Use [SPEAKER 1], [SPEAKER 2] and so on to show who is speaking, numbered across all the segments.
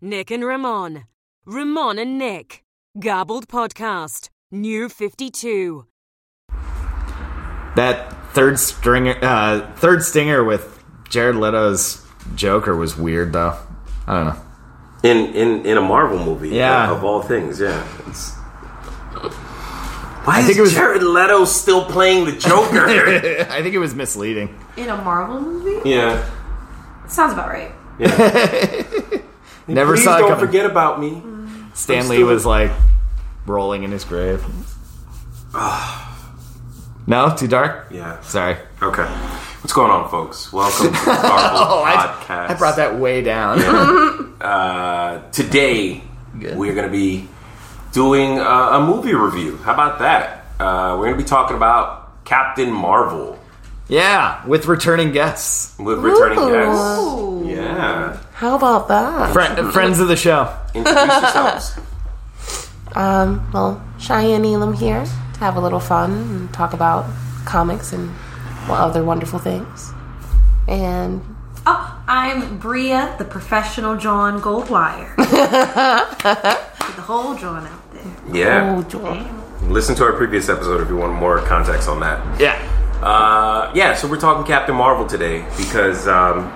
[SPEAKER 1] Nick and Ramon. Ramon and Nick. Garbled Podcast. New 52.
[SPEAKER 2] That third stringer, uh, third stinger with Jared Leto's Joker was weird though. I don't know.
[SPEAKER 3] in in in a Marvel movie. uh,
[SPEAKER 2] Yeah.
[SPEAKER 3] of, of all things, yeah. It's, why
[SPEAKER 2] think
[SPEAKER 3] is
[SPEAKER 2] it was-
[SPEAKER 3] Jared Leto still playing the Joker?
[SPEAKER 2] I think it was misleading.
[SPEAKER 4] In a Marvel movie?
[SPEAKER 3] yeah.
[SPEAKER 4] Sounds about right.
[SPEAKER 2] Never
[SPEAKER 3] Please
[SPEAKER 2] saw it
[SPEAKER 3] don't
[SPEAKER 2] coming. Mm-hmm.
[SPEAKER 3] forget about me.
[SPEAKER 2] Stanley
[SPEAKER 3] stupid.
[SPEAKER 2] was like rolling in his grave. no, too dark.
[SPEAKER 3] Yeah.
[SPEAKER 2] Sorry.
[SPEAKER 3] Okay. What's going on, folks? Welcome to the Marvel Podcast.
[SPEAKER 2] Oh, I brought that way down.
[SPEAKER 3] Uh, today, we're going to be doing uh, a movie review. How about that? Uh, we're going to be talking about Captain Marvel
[SPEAKER 2] yeah, with returning guests,
[SPEAKER 3] with returning guests.
[SPEAKER 4] Ooh.
[SPEAKER 3] Yeah.
[SPEAKER 5] How about that?
[SPEAKER 2] Fri friends of the show.
[SPEAKER 3] Introduce yourselves.
[SPEAKER 5] Um, well, Cheyenne Elam here to have a little fun and talk about comics and other wonderful things. And
[SPEAKER 4] Oh, I'm Bria, the professional John Goldwire. Get the whole John out there.
[SPEAKER 3] Yeah.
[SPEAKER 5] oh, Jordan.
[SPEAKER 3] Listen to our previous episode if you want more context on that.
[SPEAKER 2] Yeah,
[SPEAKER 3] Uh, yeah, so we're talking Captain Marvel today because um,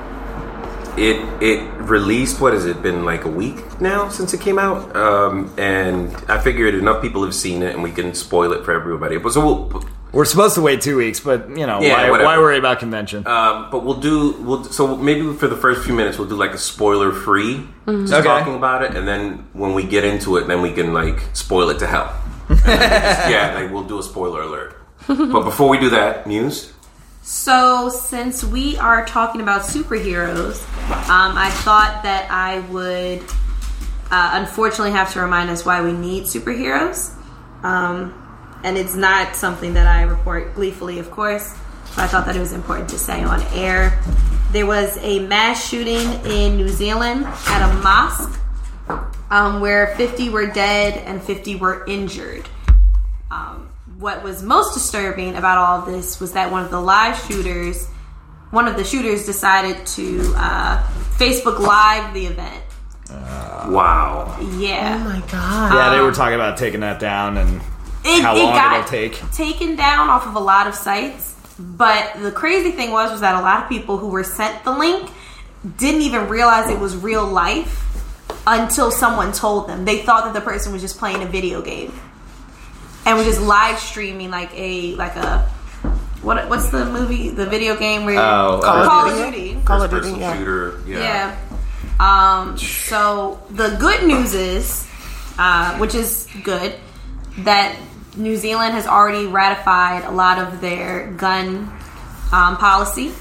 [SPEAKER 3] it it released. What has it been like a week now since it came out? Um, and I figured enough people have seen it, and we can spoil it for everybody. But so we'll,
[SPEAKER 2] we're supposed to wait two weeks, but you know
[SPEAKER 3] Yeah,
[SPEAKER 2] why,
[SPEAKER 3] whatever.
[SPEAKER 2] why worry about convention?
[SPEAKER 3] um, but we'll do we'll so maybe for the first few minutes we'll do like a spoiler free
[SPEAKER 4] Mm-hmm.
[SPEAKER 3] just
[SPEAKER 2] Okay.
[SPEAKER 3] talking about it, and then when we get into it, then we can like spoil it to hell. And then we just- yeah, like we'll do a spoiler alert. but before we do that, news.
[SPEAKER 4] So, since we are talking about superheroes, um, I thought that I would uh, unfortunately have to remind us why we need superheroes. Um, and it's not something that I report gleefully, of course, but I thought that it was important to say on air. There was a mass shooting in New Zealand at a mosque um, where 50 were dead and 50 were injured Um, what was most disturbing about all of this was that one of the live shooters, one of the shooters decided to uh, Facebook Live the event.
[SPEAKER 3] Wow.
[SPEAKER 4] Yeah.
[SPEAKER 5] Oh my god.
[SPEAKER 2] yeah, they were talking about taking that down and how long it'll take.
[SPEAKER 4] taken down off of a lot of sites. But the crazy thing was was that a lot of people who were sent the link didn't even realize it was real life until someone told them. They thought that the person was just playing a video game and was just live streaming like a like a what what's the movie the video game where
[SPEAKER 2] Oh, uh,
[SPEAKER 4] Call of
[SPEAKER 5] Duty.
[SPEAKER 4] Duty.
[SPEAKER 5] Call of
[SPEAKER 3] First person
[SPEAKER 5] Duty, yeah.
[SPEAKER 3] shooter.
[SPEAKER 4] Yeah. Um, so the good news is, uh, which is good, that New Zealand has already ratified a lot of their gun um, policy.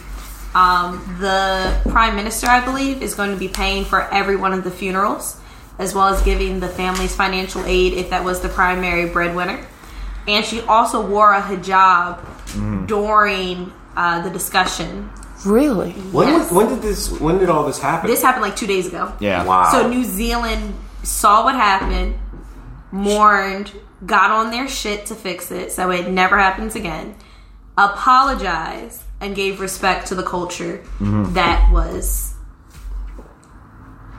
[SPEAKER 4] Um, the prime minister, I believe, is going to be paying for every one of the funerals, as well as giving the families financial aid if that was the primary breadwinner. And she also wore a hijab during uh, the discussion.
[SPEAKER 5] Really?
[SPEAKER 3] When,
[SPEAKER 4] Yes.
[SPEAKER 3] when did this? When did all this happen?
[SPEAKER 4] This happened like two days ago.
[SPEAKER 2] Yeah.
[SPEAKER 3] Wow.
[SPEAKER 4] So New Zealand saw what happened, mourned, got on their shit to fix it so it never happens again, apologized, and gave respect to the culture
[SPEAKER 2] Mm-hmm.
[SPEAKER 4] that was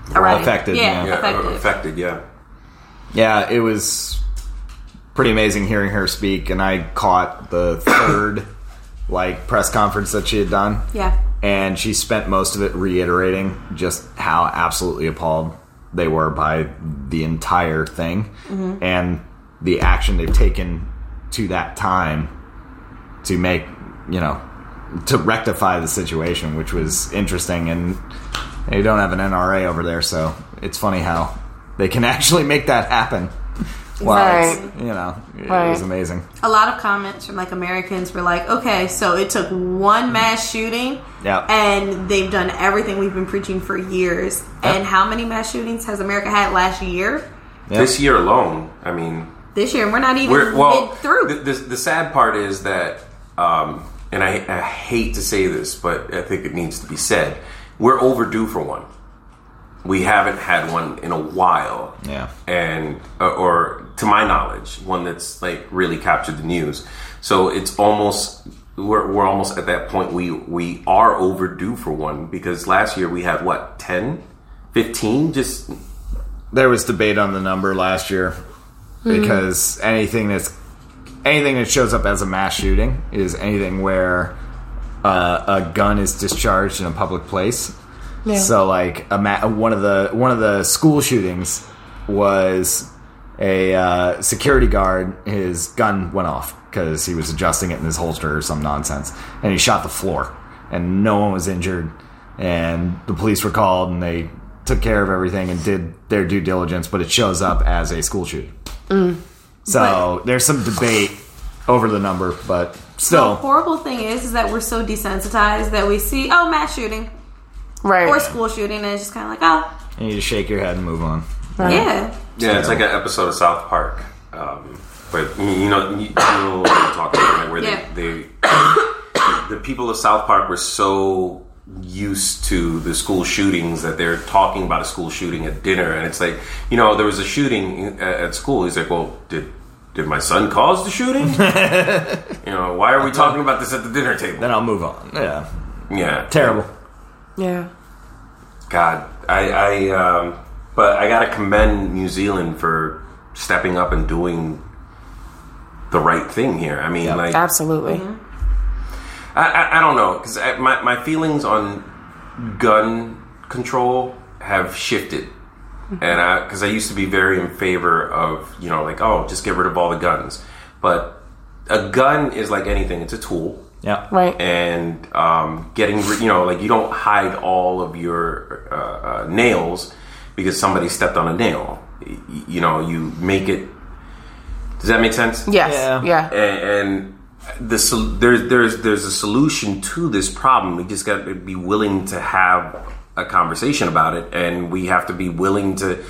[SPEAKER 4] eradic-
[SPEAKER 2] affected,
[SPEAKER 4] Yeah,
[SPEAKER 2] yeah.
[SPEAKER 3] yeah,
[SPEAKER 4] affected.
[SPEAKER 3] affected. Yeah.
[SPEAKER 2] Yeah, it was pretty amazing hearing her speak, and I caught the third like press conference that she had done,
[SPEAKER 4] Yeah.
[SPEAKER 2] and she spent most of it reiterating just how absolutely appalled they were by the entire thing
[SPEAKER 5] Mm-hmm.
[SPEAKER 2] and the action they've taken to that time to make you know to rectify the situation, which was interesting. And they don't have an NRA over there, so it's funny how they can actually make that happen. Wow, it's-
[SPEAKER 5] Right.
[SPEAKER 2] you know, it
[SPEAKER 5] Right.
[SPEAKER 2] was amazing.
[SPEAKER 4] A lot of comments from like Americans were like, okay, so it took one mass shooting.
[SPEAKER 2] Yeah.
[SPEAKER 4] And they've done everything we've been preaching for years. And how many mass shootings has America had last year?
[SPEAKER 2] Yeah.
[SPEAKER 3] This year alone, I mean,
[SPEAKER 4] this year, and we're not even
[SPEAKER 3] we're well.
[SPEAKER 4] mid through.
[SPEAKER 3] The, the, the sad part is that, um, and I, I hate to say this, but I think it needs to be said. We're overdue for one. We haven't had one in a while.
[SPEAKER 2] Yeah.
[SPEAKER 3] and or- or to my knowledge, one that's like really captured the news. So it's almost we're, we're almost at that point we we are overdue for one because last year we had what 10 15 just
[SPEAKER 2] there was debate on the number last year because anything that's anything that shows up as a mass shooting is anything where uh, a gun is discharged in a public place.
[SPEAKER 5] Yeah.
[SPEAKER 2] So like a ma- one of the one of the school shootings was a uh, security guard. His gun went off because he was adjusting it in his holster or some nonsense, and he shot the floor, and no one was injured. And the police were called, and they took care of everything and did their due diligence. But it shows up as a school shooting. So there's some debate over the number, but
[SPEAKER 4] The
[SPEAKER 2] still,
[SPEAKER 4] horrible thing is, is that we're so desensitized that we see oh mass shooting
[SPEAKER 5] Right.
[SPEAKER 4] or school shooting, and it's just kind of like oh
[SPEAKER 2] you need to shake your head and move on.
[SPEAKER 5] Right.
[SPEAKER 4] yeah,
[SPEAKER 3] Yeah, it's like an episode of South Park. Um, but you you know, you you know what I'm talking about, right? Where
[SPEAKER 4] Yeah.
[SPEAKER 3] they, they, the people of South Park were so used to the school shootings that they're talking about a school shooting at dinner, and it's like, you know, there was a shooting at, at school. He's like, well, did did my son cause the shooting? you know, why are we talking about this at the dinner table?
[SPEAKER 2] Then I'll move on. Yeah,
[SPEAKER 3] Yeah,
[SPEAKER 2] terrible.
[SPEAKER 5] Yeah.
[SPEAKER 3] God, I, I um, but I gotta commend New Zealand for stepping up and doing the right thing here. I mean, like, I,
[SPEAKER 5] Absolutely.
[SPEAKER 3] I, I don't know, because my, my feelings on gun control have shifted. And I, because I used to be very in favor of, you know, like, oh, just get rid of all the guns. But a gun is like anything, it's a tool
[SPEAKER 2] Yeah,
[SPEAKER 5] Right.
[SPEAKER 3] and um, getting rid- you know like you don't hide all of your uh, uh, nails because somebody stepped on a nail Y- y- you know you make it does that make sense
[SPEAKER 5] Yes.
[SPEAKER 2] Yeah.
[SPEAKER 5] Yeah.
[SPEAKER 3] and, and the sol- there's there's there's a solution to this problem. We just got to be willing to have a conversation about it, and we have to be willing to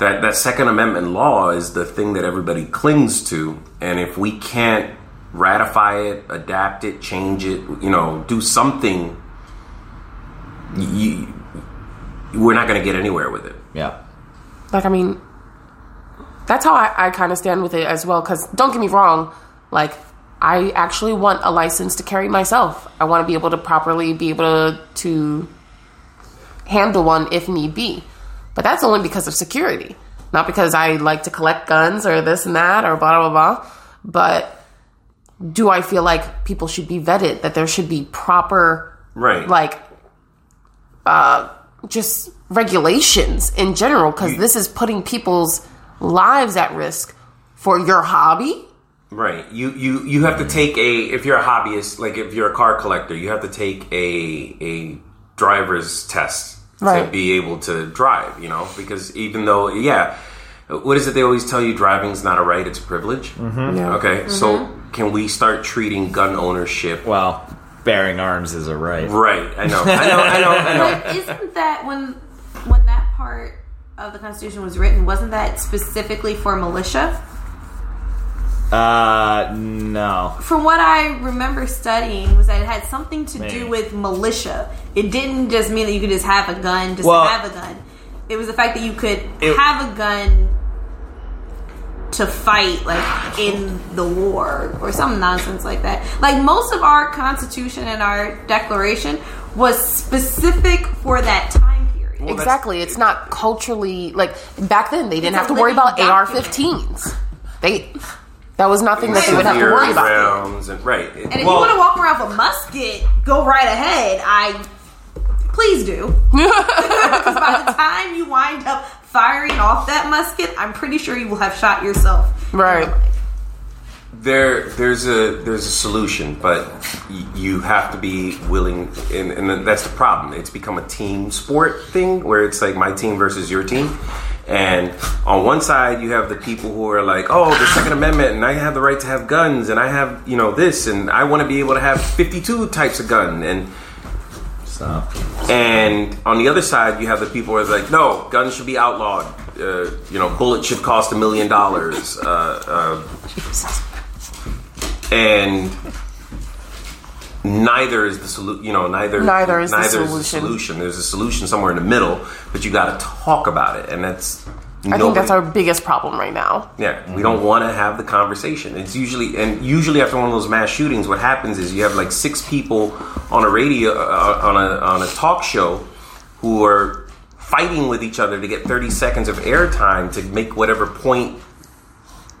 [SPEAKER 3] that that Second Amendment law is the thing that everybody clings to, and if we can't ratify it, adapt it, change it, you know, do something, you, we're not going to get anywhere with it.
[SPEAKER 2] yeah.
[SPEAKER 5] Like, I mean, that's how I, I kind of stand with it as well. Because don't get me wrong, like, I actually want a license to carry myself. I want to be able to properly be able to, to handle one if need be. But that's only because of security, not because I like to collect guns or this and that or blah, blah, blah. But do I feel like people should be vetted, that there should be proper
[SPEAKER 3] Right.
[SPEAKER 5] like uh, just regulations in general because this is putting people's lives at risk for your hobby
[SPEAKER 3] Right. You you you have to take a if you're a hobbyist, like if you're a car collector, you have to take a a driver's test to
[SPEAKER 5] Right.
[SPEAKER 3] be able to drive. You know, because even though yeah, what is it they always tell you? Driving's not a right; it's a privilege. Mm-hmm.
[SPEAKER 5] Yeah.
[SPEAKER 3] Okay, so
[SPEAKER 4] Mm-hmm.
[SPEAKER 3] can we start treating gun ownership?
[SPEAKER 2] Well, bearing arms is a right.
[SPEAKER 3] Right. I know. I know. I know. I know.
[SPEAKER 4] But isn't that when when that part of the Constitution was written, wasn't that specifically for militia?
[SPEAKER 2] Uh, no.
[SPEAKER 4] From what I remember studying, was that it had something to do
[SPEAKER 2] Maybe.
[SPEAKER 4] with militia. It didn't just mean that you could just have a gun, just
[SPEAKER 2] Well-
[SPEAKER 4] have a gun. It was the fact that you could
[SPEAKER 2] It-
[SPEAKER 4] have a gun to fight, like in the war or some nonsense like that. Like most of our Constitution and our Declaration was specific for that time period.
[SPEAKER 3] Well, that's-
[SPEAKER 5] exactly it's not culturally like back then they
[SPEAKER 4] It's
[SPEAKER 5] didn't have
[SPEAKER 4] a
[SPEAKER 5] to worry
[SPEAKER 4] living
[SPEAKER 5] about ar-15s they that was nothing that they would have to
[SPEAKER 3] Severe
[SPEAKER 5] worry about
[SPEAKER 3] rounds and right.
[SPEAKER 4] And if you want to walk around with a musket, go right ahead. I please do. 'Cause by the time you wind up firing off that musket, I'm pretty sure you will have shot yourself.
[SPEAKER 5] right
[SPEAKER 3] there there's a there's a solution but y- you have to be willing and, and that's the problem it's become a team sport thing where it's like my team versus your team and on one side you have the people who are like oh the second amendment and i have the right to have guns and i have you know this and i want to be able to have 52 types of gun and
[SPEAKER 2] So,
[SPEAKER 3] and on the other side, you have the people who are like, no, guns should be outlawed. Uh, you know, bullets should cost a million dollars. Uh, uh, and neither is the solution. You know, neither
[SPEAKER 5] Neither is the
[SPEAKER 3] solution.
[SPEAKER 5] solution.
[SPEAKER 3] There's a solution somewhere in the middle, but you got to talk about it, and that's.
[SPEAKER 5] i think that's our biggest problem right now
[SPEAKER 3] Yeah, we don't want to have the conversation. It's usually and usually after one of those mass shootings, what happens is you have like uh, six people on a radio uh, on a on a talk show who are fighting with each other to get 30 seconds of airtime to make whatever point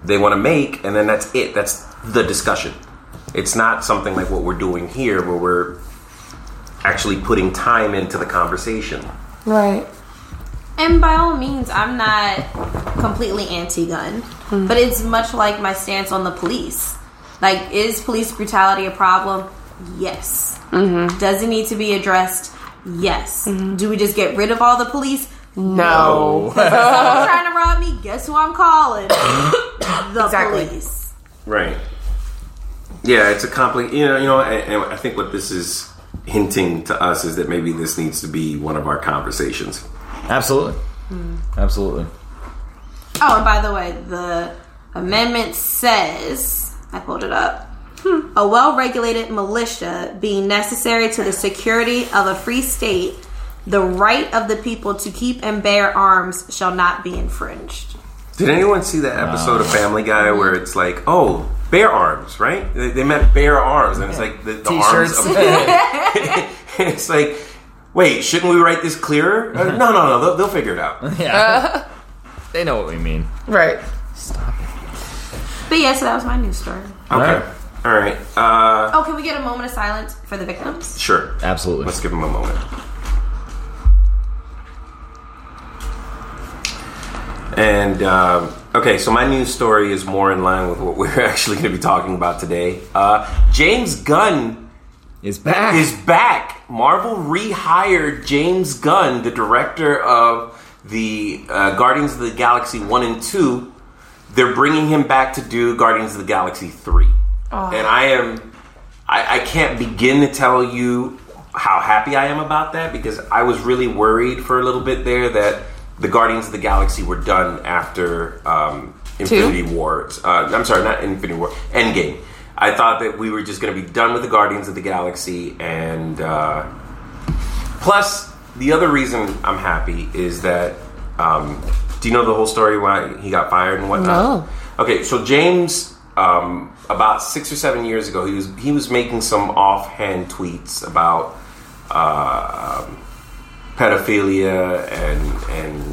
[SPEAKER 3] they want to make, and then that's it. That's the discussion. It's not something like what we're doing here, where we're actually putting time into the conversation.
[SPEAKER 5] Right.
[SPEAKER 4] And by all means, I'm not completely anti-gun, but it's much like my stance on the police. Like, is police brutality a problem? Yes. Does it need to be addressed? Yes. Do we just get rid of all the police?
[SPEAKER 5] No.
[SPEAKER 4] Someone's trying to rob me. Guess who I'm calling? the
[SPEAKER 5] Exactly.
[SPEAKER 4] police.
[SPEAKER 3] Right. Yeah, it's a compli You know, you know, and, and I think what this is hinting to us is that maybe this needs to be one of our conversations.
[SPEAKER 2] Absolutely. Absolutely.
[SPEAKER 4] Oh, and by the way, the amendment says I pulled it up. A well regulated militia being necessary to the security of a free state, the right of the people to keep and bear arms shall not be infringed.
[SPEAKER 3] Did anyone see that episode of Family Guy where it's like, oh, bare arms, right? They, they meant bare arms, and it's like the, the arms.
[SPEAKER 2] T-shirts.
[SPEAKER 3] Of, it's like, wait, shouldn't we write this clearer? Uh, no, no, no, they'll, they'll figure it out.
[SPEAKER 2] yeah. they know what we mean.
[SPEAKER 5] Right.
[SPEAKER 4] But yeah, so that was my news story.
[SPEAKER 3] Okay, all right, uh,
[SPEAKER 4] Oh, can we get a moment of silence for the victims?
[SPEAKER 3] sure.
[SPEAKER 2] Absolutely.
[SPEAKER 3] Let's give him a moment. And um, okay, so my news story is more in line with what we're actually going to be talking about today. Uh, James Gunn
[SPEAKER 2] It's back.
[SPEAKER 3] is back. Marvel rehired James Gunn, the director of the uh, Guardians of the Galaxy one and two. They're bringing him back to do Guardians of the Galaxy three, and I am I, I can't begin to tell you how happy I am about that because I was really worried for a little bit there that the Guardians of the Galaxy were done after um, Infinity War. Uh, I'm sorry, not Infinity War, Endgame. I thought that we were just going to be done with the Guardians of the Galaxy, and uh, plus the other reason I'm happy is that um, do you know the whole story why he got fired and whatnot?
[SPEAKER 5] No.
[SPEAKER 3] Okay, so James, um, about six or seven years ago, he was he was making some offhand tweets about uh, um, pedophilia and and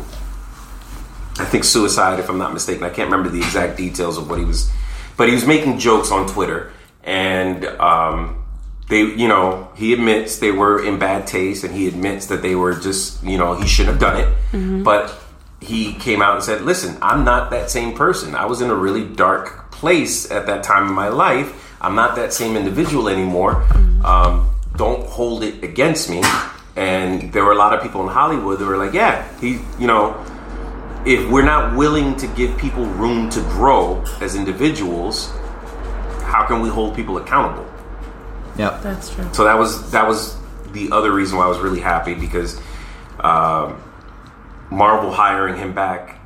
[SPEAKER 3] I think suicide, if I'm not mistaken. I can't remember the exact details of what he was, but he was making jokes on Twitter, and um, they, you know, he admits they were in bad taste, and he admits that they were just, you know, he shouldn't have done it, but he came out and said, "Listen, I'm not that same person. I was in a really dark place at that time in my life. I'm not that same individual anymore. Um, don't hold it against me." And there were a lot of people in Hollywood that were like, "Yeah, he, you know." if we're not willing to give people room to grow as individuals, how can we hold people accountable?
[SPEAKER 2] Yep.
[SPEAKER 5] That's true.
[SPEAKER 3] So that was that was the other reason why I was really happy because um, Marvel hiring him back,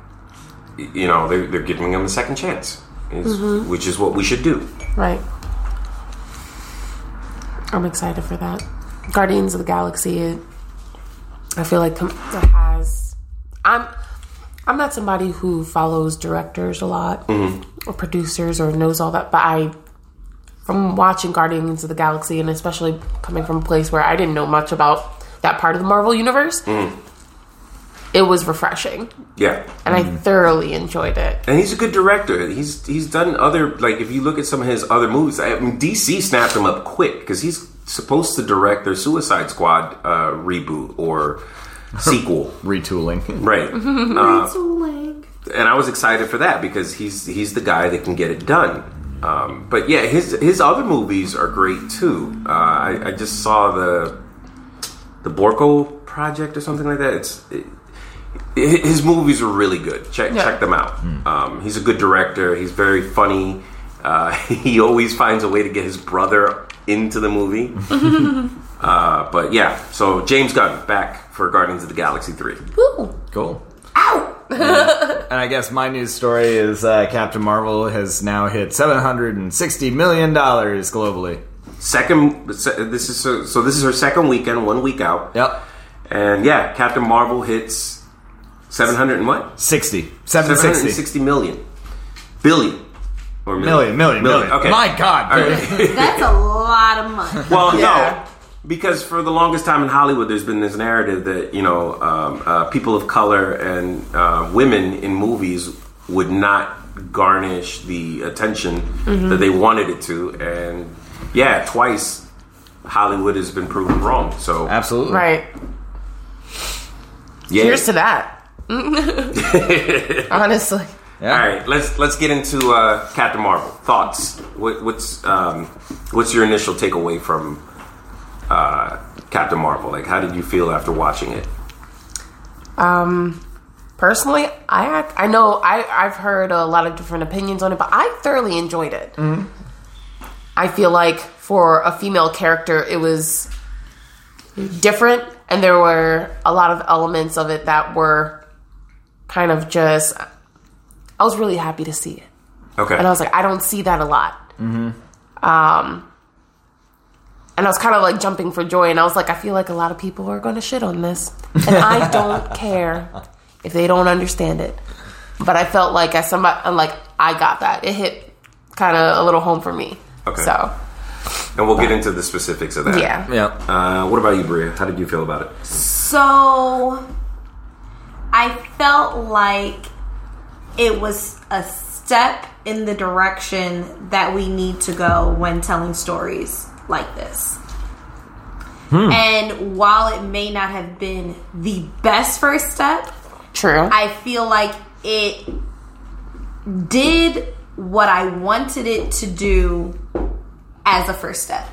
[SPEAKER 3] y- you know, they're, they're giving him a second chance, is- which is what we should do.
[SPEAKER 5] Right. I'm excited for that. Guardians of the Galaxy. It, I feel like com- it has. I'm. I'm not somebody who follows directors a lot or producers or knows all that, but I, from watching Guardians of the Galaxy and especially coming from a place where I didn't know much about that part of the Marvel universe, it was refreshing
[SPEAKER 3] Yeah,
[SPEAKER 5] and I thoroughly enjoyed it.
[SPEAKER 3] and he's a good director. He's he's done other like if you look at some of his other movies, I mean DC snapped him up quick because he's supposed to direct their Suicide Squad uh, reboot or sequel,
[SPEAKER 2] Retooling.
[SPEAKER 3] right? and I was excited for that because he's he's the guy that can get it done. Um, but yeah, his his other movies are great too. Uh, I, I just saw the the Borco project or something like that. It's it, his movies are really good. Check
[SPEAKER 5] Yeah.
[SPEAKER 3] check them out. Um, he's a good director. He's very funny. Uh, he always finds a way to get his brother into the movie. uh, but yeah, so James Gunn back for Guardians of the Galaxy three.
[SPEAKER 2] Cool. Ow! and I guess my news story is uh, Captain Marvel has now hit $760 million globally.
[SPEAKER 3] Second, se- this is so, so. This is her second weekend, one week out.
[SPEAKER 2] Yep.
[SPEAKER 3] And yeah, Captain Marvel hits seven hundred and what?
[SPEAKER 2] 60.
[SPEAKER 3] Seven hundred and
[SPEAKER 2] 760.
[SPEAKER 3] sixty million, billion, or
[SPEAKER 2] Million, million, million.
[SPEAKER 3] Okay.
[SPEAKER 2] My God.
[SPEAKER 3] All
[SPEAKER 2] billion.
[SPEAKER 3] right.
[SPEAKER 4] That's a lot of money.
[SPEAKER 3] Well,
[SPEAKER 5] Yeah.
[SPEAKER 3] no. because for the longest time in Hollywood, there's been this narrative that you know um, uh, people of color and uh, women in movies would not garnish the attention
[SPEAKER 5] Mm-hmm.
[SPEAKER 3] that they wanted it to, and yeah, twice Hollywood has been proven wrong. So
[SPEAKER 2] Absolutely.
[SPEAKER 5] Right.
[SPEAKER 3] yeah.
[SPEAKER 5] Here's to that. Honestly.
[SPEAKER 2] Yeah.
[SPEAKER 3] All right, let's let's get into uh, Captain Marvel thoughts. What, what's um, what's your initial takeaway from uh, Captain Marvel? Like, how did you feel after watching it?
[SPEAKER 5] Um, personally, I ac- I know I I've heard a lot of different opinions on it, but I thoroughly enjoyed it. I feel like for a female character, it was different, and there were a lot of elements of it that were kind of just. I was really happy to see it.
[SPEAKER 3] Okay,
[SPEAKER 5] And I was like, I don't see that a lot. Um, and I was kind of like jumping for joy, and I was like, I feel like a lot of people are going to shit on this, and I don't care if they don't understand it. But I felt like as somebody, I'm like I got that. It hit kind of a little home for me.
[SPEAKER 3] Okay.
[SPEAKER 5] So
[SPEAKER 3] and we'll get into the specifics of that.
[SPEAKER 5] yeah,
[SPEAKER 2] Yeah.
[SPEAKER 3] Uh, what about you, Bria? How did you feel about it?
[SPEAKER 4] So I felt like it was a step in the direction that we need to go when telling stories like this. And while it may not have been the best first step,
[SPEAKER 5] true.
[SPEAKER 4] I feel like it did what I wanted it to do as a first step.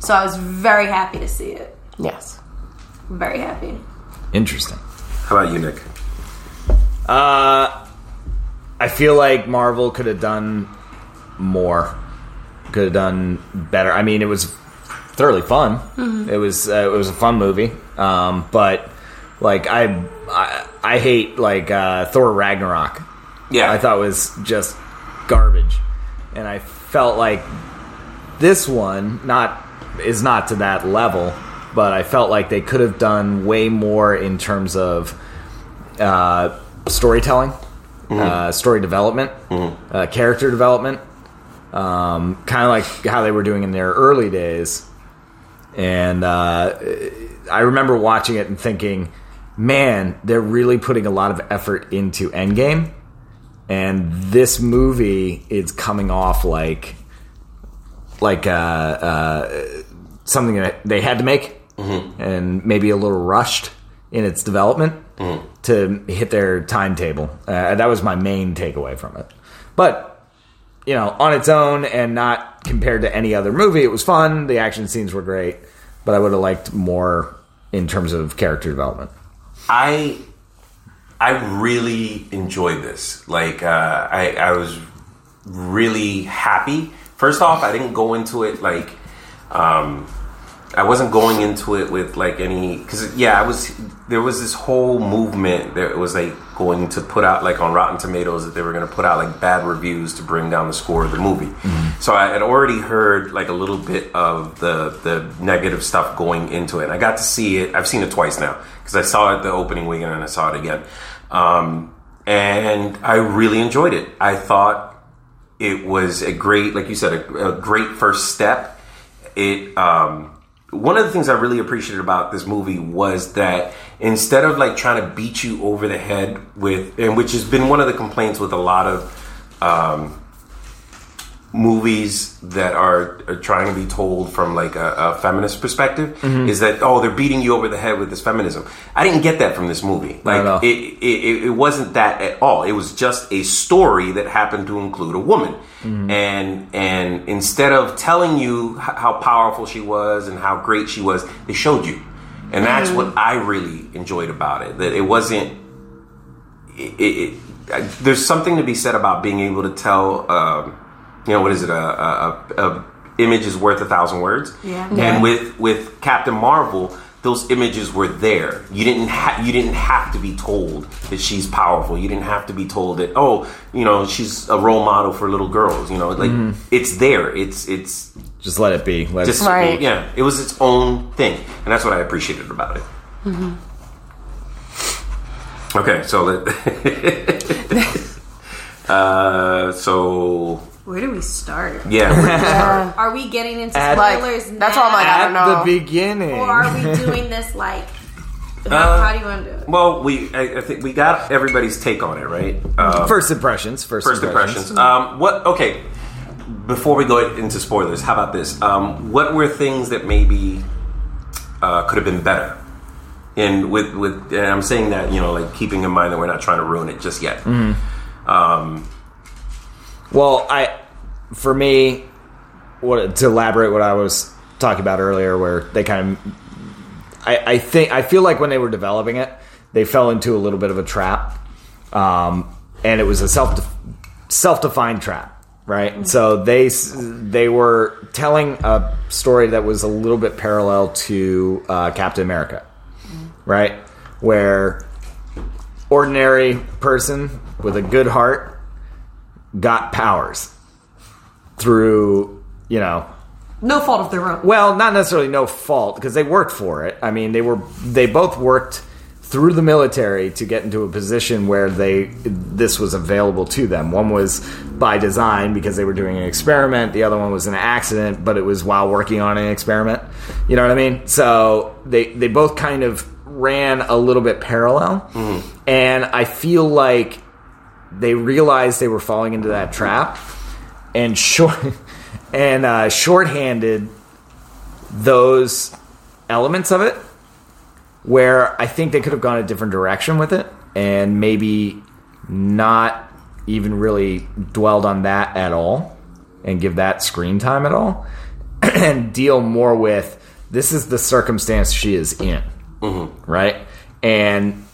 [SPEAKER 4] So I was very happy to see it.
[SPEAKER 5] yes,
[SPEAKER 4] Very happy.
[SPEAKER 2] Interesting.
[SPEAKER 3] How about you, Nick?
[SPEAKER 2] Uh, I feel like Marvel could have done more, could have done better. I mean, it was thoroughly fun. It was uh, it was a fun movie, um, but like I, I I hate like uh, Thor Ragnarok.
[SPEAKER 3] Yeah,
[SPEAKER 2] I thought was just garbage, and I felt like this one not is not to that level, but I felt like they could have done way more in terms of uh, storytelling, uh, story development, uh, character development, um, kind of like how they were doing in their early days, and uh, I remember watching it and thinking. Man, they're really putting a lot of effort into Endgame and this movie is coming off like like uh, uh, something that they had to make and maybe a little rushed in its development to hit their timetable uh, that was my main takeaway from it but you know on its own and not compared to any other movie it was fun the action scenes were great but i would have liked more in terms of character development
[SPEAKER 3] I I really enjoyed this. Like uh, I I was really happy. First off, I didn't go into it like um, I wasn't going into it with like any because yeah, I was there was this whole movement that was like going to put out like on Rotten Tomatoes that they were going to put out like bad reviews to bring down the score of the movie. So I had already heard like a little bit of the the negative stuff going into it. And I got to see it. I've seen it twice now because I saw it the opening weekend and I saw it again. Um, and I really enjoyed it. I thought it was a great, like you said, a, a great first step. It um, one of the things I really appreciated about this movie was that instead of like trying to beat you over the head with, and which has been one of the complaints with a lot of um, movies that are, are trying to be told from like a, a feminist perspective,
[SPEAKER 2] Mm-hmm.
[SPEAKER 3] is that oh they're beating you over the head with this feminism. I didn't get that from this movie.
[SPEAKER 2] at all.
[SPEAKER 3] Like it it, it, it wasn't that at all. It was just a story that happened to include a woman,
[SPEAKER 2] Mm-hmm.
[SPEAKER 3] and and instead of telling you h- how powerful she was and how great she was, they showed you, and
[SPEAKER 2] Mm-hmm.
[SPEAKER 3] that's what I really enjoyed about it. That it wasn't. It, it, it, I- there's something to be said about being able to tell. Um, you know what is it? A, a, a, a image is worth a thousand words.
[SPEAKER 4] Yeah.
[SPEAKER 3] And with with Captain Marvel, those images were there. You didn't ha- you didn't have to be told that she's powerful. You didn't have to be told that oh, you know, she's a role model for little girls. You know, like it's there. It's it's
[SPEAKER 2] just let it be let
[SPEAKER 3] just
[SPEAKER 5] Right.
[SPEAKER 3] yeah. It was its own thing, and that's what I appreciated about it. Okay, so let. uh, so
[SPEAKER 4] Where do we start?
[SPEAKER 3] Yeah.
[SPEAKER 4] Are we getting into
[SPEAKER 2] At-
[SPEAKER 4] spoilers
[SPEAKER 5] Like,
[SPEAKER 4] now?
[SPEAKER 5] that's all my- I
[SPEAKER 2] At
[SPEAKER 5] don't know.
[SPEAKER 2] the beginning.
[SPEAKER 4] Or are we doing this like. How,
[SPEAKER 3] Uh,
[SPEAKER 4] how do you want to do it?
[SPEAKER 3] well, we I, I think we got everybody's take on it, right? Um,
[SPEAKER 2] First impressions. First,
[SPEAKER 3] first impressions. Um, what? Okay. Before we go into spoilers, how about this? Um, what were things that maybe uh, could have been better? And with with and I'm saying that you know like keeping in mind that we're not trying to ruin it just yet. Um,
[SPEAKER 2] Well, I for me, what to elaborate what I was talking about earlier, where they kind of, I, I think I feel like when they were developing it, they fell into a little bit of a trap, um, and it was a self self defined trap, right? So they s- they were telling a story that was a little bit parallel to uh, Captain America, right? Where ordinary person with a good heart got powers through, you know,
[SPEAKER 4] No fault of their own.
[SPEAKER 2] well, not necessarily no fault because they worked for it. I mean, they were they both worked through the military to get into a position where they this was available to them. One was by design because they were doing an experiment. The other one was an accident, but it was while working on an experiment. You know what I mean? So they they both kind of ran a little bit parallel, and I feel like they realized they were falling into that trap, and short and uh, shorthanded those elements of it where I think they could have gone a different direction with it and maybe not even really dwelled on that at all and give that screen time at all and deal more with this is the circumstance she is in, right? And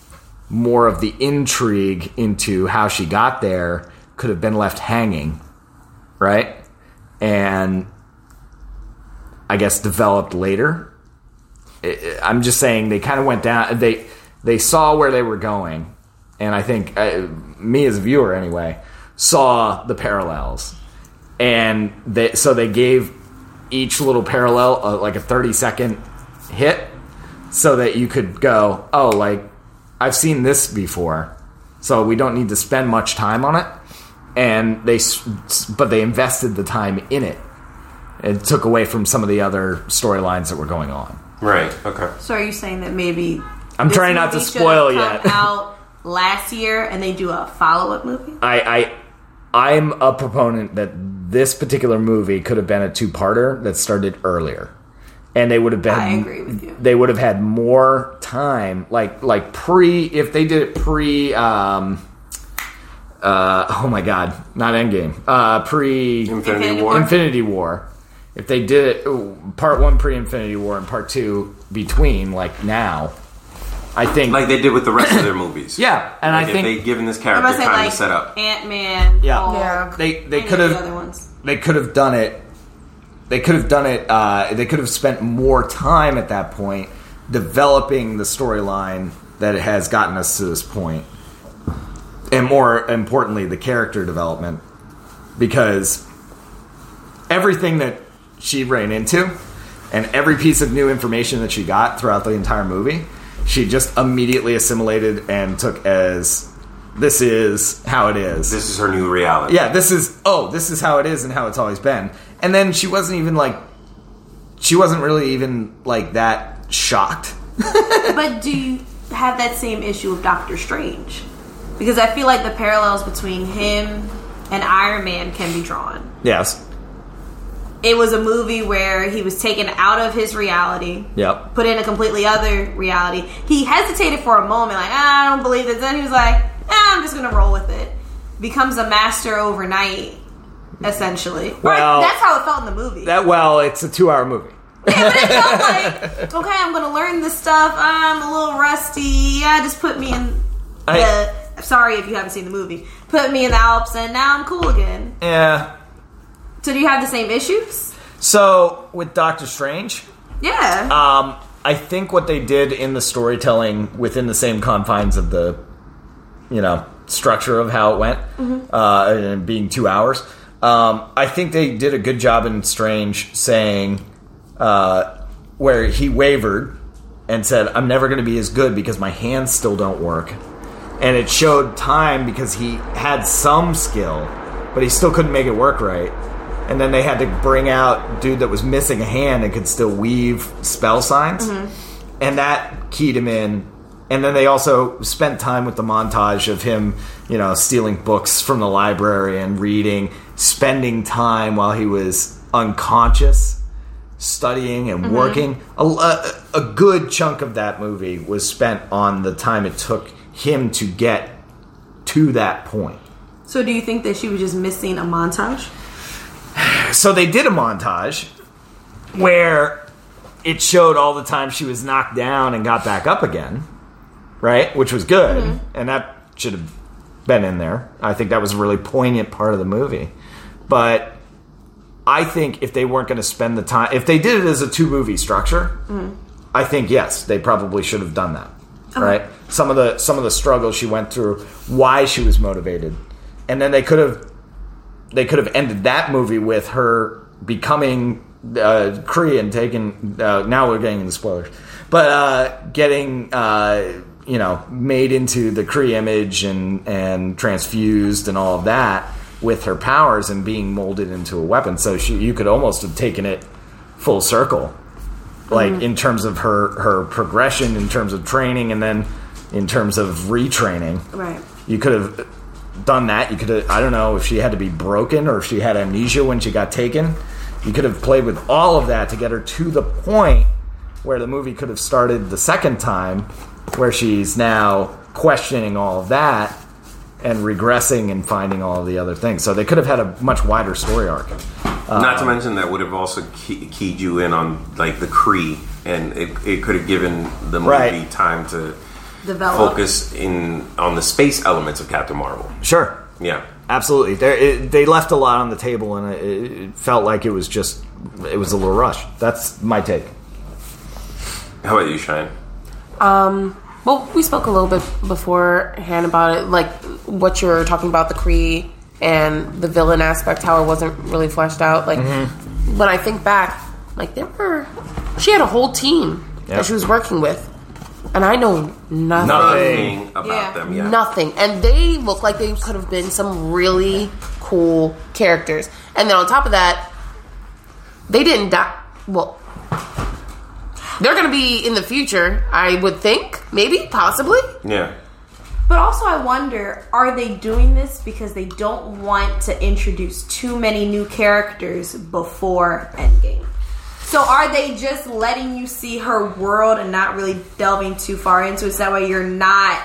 [SPEAKER 2] more of the intrigue into how she got there could have been left hanging, right? And I guess developed later. I- I'm just saying they kind of went down. They they saw where they were going, and I think uh, me as a viewer anyway saw the parallels, and they, so they gave each little parallel uh, like a 30 second hit, so that you could go, oh, like I've seen this before, so we don't need to spend much time on it. And they, s- s- but they invested the time in it it took away from some of the other storylines that were going on.
[SPEAKER 3] right. Okay.
[SPEAKER 4] So are you saying that maybe
[SPEAKER 2] I'm
[SPEAKER 4] this
[SPEAKER 2] trying not to
[SPEAKER 4] movie should
[SPEAKER 2] spoil
[SPEAKER 4] have come
[SPEAKER 2] yet.
[SPEAKER 4] out last year and they do a follow up movie?
[SPEAKER 2] I, I I'm a proponent that this particular movie could have been a two-parter that started earlier, and they would have been.
[SPEAKER 4] I agree with you.
[SPEAKER 2] They would have had more time, like like pre if they did it pre. Um, uh, oh my god, not Endgame. Uh, pre
[SPEAKER 3] Infinity
[SPEAKER 4] Infinity
[SPEAKER 3] War.
[SPEAKER 4] War.
[SPEAKER 2] Infinity War. If they did it, ooh, part one pre Infinity War and part two between, like now, I think
[SPEAKER 3] Like they did with the rest of their movies.
[SPEAKER 2] Yeah, and
[SPEAKER 3] Like
[SPEAKER 2] I
[SPEAKER 3] if
[SPEAKER 2] think-
[SPEAKER 3] they've given this
[SPEAKER 4] I'm
[SPEAKER 3] character
[SPEAKER 4] about to
[SPEAKER 3] time
[SPEAKER 4] say like
[SPEAKER 3] to set up.
[SPEAKER 4] Ant Man,
[SPEAKER 2] Yeah.
[SPEAKER 5] Yeah.
[SPEAKER 2] they they could have
[SPEAKER 4] other ones.
[SPEAKER 2] they could have done it. They could have done it. Uh, they could have spent more time at that point developing the storyline that has gotten us to this point, and more importantly, the character development because everything that she ran into and every piece of new information that she got throughout the entire movie, she just immediately assimilated and took as this is how it is
[SPEAKER 3] This is her new reality.
[SPEAKER 2] yeah, this is oh, this is how it is and how it's always been. And then she wasn't even like she wasn't really even like that shocked.
[SPEAKER 4] But do you have that same issue with Doctor Strange? Because I feel like the parallels between him and Iron Man can be drawn.
[SPEAKER 2] Yes.
[SPEAKER 4] It was a movie where he was taken out of his reality.
[SPEAKER 2] Yep.
[SPEAKER 4] put in a completely other reality. He hesitated for a moment, like, ah, I don't believe this. Then he was like, ah, I'm just going to roll with it. Becomes a master overnight, essentially. Or
[SPEAKER 2] Well-
[SPEAKER 4] that's how it felt in the movie.
[SPEAKER 2] That well, it's a 2-hour movie.
[SPEAKER 4] but it felt like, okay, I'm going to learn this stuff. I'm a little rusty. Yeah, just put me in
[SPEAKER 2] I-
[SPEAKER 4] the. Sorry if you haven't seen the movie. Put me in the Alps, and now I'm cool again.
[SPEAKER 2] Yeah.
[SPEAKER 4] So do you have the same issues?
[SPEAKER 2] So, with Doctor Strange,
[SPEAKER 4] Yeah.
[SPEAKER 2] um I think what they did in the storytelling within the same confines of the you know, structure of how it went, uh, and being 2 hours. Um, I think they did a good job in Strange saying uh, where he wavered and said, "I'm never going to be as good because my hands still don't work." And it showed time because he had some skill, but he still couldn't make it work right. And then they had to bring out dude that was missing a hand and could still weave spell signs, and that keyed him in. And then they also spent time with the montage of him, you know, stealing books from the library and reading, spending time while he was unconscious studying and working. A, a, a good chunk of that movie was spent on the time it took him to get to that point.
[SPEAKER 4] So do you think that she was just missing a montage?
[SPEAKER 2] So they did a montage where it showed all the time she was knocked down and got back up again, right? Which was good. And that should have been in there. I think that was a really poignant part of the movie. But I think if they weren't going to spend the time, if they did it as a two movie structure, I think yes, they probably should have done that. Right? Some of the some of the struggles she went through, why she was motivated, and then they could have they could have ended that movie with her becoming uh, Kree and taking. Uh, now we're getting into spoilers, but uh, getting uh, you know made into the Kree image and and transfused and all of that with her powers and being molded into a weapon. So she, you could almost have taken it full circle, like in terms of her her progression, in terms of training, and then in terms of retraining
[SPEAKER 4] Right.
[SPEAKER 2] you could have done that. You could have, I don't know if she had to be broken or if she had amnesia when she got taken. You could have played with all of that to get her to the point where the movie could have started the second time, where she's now questioning all of that and regressing and finding all of the other things. So they could have had a much wider story arc.
[SPEAKER 3] Not to mention that would have also key, keyed you in on like the Cree, and it, it could have given the movie
[SPEAKER 2] Right.
[SPEAKER 3] time to
[SPEAKER 4] Develop.
[SPEAKER 3] focus in on the space elements of Captain Marvel.
[SPEAKER 2] Sure.
[SPEAKER 3] Yeah.
[SPEAKER 2] Absolutely. There, it, they left a lot on the table and it, it felt like it was just, it was a little rush. That's my take.
[SPEAKER 3] How about you, Shine?
[SPEAKER 5] Um, Well, we spoke a little bit beforehand about it, like what you're talking about the Cree and the villain aspect, how it wasn't really fleshed out. Like when I think back, like there were, she had a whole team
[SPEAKER 2] Yep.
[SPEAKER 5] that she was working with, and I know nothing,
[SPEAKER 3] Nothing about
[SPEAKER 4] Yeah.
[SPEAKER 3] them. Yeah.
[SPEAKER 5] nothing, and they look like they could have been some really cool characters. And then on top of that, they didn't die. Well. They're going to be in the future, I would think. Maybe, possibly.
[SPEAKER 3] Yeah.
[SPEAKER 4] But also, I wonder are they doing this because they don't want to introduce too many new characters before Endgame? So, are they just letting you see her world and not really delving too far into it? So that way you're not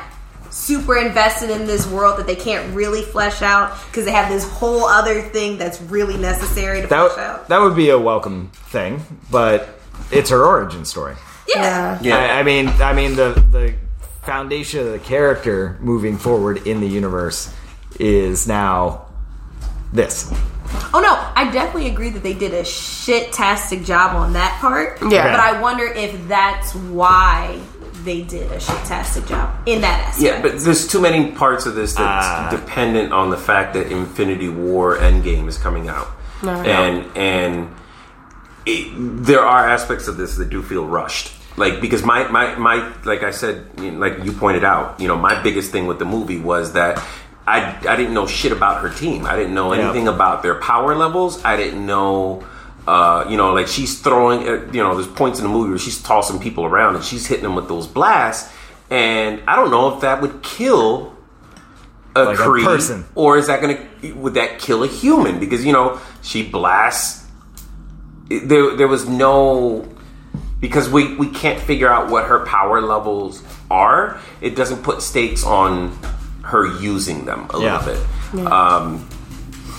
[SPEAKER 4] super invested in this world that they can't really flesh out because they have this whole other thing that's really necessary to
[SPEAKER 2] that,
[SPEAKER 4] flesh out?
[SPEAKER 2] that would be a welcome thing, but it's her origin story.
[SPEAKER 4] yeah.
[SPEAKER 3] Yeah.
[SPEAKER 2] I, I mean, I mean the the foundation of the character moving forward in the universe is now this.
[SPEAKER 4] Oh no, I definitely agree that they did a shit-tastic job on that part.
[SPEAKER 5] Yeah.
[SPEAKER 4] But I wonder if that's why they did a shit-tastic job in that aspect.
[SPEAKER 3] Yeah, but there's too many parts of this
[SPEAKER 5] Ah.
[SPEAKER 3] that's dependent on the fact that Infinity War Endgame is coming out, and and it, there are aspects of this that do feel rushed. Like because my my my like I said, you know, like you pointed out, you know, my biggest thing with the movie was that. I, I didn't know shit about her team. I didn't know
[SPEAKER 2] Yeah.
[SPEAKER 3] anything about their power levels. I didn't know, uh, you know, like she's throwing, uh, you know, there's points in the movie where she's tossing people around and she's hitting them with those blasts. And I don't know if that would kill a
[SPEAKER 2] Like a
[SPEAKER 3] Kree,
[SPEAKER 2] person.
[SPEAKER 3] or is that going to would that kill a human? Because you know she blasts. it- There, there was no because we we can't figure out what her power levels are. It doesn't put stakes on her using them a
[SPEAKER 2] Yeah.
[SPEAKER 3] little bit, um,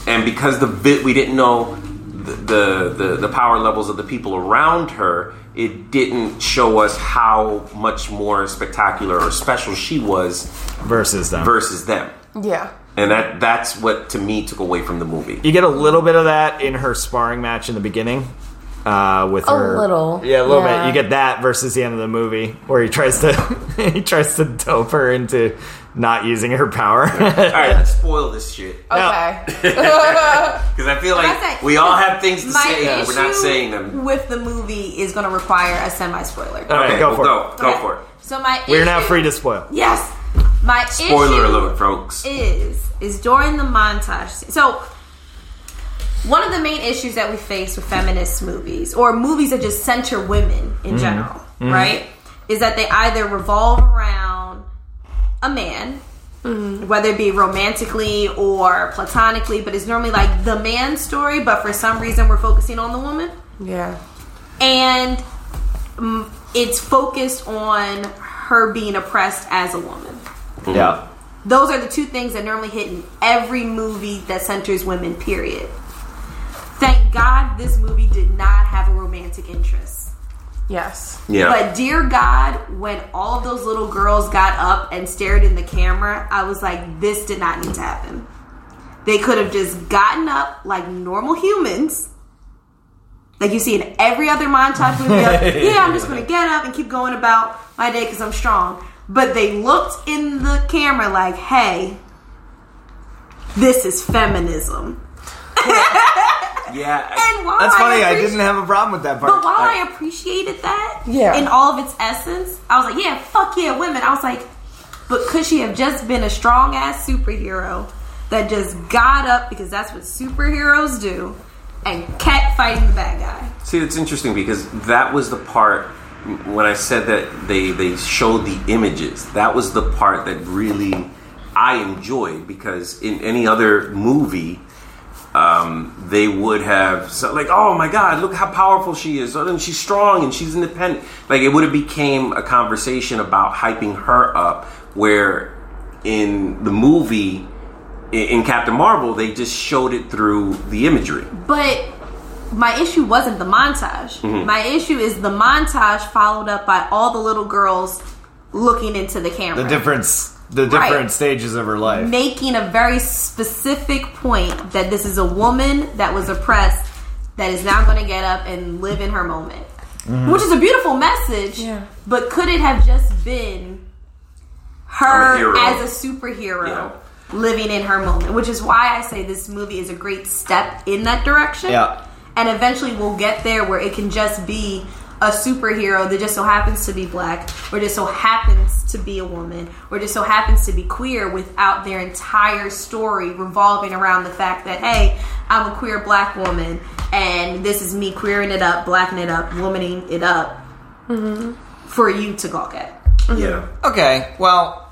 [SPEAKER 3] and because the vi- we didn't know the, the the power levels of the people around her. It didn't show us how much more spectacular or special she was
[SPEAKER 2] Versus them.
[SPEAKER 3] versus them.
[SPEAKER 5] Yeah.
[SPEAKER 3] And that that's what to me took away from the movie.
[SPEAKER 2] you get a little bit of that in her sparring match in the beginning. Uh, with a her,
[SPEAKER 5] little.
[SPEAKER 2] yeah, a little
[SPEAKER 5] Yeah.
[SPEAKER 2] bit. You get that versus the end of the movie where he tries to he tries to dope her into not using her power.
[SPEAKER 3] All right, let's spoil this shit
[SPEAKER 2] Yeah.
[SPEAKER 5] Okay.
[SPEAKER 3] because I feel like
[SPEAKER 4] That's it.
[SPEAKER 3] we all have things to
[SPEAKER 4] My
[SPEAKER 3] say, but we're not
[SPEAKER 4] issue
[SPEAKER 3] saying them.
[SPEAKER 4] With the movie is going to require a semi-spoiler.
[SPEAKER 2] All right,
[SPEAKER 3] Okay,
[SPEAKER 2] go
[SPEAKER 3] well,
[SPEAKER 2] for
[SPEAKER 3] go,
[SPEAKER 2] it.
[SPEAKER 3] go
[SPEAKER 4] Okay.
[SPEAKER 3] for it.
[SPEAKER 4] So my
[SPEAKER 2] We're now
[SPEAKER 4] issue-
[SPEAKER 2] free to spoil.
[SPEAKER 4] Yes. My
[SPEAKER 3] Spoiler
[SPEAKER 4] issue
[SPEAKER 3] alert, folks.
[SPEAKER 4] is is during the montage. scene- So one of the main issues that we face with feminist movies or movies that just center women in general, right? Is that they either revolve around a man, whether it be romantically or platonically, but it's normally like the man story, but for some reason we're focusing on the woman
[SPEAKER 5] Yeah.
[SPEAKER 4] and mm, it's focused on her being oppressed as a woman.
[SPEAKER 2] Yeah.
[SPEAKER 4] Those are the two things that normally hit in every movie that centers women, period. Thank God this movie did not have a romantic interest.
[SPEAKER 5] Yes.
[SPEAKER 3] Yeah.
[SPEAKER 4] But dear God, when all of those little girls got up and stared in the camera, I was like, this did not need to happen. They could have just gotten up like normal humans, like you see in every other montage movie. Of, yeah, I'm just going to get up and keep going about my day because I'm strong. But they looked in the camera like, hey, this is feminism.
[SPEAKER 3] yeah. I-
[SPEAKER 4] And while
[SPEAKER 2] That's
[SPEAKER 4] I
[SPEAKER 2] funny. I
[SPEAKER 4] appreciate-
[SPEAKER 2] didn't have a problem with that part.
[SPEAKER 4] But while
[SPEAKER 2] I-
[SPEAKER 4] I, appreciated that
[SPEAKER 5] Yeah.
[SPEAKER 4] in all of its essence, I was like, yeah, fuck yeah, women. I was like, but could she have just been a strong ass superhero that just got up because that's what superheroes do and kept fighting the bad guy?
[SPEAKER 3] See, it's interesting because that was the part when I said that they they showed the images. That was the part that really I enjoyed because in any other movie, um, they would have so, like, oh my god, look how powerful she is, Oh, and she's strong and she's independent. Like it would have became a conversation about hyping her up, where in the movie. In in Captain Marvel, they just showed it through the imagery.
[SPEAKER 4] But my issue wasn't the montage.
[SPEAKER 2] Mm-hmm.
[SPEAKER 4] My issue is the montage followed up by all the little girls looking into the camera.
[SPEAKER 2] the difference, the different stages of her life.
[SPEAKER 4] making a very specific point that this is a woman that was oppressed that is now going to get up and live in her moment,
[SPEAKER 3] Mm-hmm.
[SPEAKER 4] which is a beautiful message.
[SPEAKER 5] Yeah.
[SPEAKER 4] But could it have just been
[SPEAKER 3] I'm a
[SPEAKER 4] her
[SPEAKER 3] hero.
[SPEAKER 4] as a superhero
[SPEAKER 3] Yeah.
[SPEAKER 4] living in her moment? Which is why I say this movie is a great step in that direction.
[SPEAKER 2] Yeah.
[SPEAKER 4] And eventually we'll get there where it can just be a superhero that just so happens to be black, or just so happens to be a woman, or just so happens to be queer without their entire story revolving around the fact that, hey, I'm a queer black woman, and this is me queering it up, blacking it up, womaning it up
[SPEAKER 5] Mm-hmm.
[SPEAKER 4] for you to gawk at.
[SPEAKER 3] Yeah.
[SPEAKER 2] Okay. Well,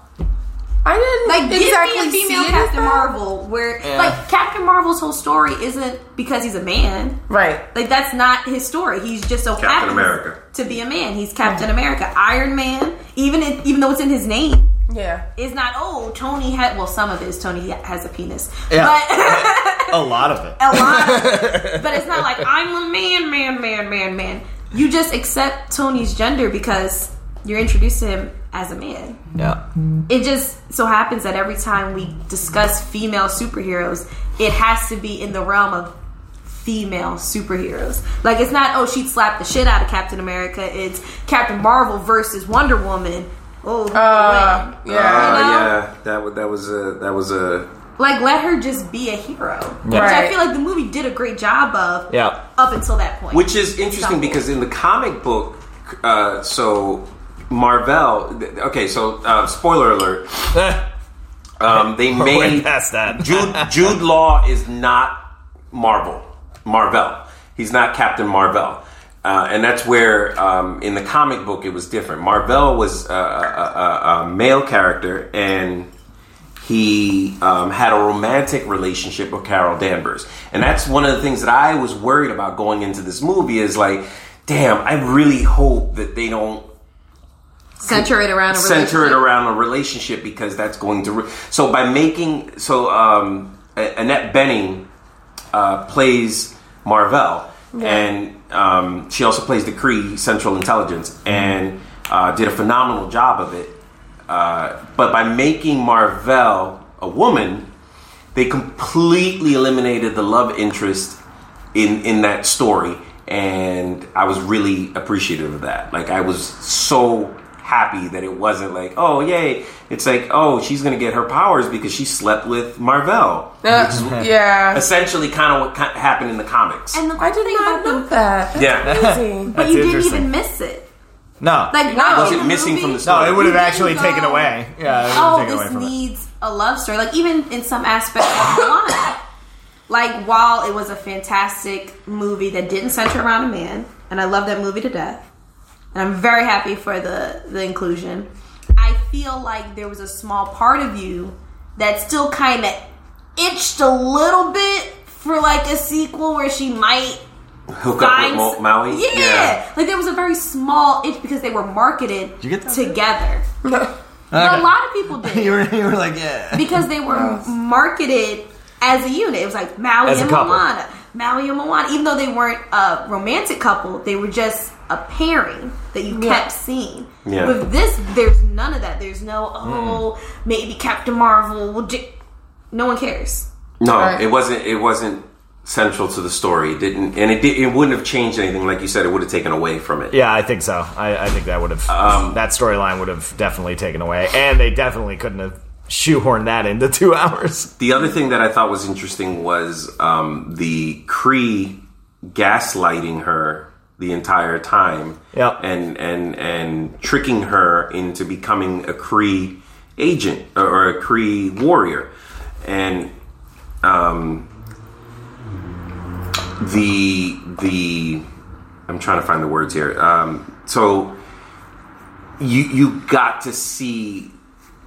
[SPEAKER 5] I didn't
[SPEAKER 4] Like give
[SPEAKER 5] exactly
[SPEAKER 4] me a female
[SPEAKER 5] see it as
[SPEAKER 4] Captain
[SPEAKER 5] that.
[SPEAKER 4] Marvel, where
[SPEAKER 2] Yeah.
[SPEAKER 4] like Captain Marvel's whole story isn't because he's a man.
[SPEAKER 5] Right.
[SPEAKER 4] Like that's not his story. He's just so
[SPEAKER 3] Captain
[SPEAKER 4] happens
[SPEAKER 3] America.
[SPEAKER 4] to be a man. He's Captain America, Iron Man. Even if, even though it's in his name,
[SPEAKER 5] Yeah.
[SPEAKER 4] it's not. Oh, Tony had. Well, some of it is Tony has a penis,
[SPEAKER 2] Yeah.
[SPEAKER 4] but
[SPEAKER 2] a lot of it.
[SPEAKER 4] a lot. of it. But it's not like I'm a man, man, man, man, man. You just accept Tony's gender because you're introduced to him as a man
[SPEAKER 2] Yeah.
[SPEAKER 4] it just so happens that every time we discuss female superheroes, it has to be in the realm of female superheroes. Like it's not oh she'd slap the shit out of Captain America. It's Captain Marvel versus Wonder Woman. Oh, who
[SPEAKER 5] Uh,
[SPEAKER 4] would win? You
[SPEAKER 5] yeah.
[SPEAKER 4] know?
[SPEAKER 3] Uh, yeah, that wa- that was a that was a
[SPEAKER 4] like let her just be a hero. Which I
[SPEAKER 5] Right.
[SPEAKER 4] feel like the movie did a great job of.
[SPEAKER 2] Yeah.
[SPEAKER 4] Up until that point,
[SPEAKER 3] which is interesting because in the comic book, uh, so Marvel. th- Okay, so uh, spoiler alert. Um, they
[SPEAKER 2] Way
[SPEAKER 3] made
[SPEAKER 2] past that.
[SPEAKER 3] Jude Jude Law is not Marvel. Marvel. He's not Captain Marvel. Uh, and that's where, um, in the comic book, it was different. Marvel was a, a, a, a male character, and he um, had a romantic relationship with Carol Danvers. And that's one of the things that I was worried about going into this movie is like, damn, I really hope that they don't
[SPEAKER 4] center it around a
[SPEAKER 3] center it
[SPEAKER 4] relationship.
[SPEAKER 3] around a relationship because that's going to. Re- so by making so um, A- Annette Benning uh, plays Marvell, and um, she also plays the Cree Central Intelligence,
[SPEAKER 4] Mm-hmm.
[SPEAKER 3] and uh, did a phenomenal job of it. Uh, but by making Marvell a woman, they completely eliminated the love interest in in that story and i was really appreciative of that like i was so happy that it wasn't like oh yay it's like oh she's gonna get her powers because she slept with marvell
[SPEAKER 5] Uh, yeah.
[SPEAKER 3] essentially kind of what ki happened in the comics
[SPEAKER 4] And the
[SPEAKER 5] I did
[SPEAKER 4] thing
[SPEAKER 5] not
[SPEAKER 4] about
[SPEAKER 5] know
[SPEAKER 4] them,
[SPEAKER 5] that. That's
[SPEAKER 3] yeah
[SPEAKER 5] Amazing.
[SPEAKER 4] but you didn't
[SPEAKER 2] interesting.
[SPEAKER 4] even miss it.
[SPEAKER 2] No.
[SPEAKER 4] Like
[SPEAKER 5] No.
[SPEAKER 4] watching
[SPEAKER 5] Was it
[SPEAKER 4] the
[SPEAKER 3] missing from
[SPEAKER 4] movie-
[SPEAKER 3] the story?
[SPEAKER 2] no, it would have
[SPEAKER 4] You
[SPEAKER 2] actually
[SPEAKER 4] didn't
[SPEAKER 2] taken
[SPEAKER 4] go-
[SPEAKER 2] away. Yeah. It would have
[SPEAKER 4] oh,
[SPEAKER 2] taken away
[SPEAKER 4] this
[SPEAKER 2] from it.
[SPEAKER 4] needs a love story. Like even in some aspects of Mulan, like while it was a fantastic movie that didn't center around a man, and I love that movie to death, and I'm very happy for the the inclusion. I feel like there was a small part of you that still kind of itched a little bit for like a sequel where she might
[SPEAKER 3] Hook up with
[SPEAKER 4] find
[SPEAKER 3] Mo-
[SPEAKER 4] s-
[SPEAKER 3] Maui.
[SPEAKER 4] Yeah. like there was a very small itch because they were marketed
[SPEAKER 2] you get that?
[SPEAKER 4] together. But a lot of people did
[SPEAKER 2] you, were, you were like, yeah.
[SPEAKER 4] because they were marketed as a unit. It was like Maui
[SPEAKER 2] As a
[SPEAKER 4] and
[SPEAKER 2] couple.
[SPEAKER 4] Moana, Maui and Moana. Even though they weren't a romantic couple, they were just a pairing that you kept seeing.
[SPEAKER 3] Yeah. Mm.
[SPEAKER 4] With this, there's none of that. There's no oh, maybe Captain Marvel will. J-. No one cares.
[SPEAKER 3] No,
[SPEAKER 5] Right.
[SPEAKER 3] it wasn't. It wasn't central to the story. It didn't, and it did, it wouldn't have changed anything. Like you said, it would have taken away from it.
[SPEAKER 2] Yeah, I think so. I, I think that would have that storyline would have definitely taken away, and they definitely couldn't have shoehorned that into two hours.
[SPEAKER 3] The other thing that I thought was interesting was um, the Cree gaslighting her the entire time,
[SPEAKER 2] Yep.
[SPEAKER 3] and and and tricking her into becoming a Cree agent or, or a Cree warrior, and um, the the I'm trying to find the words here. Um, so you you got to see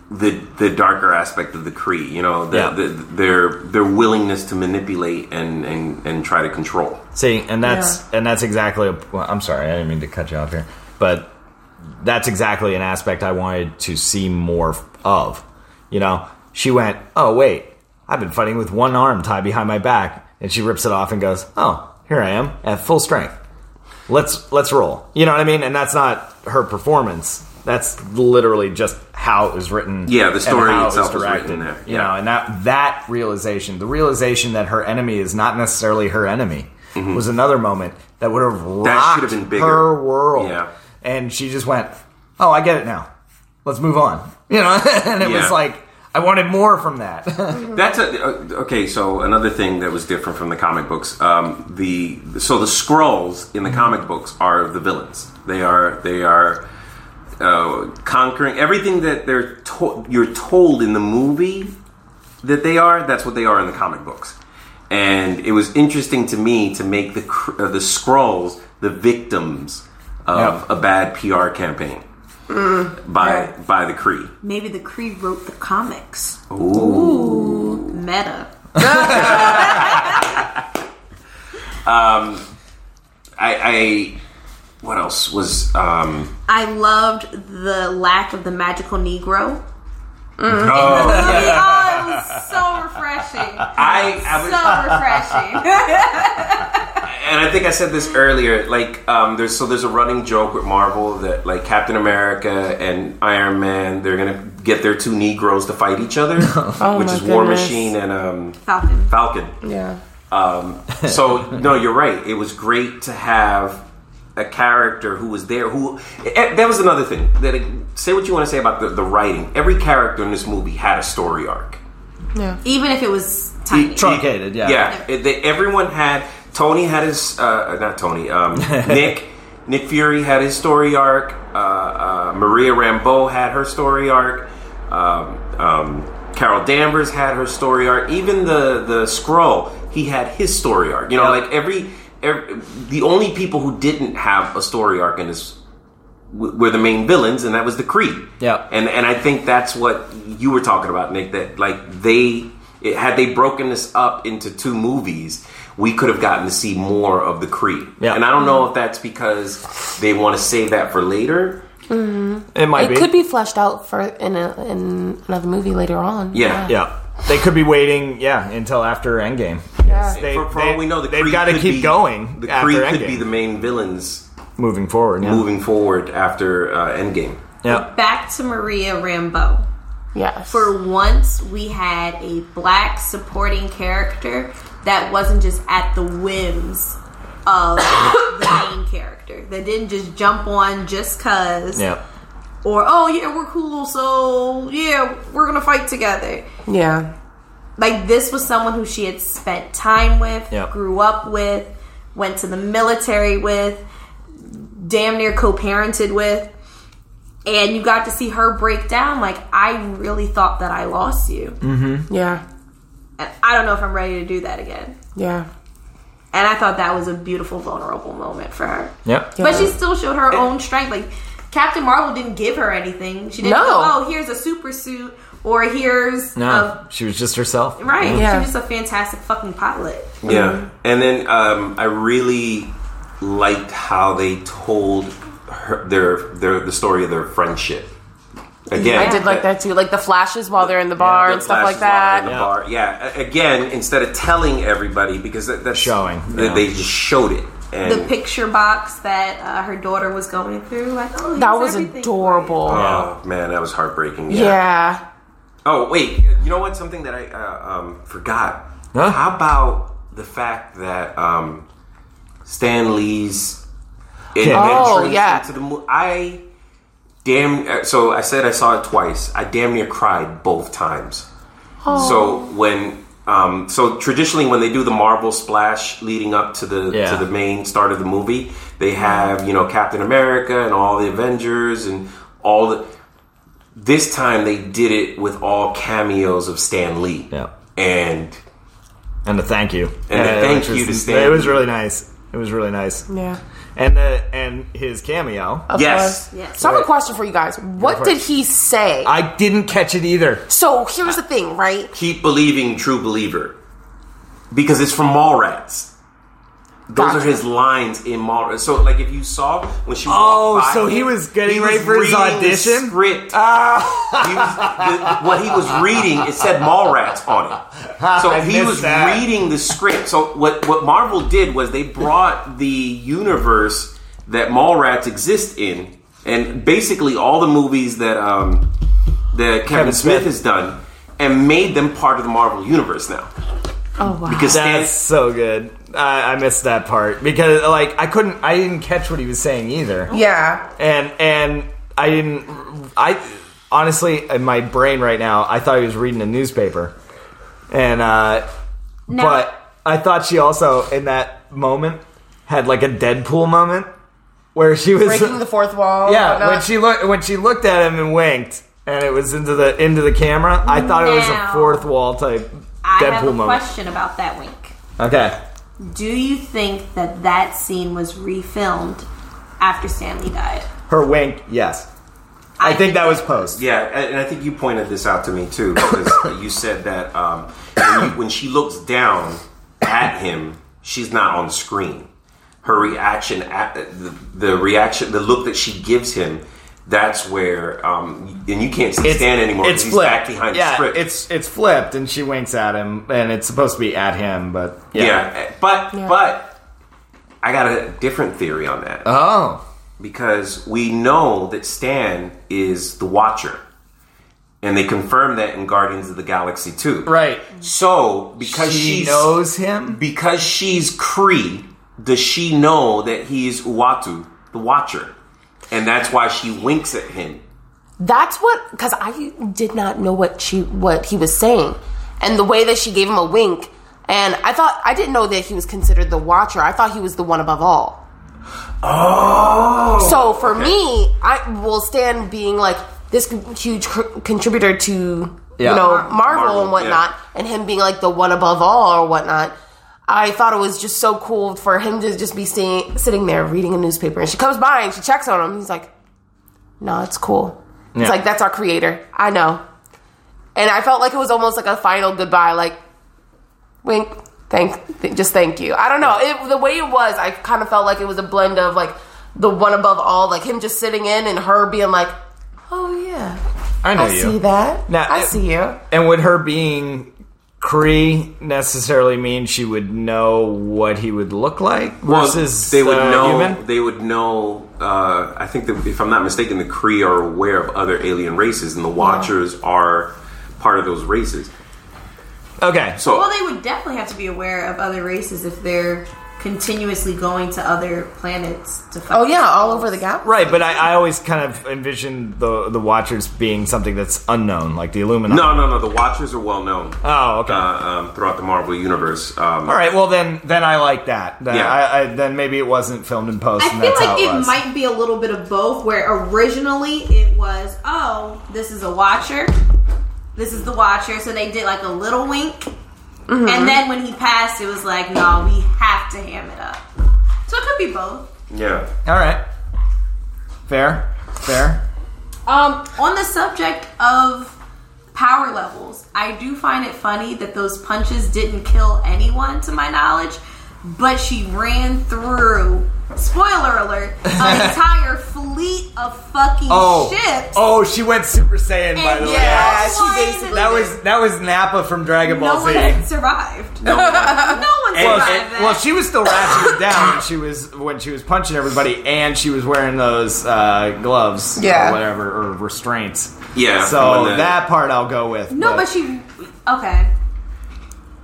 [SPEAKER 3] the the darker aspect of the Cree. You know, the,
[SPEAKER 2] Yeah.
[SPEAKER 3] the, their their willingness to manipulate and and and try to control.
[SPEAKER 2] See, and that's and that's exactly. Well, I'm sorry, I didn't mean to cut you off here, but that's exactly an aspect I wanted to see more of. You know, she went, "Oh wait, I've been fighting with one arm tied behind my back," and she rips it off and goes, "Oh, here I am at full strength. Let's let's roll." You know what I mean? And that's not her performance. That's literally just how it was written.
[SPEAKER 3] Yeah, the
[SPEAKER 2] and
[SPEAKER 3] story
[SPEAKER 2] how it
[SPEAKER 3] itself was
[SPEAKER 2] directed,
[SPEAKER 3] written there.
[SPEAKER 2] You
[SPEAKER 3] Yeah.
[SPEAKER 2] know, and that that realization, the realization that her enemy is not necessarily her enemy, was another moment that would have rocked
[SPEAKER 3] Mm-hmm. That should have been bigger.
[SPEAKER 2] her world.
[SPEAKER 3] Yeah.
[SPEAKER 2] And she just went, "Oh, I get it now. Let's move on." You know, and it
[SPEAKER 3] Yeah.
[SPEAKER 2] was like I wanted more from that.
[SPEAKER 3] That's a, uh, okay. So another thing that was different from the comic books, um, the so the scrolls in the comic books are the villains. They are they are uh, conquering everything that they're to- you're told in the movie that they are. That's what they are in the comic books. And it was interesting to me to make the cr- uh, the scrolls the victims of
[SPEAKER 2] Yeah.
[SPEAKER 3] a bad PR campaign by
[SPEAKER 4] Right.
[SPEAKER 3] by the Cree.
[SPEAKER 4] Maybe the Cree wrote the comics.
[SPEAKER 3] Ooh.
[SPEAKER 4] Meta.
[SPEAKER 3] I, I what else was um,
[SPEAKER 4] I loved the lack of the magical Negro.
[SPEAKER 3] Oh,
[SPEAKER 4] Oh, it was so refreshing.
[SPEAKER 3] I, I was,
[SPEAKER 4] so refreshing.
[SPEAKER 3] and I think I said this earlier. Like, um, there's so there's a running joke with Marvel that like Captain America and Iron Man, they're gonna get their two Negroes to fight each other, which
[SPEAKER 5] Oh my
[SPEAKER 3] is War
[SPEAKER 5] goodness.
[SPEAKER 3] Machine and um,
[SPEAKER 4] Falcon.
[SPEAKER 3] Falcon.
[SPEAKER 5] Yeah.
[SPEAKER 3] Um, so no, you're right. It was great to have a character who was there. Who eh, that was another thing. That say what you want to say about the, the writing. Every character in this movie had a story arc.
[SPEAKER 4] Even if it was tiny.
[SPEAKER 2] Truncated, yeah.
[SPEAKER 3] Yeah, it- they- everyone had. Tony had his, uh, not Tony, um, Nick. Nick Fury had his story arc. Uh, uh, Maria Rambeau had her story arc. Um, um, Carol Danvers had her story arc. Even the the Skrull, he had his story arc. You know, like every, every the only people who didn't have a story arc in this w- were the main villains, and that was the Cree.
[SPEAKER 2] Yeah.
[SPEAKER 3] and and I think that's what you were talking about, Nick. That like they it, had they broken this up into two movies, we could have gotten to see more of the Cree.
[SPEAKER 2] Yeah.
[SPEAKER 3] and I don't know if that's because they want to save that for later.
[SPEAKER 2] it might
[SPEAKER 5] It could be fleshed out for in a, in another movie later on.
[SPEAKER 3] Yeah.
[SPEAKER 2] Yeah. They could be waiting, yeah, until after Endgame.
[SPEAKER 5] Yeah.
[SPEAKER 2] They-
[SPEAKER 3] for, for
[SPEAKER 2] they-
[SPEAKER 3] all we know, the
[SPEAKER 2] they've
[SPEAKER 3] Cree
[SPEAKER 2] gotta
[SPEAKER 3] could
[SPEAKER 2] keep
[SPEAKER 3] be-
[SPEAKER 2] going
[SPEAKER 3] The
[SPEAKER 2] after
[SPEAKER 3] Cree could
[SPEAKER 2] Endgame.
[SPEAKER 3] be the main villains
[SPEAKER 2] Moving forward, yeah.
[SPEAKER 3] moving forward after uh, Endgame.
[SPEAKER 2] Yeah.
[SPEAKER 4] Back to Maria Rambeau.
[SPEAKER 5] Yes.
[SPEAKER 4] For once, we had a black supporting character that wasn't just at the whims of the main character. That didn't just jump on just cause.
[SPEAKER 2] Yeah.
[SPEAKER 4] Or, oh, yeah, we're cool, so yeah, we're gonna fight together.
[SPEAKER 5] yeah.
[SPEAKER 4] like this was someone who she had spent time with,
[SPEAKER 2] Yep.
[SPEAKER 4] grew up with, went to the military with, damn near co-parented with, and you got to see her break down. Like I really thought that I lost you,
[SPEAKER 5] Yeah.
[SPEAKER 4] And I don't know if I'm ready to do that again.
[SPEAKER 5] Yeah.
[SPEAKER 4] And I thought that was a beautiful, vulnerable moment for her.
[SPEAKER 2] Yep.
[SPEAKER 4] But she still showed her own strength. Like Captain Marvel didn't give her anything. She didn't
[SPEAKER 5] No.
[SPEAKER 4] go, "Oh, here's a super suit," or "Here's
[SPEAKER 2] No,
[SPEAKER 5] Um,
[SPEAKER 4] a
[SPEAKER 2] she was just herself.
[SPEAKER 4] Right.
[SPEAKER 5] Yeah.
[SPEAKER 4] She was just a fantastic fucking pilot.
[SPEAKER 2] Mm-hmm.
[SPEAKER 3] Yeah, and then um, I really liked how they told her, their their the story of their friendship. Again,
[SPEAKER 5] I did like that too. Like the flashes while they're in the bar
[SPEAKER 3] the
[SPEAKER 5] and stuff like
[SPEAKER 3] flashes while they're in
[SPEAKER 5] that.
[SPEAKER 3] the bar. Yeah. a- Again, instead of telling everybody because that, that's
[SPEAKER 2] Showing,
[SPEAKER 3] they,
[SPEAKER 2] yeah.
[SPEAKER 3] they just showed it. And
[SPEAKER 4] The picture box that uh, her daughter was going through, like oh,
[SPEAKER 5] That
[SPEAKER 4] here's
[SPEAKER 5] was
[SPEAKER 4] everything for
[SPEAKER 5] adorable.
[SPEAKER 3] Oh man, that was heartbreaking.
[SPEAKER 5] Yeah.
[SPEAKER 3] Oh wait, you know what? Something that I uh, um, forgot.
[SPEAKER 2] Huh?
[SPEAKER 3] How about the fact that um, Stan Lee's adventure
[SPEAKER 5] Oh, yeah.
[SPEAKER 3] into the movie? I damn. uh, So I said I saw it twice. I damn near cried both times.
[SPEAKER 5] Oh.
[SPEAKER 3] So when. Um, so traditionally, when they do the Marvel splash leading up to the
[SPEAKER 2] Yeah.
[SPEAKER 3] to the main start of the movie, they have you know Captain America and all the Avengers and all the this time they did it with all cameos of Stan Lee.
[SPEAKER 2] Yeah.
[SPEAKER 3] And
[SPEAKER 2] And a thank you.
[SPEAKER 3] And a
[SPEAKER 2] Yeah,
[SPEAKER 3] thank
[SPEAKER 2] which was-
[SPEAKER 3] you to Stan.
[SPEAKER 2] It was really nice. It was really nice.
[SPEAKER 5] Yeah.
[SPEAKER 2] And the and his cameo.
[SPEAKER 5] Of
[SPEAKER 3] Yes.
[SPEAKER 5] course.
[SPEAKER 4] Yes.
[SPEAKER 5] So I have a question for you guys. What
[SPEAKER 2] for
[SPEAKER 5] did
[SPEAKER 2] it.
[SPEAKER 5] he say?
[SPEAKER 2] I didn't catch it either.
[SPEAKER 5] so here's the thing, right?
[SPEAKER 3] keep believing, true believer, because it's from Mallrats. Those
[SPEAKER 5] Gotcha.
[SPEAKER 3] are his lines in Mallrats. So, like, if you saw when she
[SPEAKER 2] Oh,
[SPEAKER 3] walked by
[SPEAKER 2] so
[SPEAKER 3] him,
[SPEAKER 2] he was getting ready for his
[SPEAKER 3] reading the
[SPEAKER 2] audition? Ah.
[SPEAKER 3] script. He was- the- what he was reading, it said Mallrats on it. So
[SPEAKER 2] I
[SPEAKER 3] he
[SPEAKER 2] missed
[SPEAKER 3] was
[SPEAKER 2] that.
[SPEAKER 3] reading the script. So what what Marvel did was they brought the universe that Mallrats exist in, and basically all the movies that um, that Kevin,
[SPEAKER 2] Kevin
[SPEAKER 3] Smith,
[SPEAKER 2] Smith.
[SPEAKER 3] has done, and made them part of the Marvel universe now.
[SPEAKER 5] Oh wow.
[SPEAKER 3] Because Stan,
[SPEAKER 2] That's so good. I, I missed that part because like I couldn't I didn't catch what he was saying either.
[SPEAKER 5] yeah.
[SPEAKER 2] and and I didn't. I honestly, in my brain right now, I thought he was reading a newspaper, and uh, but I thought she also in that moment had like a Deadpool moment where she was
[SPEAKER 5] Breaking the fourth wall.
[SPEAKER 2] yeah when
[SPEAKER 5] whatnot.
[SPEAKER 2] she looked when she looked at him and winked and it was into the into the camera. I thought it was a
[SPEAKER 4] Now-
[SPEAKER 2] fourth wall type
[SPEAKER 4] I
[SPEAKER 2] Deadpool
[SPEAKER 4] have a
[SPEAKER 2] moment.
[SPEAKER 4] question about that wink.
[SPEAKER 2] Okay,
[SPEAKER 4] Do you think that that scene was refilmed after Stanley died?
[SPEAKER 2] her wink, yes. I, think that was post.
[SPEAKER 3] Yeah, and and I think you pointed this out to me too because you said that um, when, you, when she looks down at him, she's not on screen. Her reaction, at, the, the reaction, the look that she gives him, that's where, um, and you can't see Stan anymore. 'cause he's back behind
[SPEAKER 2] yeah,
[SPEAKER 3] the script.
[SPEAKER 2] it's it's flipped, and she winks at him, and it's supposed to be at him, but
[SPEAKER 3] yeah.
[SPEAKER 2] yeah.
[SPEAKER 3] but
[SPEAKER 5] Yeah.
[SPEAKER 3] but I got a different theory on that.
[SPEAKER 2] Oh,
[SPEAKER 3] because we know that Stan is the Watcher, and they confirm that in Guardians of the Galaxy 2.
[SPEAKER 2] right.
[SPEAKER 3] So because
[SPEAKER 2] she
[SPEAKER 3] she's-
[SPEAKER 2] knows him.
[SPEAKER 3] because she's Cree, does she know that he's Uatu, the Watcher, and that's why she winks at him?
[SPEAKER 5] That's what because I did not know what she what he was saying, and the way that she gave him a wink, and I thought I didn't know that he was considered the watcher. I thought he was the one above all.
[SPEAKER 3] Oh,
[SPEAKER 5] So for me, I will stand being like this huge cr- contributor to
[SPEAKER 2] Yeah.
[SPEAKER 5] you know Marvel,
[SPEAKER 2] Oh,
[SPEAKER 3] Marvel,
[SPEAKER 5] and whatnot, and him being like the one above all or whatnot. I thought it was just so cool for him to just be sitting sitting there reading a newspaper, and she comes by and she checks on him. He's like, "No, it's cool."
[SPEAKER 2] Yeah.
[SPEAKER 5] It's like that's our creator. I know, and I felt like it was almost like a final goodbye, like wink, thank, th- just thank you. I don't know. It, the way it was, I kind of felt like it was a blend of like the one above all, like him just sitting in and her being like, "Oh yeah,
[SPEAKER 2] I know
[SPEAKER 5] I
[SPEAKER 2] you.
[SPEAKER 5] see that.
[SPEAKER 2] Now,
[SPEAKER 5] I
[SPEAKER 2] it-
[SPEAKER 5] see you."
[SPEAKER 2] And would her being Cree necessarily mean she would know what he would look like
[SPEAKER 3] Well,
[SPEAKER 2] versus
[SPEAKER 3] they would
[SPEAKER 2] uh,
[SPEAKER 3] know.
[SPEAKER 2] human?
[SPEAKER 3] They would know. Uh, I think that if I'm not mistaken, the Kree are aware of other alien races, and the Watchers are part of those races.
[SPEAKER 2] Okay, so
[SPEAKER 3] So
[SPEAKER 4] Well, they would definitely have to be aware of other races if they're continuously going to other planets to fuck.
[SPEAKER 5] Oh yeah, all over the galaxy.
[SPEAKER 2] right, but I, I always kind of envisioned the the Watchers being something that's unknown, like the Illuminati.
[SPEAKER 3] No, no, no. The Watchers are well known.
[SPEAKER 2] Oh, okay.
[SPEAKER 3] Uh, um, throughout the Marvel universe. Um,
[SPEAKER 2] All right, well then, then I like that. Then,
[SPEAKER 3] Yeah.
[SPEAKER 2] I, I, then maybe it wasn't filmed in post.
[SPEAKER 4] I
[SPEAKER 2] and
[SPEAKER 4] feel
[SPEAKER 2] that's how
[SPEAKER 4] like
[SPEAKER 2] it,
[SPEAKER 4] it,
[SPEAKER 2] was.
[SPEAKER 4] might be a little bit of both. Where originally it was, oh, this is a watcher, this is the watcher. So they did like a little wink, And then when he passed, it was like, no, nah, we have to ham it up. So it could be both.
[SPEAKER 3] Yeah.
[SPEAKER 2] All right. Fair. Fair.
[SPEAKER 4] Um, on the subject of power levels, I do find it funny that those punches didn't kill anyone, to my knowledge, but she ran through. Spoiler alert! An entire fleet of fucking
[SPEAKER 2] Oh.
[SPEAKER 4] ships.
[SPEAKER 2] Oh, she went Super Saiyan by
[SPEAKER 4] And
[SPEAKER 2] the
[SPEAKER 4] yeah,
[SPEAKER 2] way.
[SPEAKER 4] she That was- basically
[SPEAKER 2] That
[SPEAKER 4] did.
[SPEAKER 2] was that was Nappa from Dragon
[SPEAKER 4] no
[SPEAKER 2] Ball
[SPEAKER 4] one
[SPEAKER 2] Z.
[SPEAKER 4] survived. No, one
[SPEAKER 2] Well,
[SPEAKER 4] survived.
[SPEAKER 2] she-
[SPEAKER 4] that.
[SPEAKER 2] well, she was still ratcheted down when she was when she was punching everybody, and she was wearing those uh, gloves,
[SPEAKER 5] Yeah.
[SPEAKER 2] or whatever, or restraints.
[SPEAKER 3] Yeah,
[SPEAKER 2] So
[SPEAKER 3] when the-
[SPEAKER 2] that part I'll go with.
[SPEAKER 4] no, but she. Okay.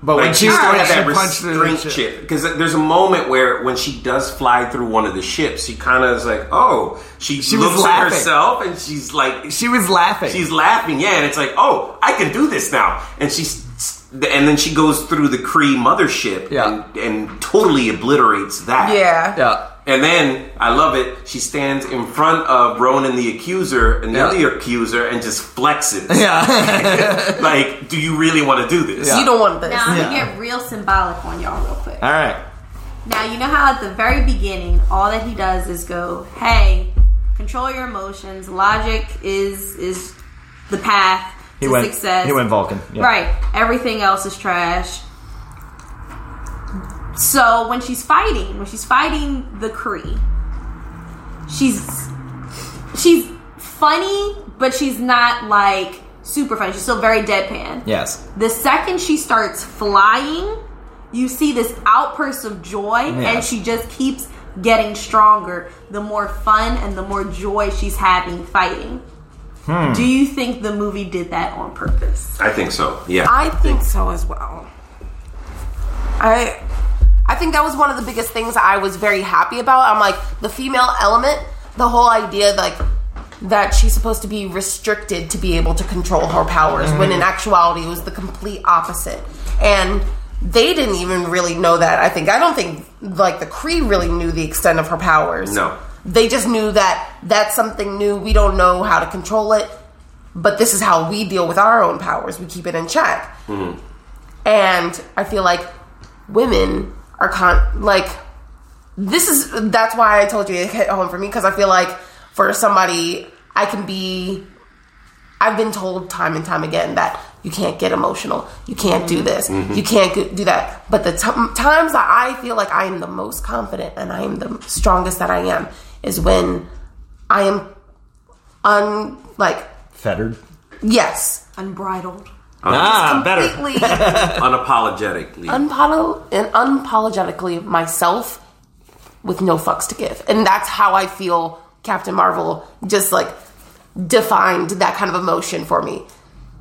[SPEAKER 2] but when
[SPEAKER 3] Like
[SPEAKER 2] she
[SPEAKER 3] she's
[SPEAKER 2] was
[SPEAKER 3] still
[SPEAKER 2] doing
[SPEAKER 3] at that
[SPEAKER 2] that punch
[SPEAKER 3] restraint ship because there's a moment where when she does fly through one of the ships, she kind of is like, "Oh," she,
[SPEAKER 2] She was
[SPEAKER 3] looks at
[SPEAKER 2] laughing.
[SPEAKER 3] herself and she's like,
[SPEAKER 2] she was laughing.
[SPEAKER 3] she's laughing, yeah, and it's like, "Oh, I can do this now," and she's. And then she goes through the Kree mothership
[SPEAKER 2] Yeah.
[SPEAKER 3] and, and totally obliterates that. Uh,
[SPEAKER 5] Yeah.
[SPEAKER 2] yeah.
[SPEAKER 3] And then I love it. She stands in front of Ronan the accuser and
[SPEAKER 2] Yeah.
[SPEAKER 3] the other accuser and just flexes.
[SPEAKER 2] Yeah.
[SPEAKER 3] like, do you really want to do this?
[SPEAKER 2] Yeah.
[SPEAKER 5] You don't want this.
[SPEAKER 4] Now I'm gonna
[SPEAKER 2] Yeah.
[SPEAKER 4] get real symbolic on y'all real quick.
[SPEAKER 2] All right.
[SPEAKER 4] Now you know how at the very beginning, all that he does is go, "Hey, control your emotions. Logic is is the path
[SPEAKER 2] He
[SPEAKER 4] to
[SPEAKER 2] went.
[SPEAKER 4] success.
[SPEAKER 2] He went Vulcan. Yeah.
[SPEAKER 4] Right. Everything else is trash." So when she's fighting, when she's fighting the Kree, she's she's funny, but she's not like super funny. She's still very deadpan.
[SPEAKER 2] Yes.
[SPEAKER 4] The second she starts flying, you see this outburst of joy, and she just keeps getting stronger the more fun and the more joy she's having fighting. Do you think the movie did that on purpose?
[SPEAKER 3] I think so. Yeah.
[SPEAKER 5] I think so as well. I I think that was one of the biggest things I was very happy about. I'm like the female element, the whole idea like that she's supposed to be restricted to be able to control her powers when in actuality it was the complete opposite. And they didn't even really know that. I think I don't think like the Kree really knew the extent of her powers.
[SPEAKER 3] No.
[SPEAKER 5] They just knew that that's something new. We don't know how to control it, but this is how we deal with our own powers. We keep it in check. And I feel like women are con like this is that's why I told you it hit home for me because I feel like for somebody I can be I've been told time and time again that you can't get emotional. You can't do this. You can't go- do that. But the t- times that I feel like I am the most confident and I am the strongest that I am is when I am un like
[SPEAKER 2] Fettered.
[SPEAKER 5] yes
[SPEAKER 4] Unbridled.
[SPEAKER 3] Uh-huh.
[SPEAKER 2] Ah, better.
[SPEAKER 5] completely
[SPEAKER 3] Unapologetically.
[SPEAKER 5] unpolo- and unapologetically myself with no fucks to give. And that's how I feel Captain Marvel just like defined that kind of emotion for me.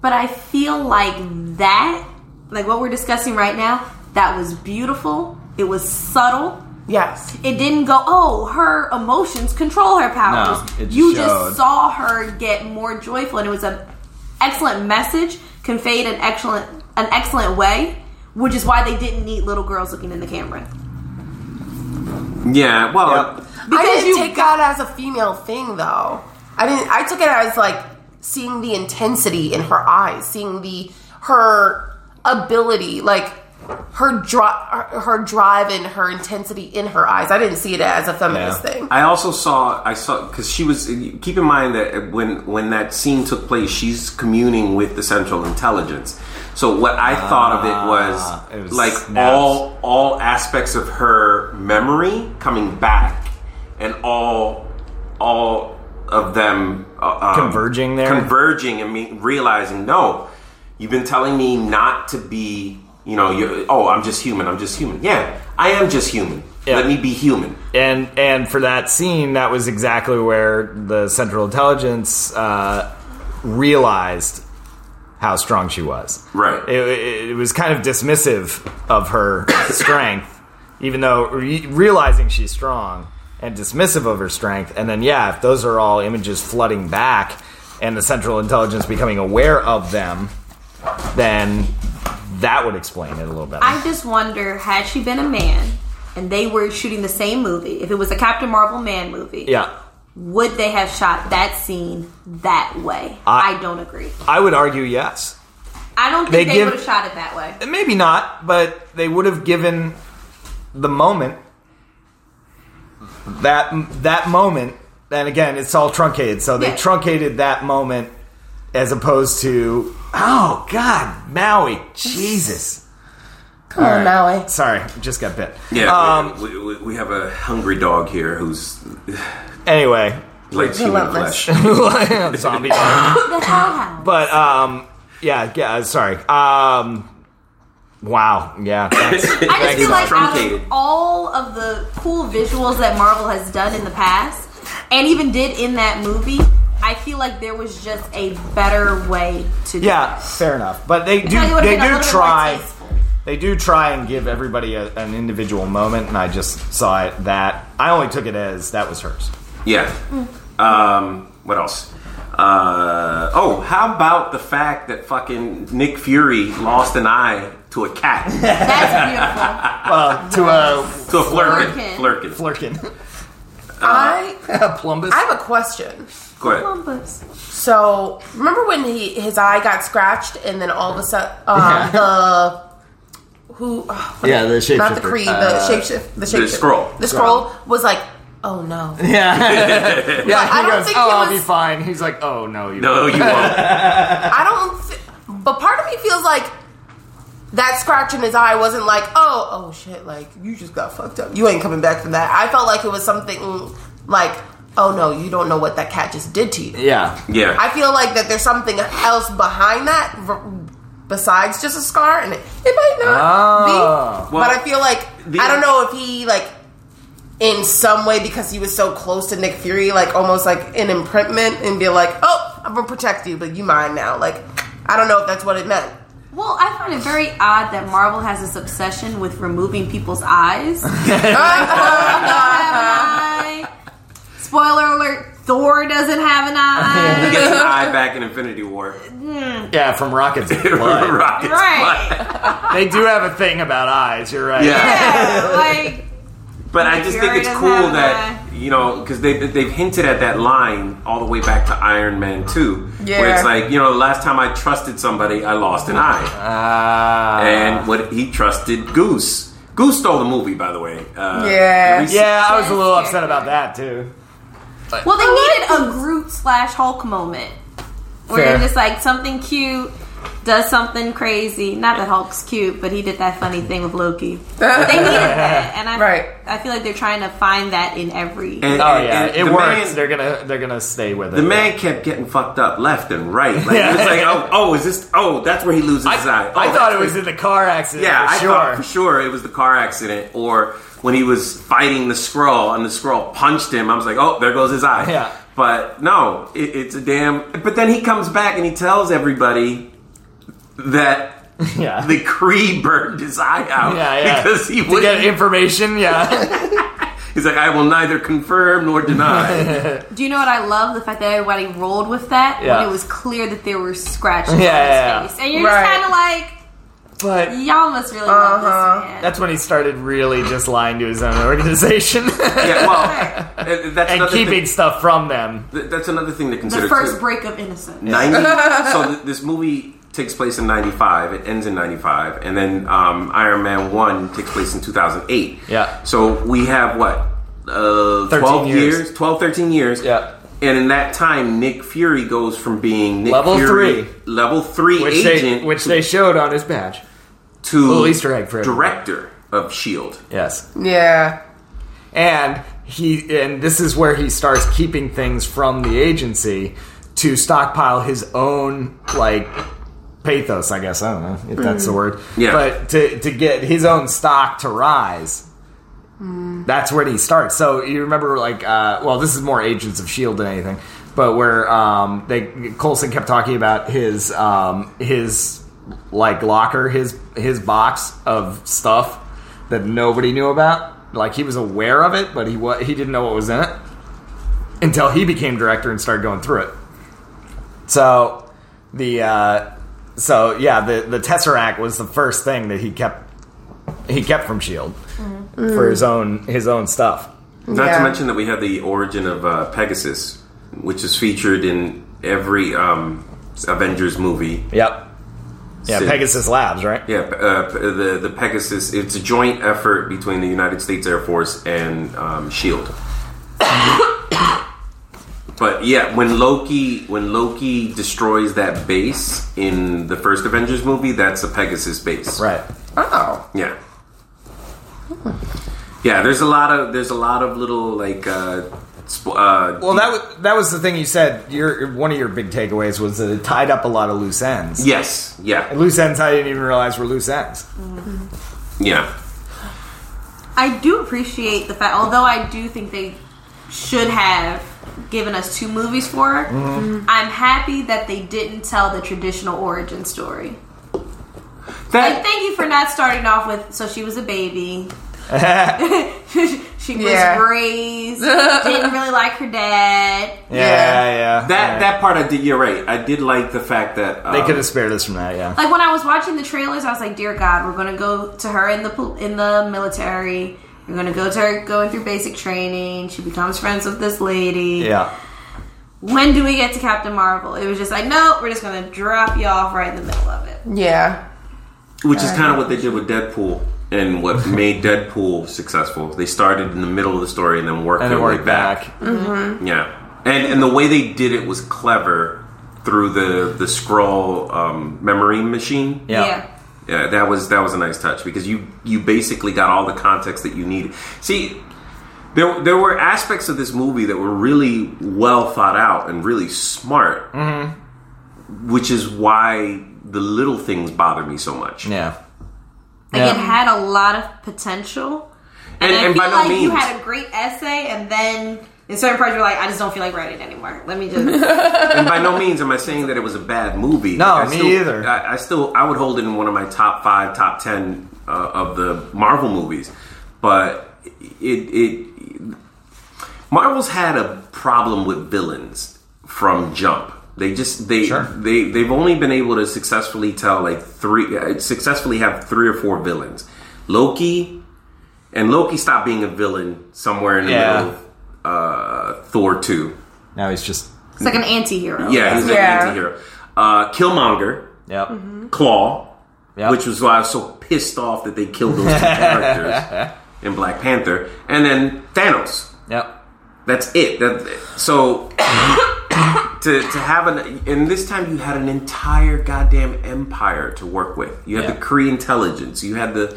[SPEAKER 4] But I feel like that, like what we're discussing right now, that was beautiful. It was subtle.
[SPEAKER 5] Yes.
[SPEAKER 4] it didn't go oh her emotions control her powers
[SPEAKER 2] No, it just
[SPEAKER 4] you
[SPEAKER 2] showed.
[SPEAKER 4] just saw her get more joyful and it was an excellent message conveyed an excellent an excellent way which is why they didn't need little girls looking in the camera
[SPEAKER 3] yeah. Well,
[SPEAKER 2] Yep.
[SPEAKER 5] I didn't
[SPEAKER 4] you-
[SPEAKER 5] take that as a female thing though. I didn't I took it as like seeing the intensity in her eyes, seeing the her ability, like her drive, her drive and her intensity in her eyes. I didn't see it as a feminist
[SPEAKER 2] Yeah.
[SPEAKER 5] thing.
[SPEAKER 3] I also saw I saw because she was. Keep in mind that when when that scene took place, she's communing with the Central Intelligence. So what I thought of it was,
[SPEAKER 2] Ah, it was
[SPEAKER 3] like
[SPEAKER 2] snaps.
[SPEAKER 3] all all aspects of her memory coming back, and all all of them uh, um,
[SPEAKER 2] Converging there?
[SPEAKER 3] converging, and me realizing no, you've been telling me not to be. You know, you're, oh, I'm just human. I'm just human. Yeah, I am just human.
[SPEAKER 2] Yeah.
[SPEAKER 3] Let me be human.
[SPEAKER 2] and and for that scene, that was exactly where the Central Intelligence uh, realized how strong she was.
[SPEAKER 3] Right.
[SPEAKER 2] It, it, it was kind of dismissive of her strength, even though re- realizing she's strong and dismissive of her strength. And then, yeah, if those are all images flooding back, and the Central Intelligence becoming aware of them, then that would explain it a little better.
[SPEAKER 4] i just wonder had she been a man and they were shooting the same movie if it was a captain marvel man movie
[SPEAKER 2] yeah.
[SPEAKER 4] would they have shot that scene that way
[SPEAKER 2] I-
[SPEAKER 4] i don't agree
[SPEAKER 2] I would argue yes.
[SPEAKER 4] I don't think
[SPEAKER 2] They
[SPEAKER 4] they,
[SPEAKER 2] give-
[SPEAKER 4] would have shot it that way.
[SPEAKER 2] Maybe not, but they would have given the moment that that moment. And again, it's all truncated, so they
[SPEAKER 4] Yeah.
[SPEAKER 2] truncated that moment as opposed to oh god, Maui, Jesus.
[SPEAKER 5] Come on, Maui.
[SPEAKER 2] Sorry, just got bit.
[SPEAKER 3] Yeah,
[SPEAKER 2] Um,
[SPEAKER 3] we, we, we have a hungry dog here who's
[SPEAKER 2] anyway,
[SPEAKER 3] like human
[SPEAKER 5] Relentless.
[SPEAKER 3] flesh.
[SPEAKER 2] zombie. but um, yeah, yeah. Sorry. Um, wow. Yeah. that's-
[SPEAKER 4] I just
[SPEAKER 2] thanks,
[SPEAKER 4] feel like
[SPEAKER 2] Maui.
[SPEAKER 4] out
[SPEAKER 3] Truncated.
[SPEAKER 4] of all of the cool visuals that Marvel has done in the past, and even did in that movie, I feel like there was just a better way to do
[SPEAKER 2] yeah,
[SPEAKER 4] it.
[SPEAKER 2] fair enough. But they
[SPEAKER 4] Tell you
[SPEAKER 2] do.
[SPEAKER 4] what,
[SPEAKER 2] They
[SPEAKER 4] it'd been
[SPEAKER 2] do
[SPEAKER 4] a little bit more
[SPEAKER 2] try.
[SPEAKER 4] tasteful.
[SPEAKER 2] They do try and give everybody a, an individual moment, and I just saw it that I only took it as that was hers.
[SPEAKER 3] Yeah. Um, what else? Uh, oh, how about the fact that fucking Nick Fury lost an eye to a cat,
[SPEAKER 4] That's
[SPEAKER 2] Uh, to a
[SPEAKER 3] to a flurkin,
[SPEAKER 4] Flurkin.
[SPEAKER 3] flurkin.
[SPEAKER 2] flurkin,
[SPEAKER 5] I
[SPEAKER 2] a plumbus.
[SPEAKER 5] I have a question.
[SPEAKER 3] Go ahead.
[SPEAKER 4] beautiful. Bumpus.
[SPEAKER 5] So remember when he his eye got scratched and then all of a sudden uh, the who oh,
[SPEAKER 2] Yeah, the
[SPEAKER 5] not the
[SPEAKER 2] shapeshifter.
[SPEAKER 5] creed the
[SPEAKER 2] Uh,
[SPEAKER 5] shapeshift the shapeshifter
[SPEAKER 3] scroll.
[SPEAKER 5] the scroll was like oh no
[SPEAKER 2] yeah, "Oh, yeah.
[SPEAKER 5] I don't think he was-
[SPEAKER 2] fine. He's like, oh no, you.
[SPEAKER 3] No, you won't.
[SPEAKER 5] I don't th- but part of me feels like that scratch in his eye wasn't like oh oh shit like you just got fucked up you ain't coming back from that I felt like it was something like oh no you don't know what that cat just did to you
[SPEAKER 2] Yeah,
[SPEAKER 3] Yeah.
[SPEAKER 5] I feel like that there's something else behind that r- besides just a scar, and it, it might not
[SPEAKER 2] Oh.
[SPEAKER 5] be.
[SPEAKER 3] Well,
[SPEAKER 5] but I feel like
[SPEAKER 3] the-
[SPEAKER 5] I don't know if he like in some way because he was so close to Nick Fury, like almost like an imprintment, and be like, "Oh, I'm gonna protect you, but you mine now." Like I don't know if that's what it meant.
[SPEAKER 4] Well, I find it very odd that Marvel has this obsession with removing people's eyes. Have an eye. Spoiler alert: Thor doesn't have an
[SPEAKER 3] he
[SPEAKER 4] eye.
[SPEAKER 3] gets an eye back in Infinity War.
[SPEAKER 2] yeah. From Rocket's blood.
[SPEAKER 3] Rocket's
[SPEAKER 4] Right.
[SPEAKER 3] blood.
[SPEAKER 2] They do have a thing about eyes. You're right.
[SPEAKER 3] Yeah.
[SPEAKER 4] Yeah, like
[SPEAKER 3] But I just think
[SPEAKER 4] Fury
[SPEAKER 3] it's
[SPEAKER 4] doesn't
[SPEAKER 3] cool
[SPEAKER 4] have an
[SPEAKER 3] that you know because they they've hinted at that line all the way back to Iron Man Two, where
[SPEAKER 5] Yeah.
[SPEAKER 3] it's like you know the last time I trusted somebody, I lost an eye,
[SPEAKER 2] Uh,
[SPEAKER 3] and what he trusted Goose. Goose stole the movie, by the way. Uh,
[SPEAKER 5] Yeah.
[SPEAKER 3] and we-
[SPEAKER 2] yeah, I was a little upset about that too.
[SPEAKER 4] Well, they needed a Groot slash Hulk moment where
[SPEAKER 2] Fair.
[SPEAKER 4] they're just like something cute does something crazy. Not that Hulk's cute, but he did that funny thing with Loki. But they needed that, and I,
[SPEAKER 5] Right.
[SPEAKER 4] I feel like they're trying to find that in every.
[SPEAKER 3] And,
[SPEAKER 2] Oh
[SPEAKER 3] and-
[SPEAKER 2] yeah,
[SPEAKER 3] and
[SPEAKER 2] it
[SPEAKER 3] the
[SPEAKER 2] works.
[SPEAKER 3] man-
[SPEAKER 2] they're gonna they're gonna stay with it.
[SPEAKER 3] the man kept getting fucked up left and right. Like, It was like, oh, oh, is this? Oh, that's where he loses his eye.
[SPEAKER 2] I,
[SPEAKER 3] Oh,
[SPEAKER 2] I thought it
[SPEAKER 3] that's
[SPEAKER 2] was in the car accident.
[SPEAKER 3] Yeah,
[SPEAKER 2] for
[SPEAKER 3] I
[SPEAKER 2] sure.
[SPEAKER 3] thought for sure it was the car accident or when he was fighting the scroll and the scroll punched him. I was like, oh, there goes his eye.
[SPEAKER 2] Yeah.
[SPEAKER 3] But no, it, it's a damn. But then he comes back and he tells everybody that
[SPEAKER 2] Yeah.
[SPEAKER 3] the Cree burned his eye out
[SPEAKER 2] yeah, yeah.
[SPEAKER 3] because he
[SPEAKER 2] to get
[SPEAKER 3] would.
[SPEAKER 2] information. Yeah,
[SPEAKER 3] He's like, I will neither confirm nor deny.
[SPEAKER 4] Do you know what I love? The fact that everybody rolled with that
[SPEAKER 2] Yeah.
[SPEAKER 4] when it was clear that there were scratches
[SPEAKER 2] Yeah, yeah, yeah.
[SPEAKER 4] on his face, and you're
[SPEAKER 5] Right.
[SPEAKER 4] just kind of like,
[SPEAKER 2] but
[SPEAKER 4] y'all must really
[SPEAKER 5] Uh-huh.
[SPEAKER 4] love this man.
[SPEAKER 2] that's when he started really just lying to his own organization
[SPEAKER 3] yeah, well, eh, that's
[SPEAKER 2] and
[SPEAKER 3] another
[SPEAKER 2] keeping
[SPEAKER 3] Thing,
[SPEAKER 2] stuff from them.
[SPEAKER 3] th- that's another thing to consider.
[SPEAKER 4] the first
[SPEAKER 3] too.
[SPEAKER 4] break of innocence.
[SPEAKER 3] 90 so th- this movie takes place in 95 it ends in 95 and then um, iron man 1 takes place in 2008
[SPEAKER 2] Yeah.
[SPEAKER 3] so we have what uh, 12
[SPEAKER 2] years.
[SPEAKER 3] years. 12 13 years
[SPEAKER 2] Yeah.
[SPEAKER 3] and in that time nick fury goes from being nick
[SPEAKER 2] Level
[SPEAKER 3] fury
[SPEAKER 2] three.
[SPEAKER 3] level 3
[SPEAKER 2] Which
[SPEAKER 3] agent
[SPEAKER 2] they which they showed on his badge.
[SPEAKER 3] to
[SPEAKER 2] little Easter egg for everybody.
[SPEAKER 3] director of shield
[SPEAKER 2] Yes,
[SPEAKER 5] Yeah,
[SPEAKER 2] and he and this is where he starts keeping things from the agency to stockpile his own like pathos i guess i don't know if that's the word
[SPEAKER 3] Yeah.
[SPEAKER 2] but to, to get his own stock to rise that's where he starts so you remember like uh, well this is more agents of shield E than anything but where um, they colson kept talking about his um, his like locker his his box of stuff that nobody knew about like he was aware of it but he wa- he didn't know what was in it until he became director and started going through it so the uh, so yeah, the the tesseract was the first thing that he kept he kept from Shield E for his own his own stuff.
[SPEAKER 3] not
[SPEAKER 5] Yeah.
[SPEAKER 3] to mention that we have the origin of uh, pegasus which is featured in every um, avengers movie
[SPEAKER 2] Yep. Yeah,
[SPEAKER 3] Sid.
[SPEAKER 2] Pegasus Labs, right?
[SPEAKER 3] Yeah, uh, the the Pegasus. It's a joint effort between the United States Air Force and um, Shield. but yeah, when Loki when Loki destroys that base in the first Avengers movie, that's a Pegasus base.
[SPEAKER 2] Right.
[SPEAKER 5] Oh.
[SPEAKER 3] Yeah. Yeah, there's a lot of there's a lot of little like. Uh, sp- uh,
[SPEAKER 2] Well, that was, that was the thing you said. Your one of your big takeaways was that it tied up a lot of loose ends.
[SPEAKER 3] yes, yeah,
[SPEAKER 2] Loose ends I didn't even realize were loose ends.
[SPEAKER 3] yeah.
[SPEAKER 4] I do appreciate the fact, although I do think they should have given us two movies for her, I'm happy that they didn't tell the traditional origin story. Like,
[SPEAKER 3] That
[SPEAKER 4] thank you for not starting off with, so she was a baby. she was
[SPEAKER 5] Yeah.
[SPEAKER 4] raised, didn't really like her dad.
[SPEAKER 2] Yeah, yeah.
[SPEAKER 3] that that part I did. You're right. I did like the fact that um,
[SPEAKER 2] they could have spared us from that. Yeah.
[SPEAKER 4] Like when I was watching the trailers, I was like, "Dear God, we're gonna go to her in the pol- in the military. We're gonna go to her going through basic training. She becomes friends with this lady.
[SPEAKER 2] Yeah.
[SPEAKER 4] When do we get to Captain Marvel? It was just like, no, we're just gonna drop you off right in the middle of it.
[SPEAKER 5] Yeah.
[SPEAKER 3] Which is kind of what they did with Deadpool and what made Deadpool successful. They started in the middle of the story and then worked
[SPEAKER 2] And it
[SPEAKER 3] their way
[SPEAKER 2] worked
[SPEAKER 3] back.
[SPEAKER 2] back.
[SPEAKER 3] Yeah, and and the way they did it was clever through the the scroll um, memory machine.
[SPEAKER 2] Yeah.
[SPEAKER 3] Yeah, that was that was a nice touch because you you basically got all the context that you needed. See, there there were aspects of this movie that were really well thought out and really smart,
[SPEAKER 2] Mm-hmm.
[SPEAKER 3] which is why the little things bother me so much.
[SPEAKER 2] Yeah.
[SPEAKER 4] Like
[SPEAKER 2] Yeah.
[SPEAKER 4] it had a lot of potential.
[SPEAKER 3] And,
[SPEAKER 4] I
[SPEAKER 3] and
[SPEAKER 4] feel
[SPEAKER 3] by no
[SPEAKER 4] like
[SPEAKER 3] means,
[SPEAKER 4] you had a great essay, and then in certain parts, you're like, I just don't feel like writing anymore. Let me just.
[SPEAKER 3] and by no means am I saying that it was a bad movie.
[SPEAKER 2] No,
[SPEAKER 3] I
[SPEAKER 2] me
[SPEAKER 3] still,
[SPEAKER 2] either.
[SPEAKER 3] I, I still I would hold it in one of my top five, top ten uh, of the Marvel movies, but it it Marvel's had a problem with villains from jump. They just they
[SPEAKER 2] Sure.
[SPEAKER 3] they they've only been able to successfully tell like three uh, successfully have three or four villains. Loki and Loki stopped being a villain somewhere in the
[SPEAKER 2] Yeah.
[SPEAKER 3] middle. Of, uh, Thor two.
[SPEAKER 2] Now he's just.
[SPEAKER 4] It's like an anti-hero.
[SPEAKER 3] Yeah, he's
[SPEAKER 5] Yeah.
[SPEAKER 3] an anti-hero. Uh, Killmonger,
[SPEAKER 2] Yep.
[SPEAKER 3] Claw,
[SPEAKER 2] Yep.
[SPEAKER 3] which was why I was so pissed off that they killed those two characters in Black Panther, and then Thanos.
[SPEAKER 2] Yep.
[SPEAKER 3] That's it. That, so to to have an and this time you had an entire goddamn empire to work with. You had
[SPEAKER 2] Yeah.
[SPEAKER 3] the Kree intelligence. You had the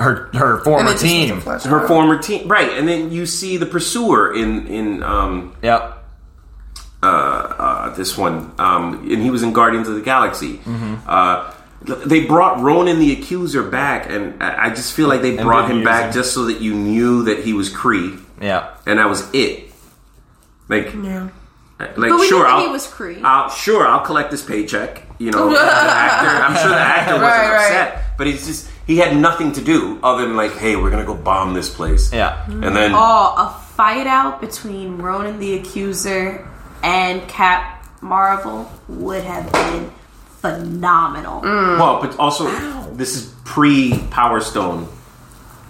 [SPEAKER 2] Her her former
[SPEAKER 5] it just was a
[SPEAKER 2] team.
[SPEAKER 5] flashback.
[SPEAKER 3] her former team, right? And then you see the pursuer in in um,
[SPEAKER 2] Yep.
[SPEAKER 3] uh, this one, um, and he was in Guardians of the Galaxy. Uh, they brought Ronan the Accuser back, and I I just feel like they brought
[SPEAKER 2] didn't
[SPEAKER 3] him
[SPEAKER 2] use
[SPEAKER 3] back
[SPEAKER 2] him.
[SPEAKER 3] just so that you knew that he was Kree,
[SPEAKER 2] Yeah.
[SPEAKER 3] and that was it. Like,
[SPEAKER 5] Yeah.
[SPEAKER 3] like
[SPEAKER 4] But we
[SPEAKER 3] sure,
[SPEAKER 4] knew that
[SPEAKER 3] I'll,
[SPEAKER 4] he was Kree.
[SPEAKER 3] I'll- sure, I'll collect this paycheck. You know, the actor, I'm sure the actor wasn't
[SPEAKER 5] Right, right.
[SPEAKER 3] upset, but he's just he had nothing to do other than like, hey, we're gonna go bomb this place.
[SPEAKER 2] Yeah.
[SPEAKER 3] and then
[SPEAKER 4] Oh, a fight out between Ronan the Accuser and Cap Marvel would have been phenomenal.
[SPEAKER 3] well, but also this is pre Power Stone.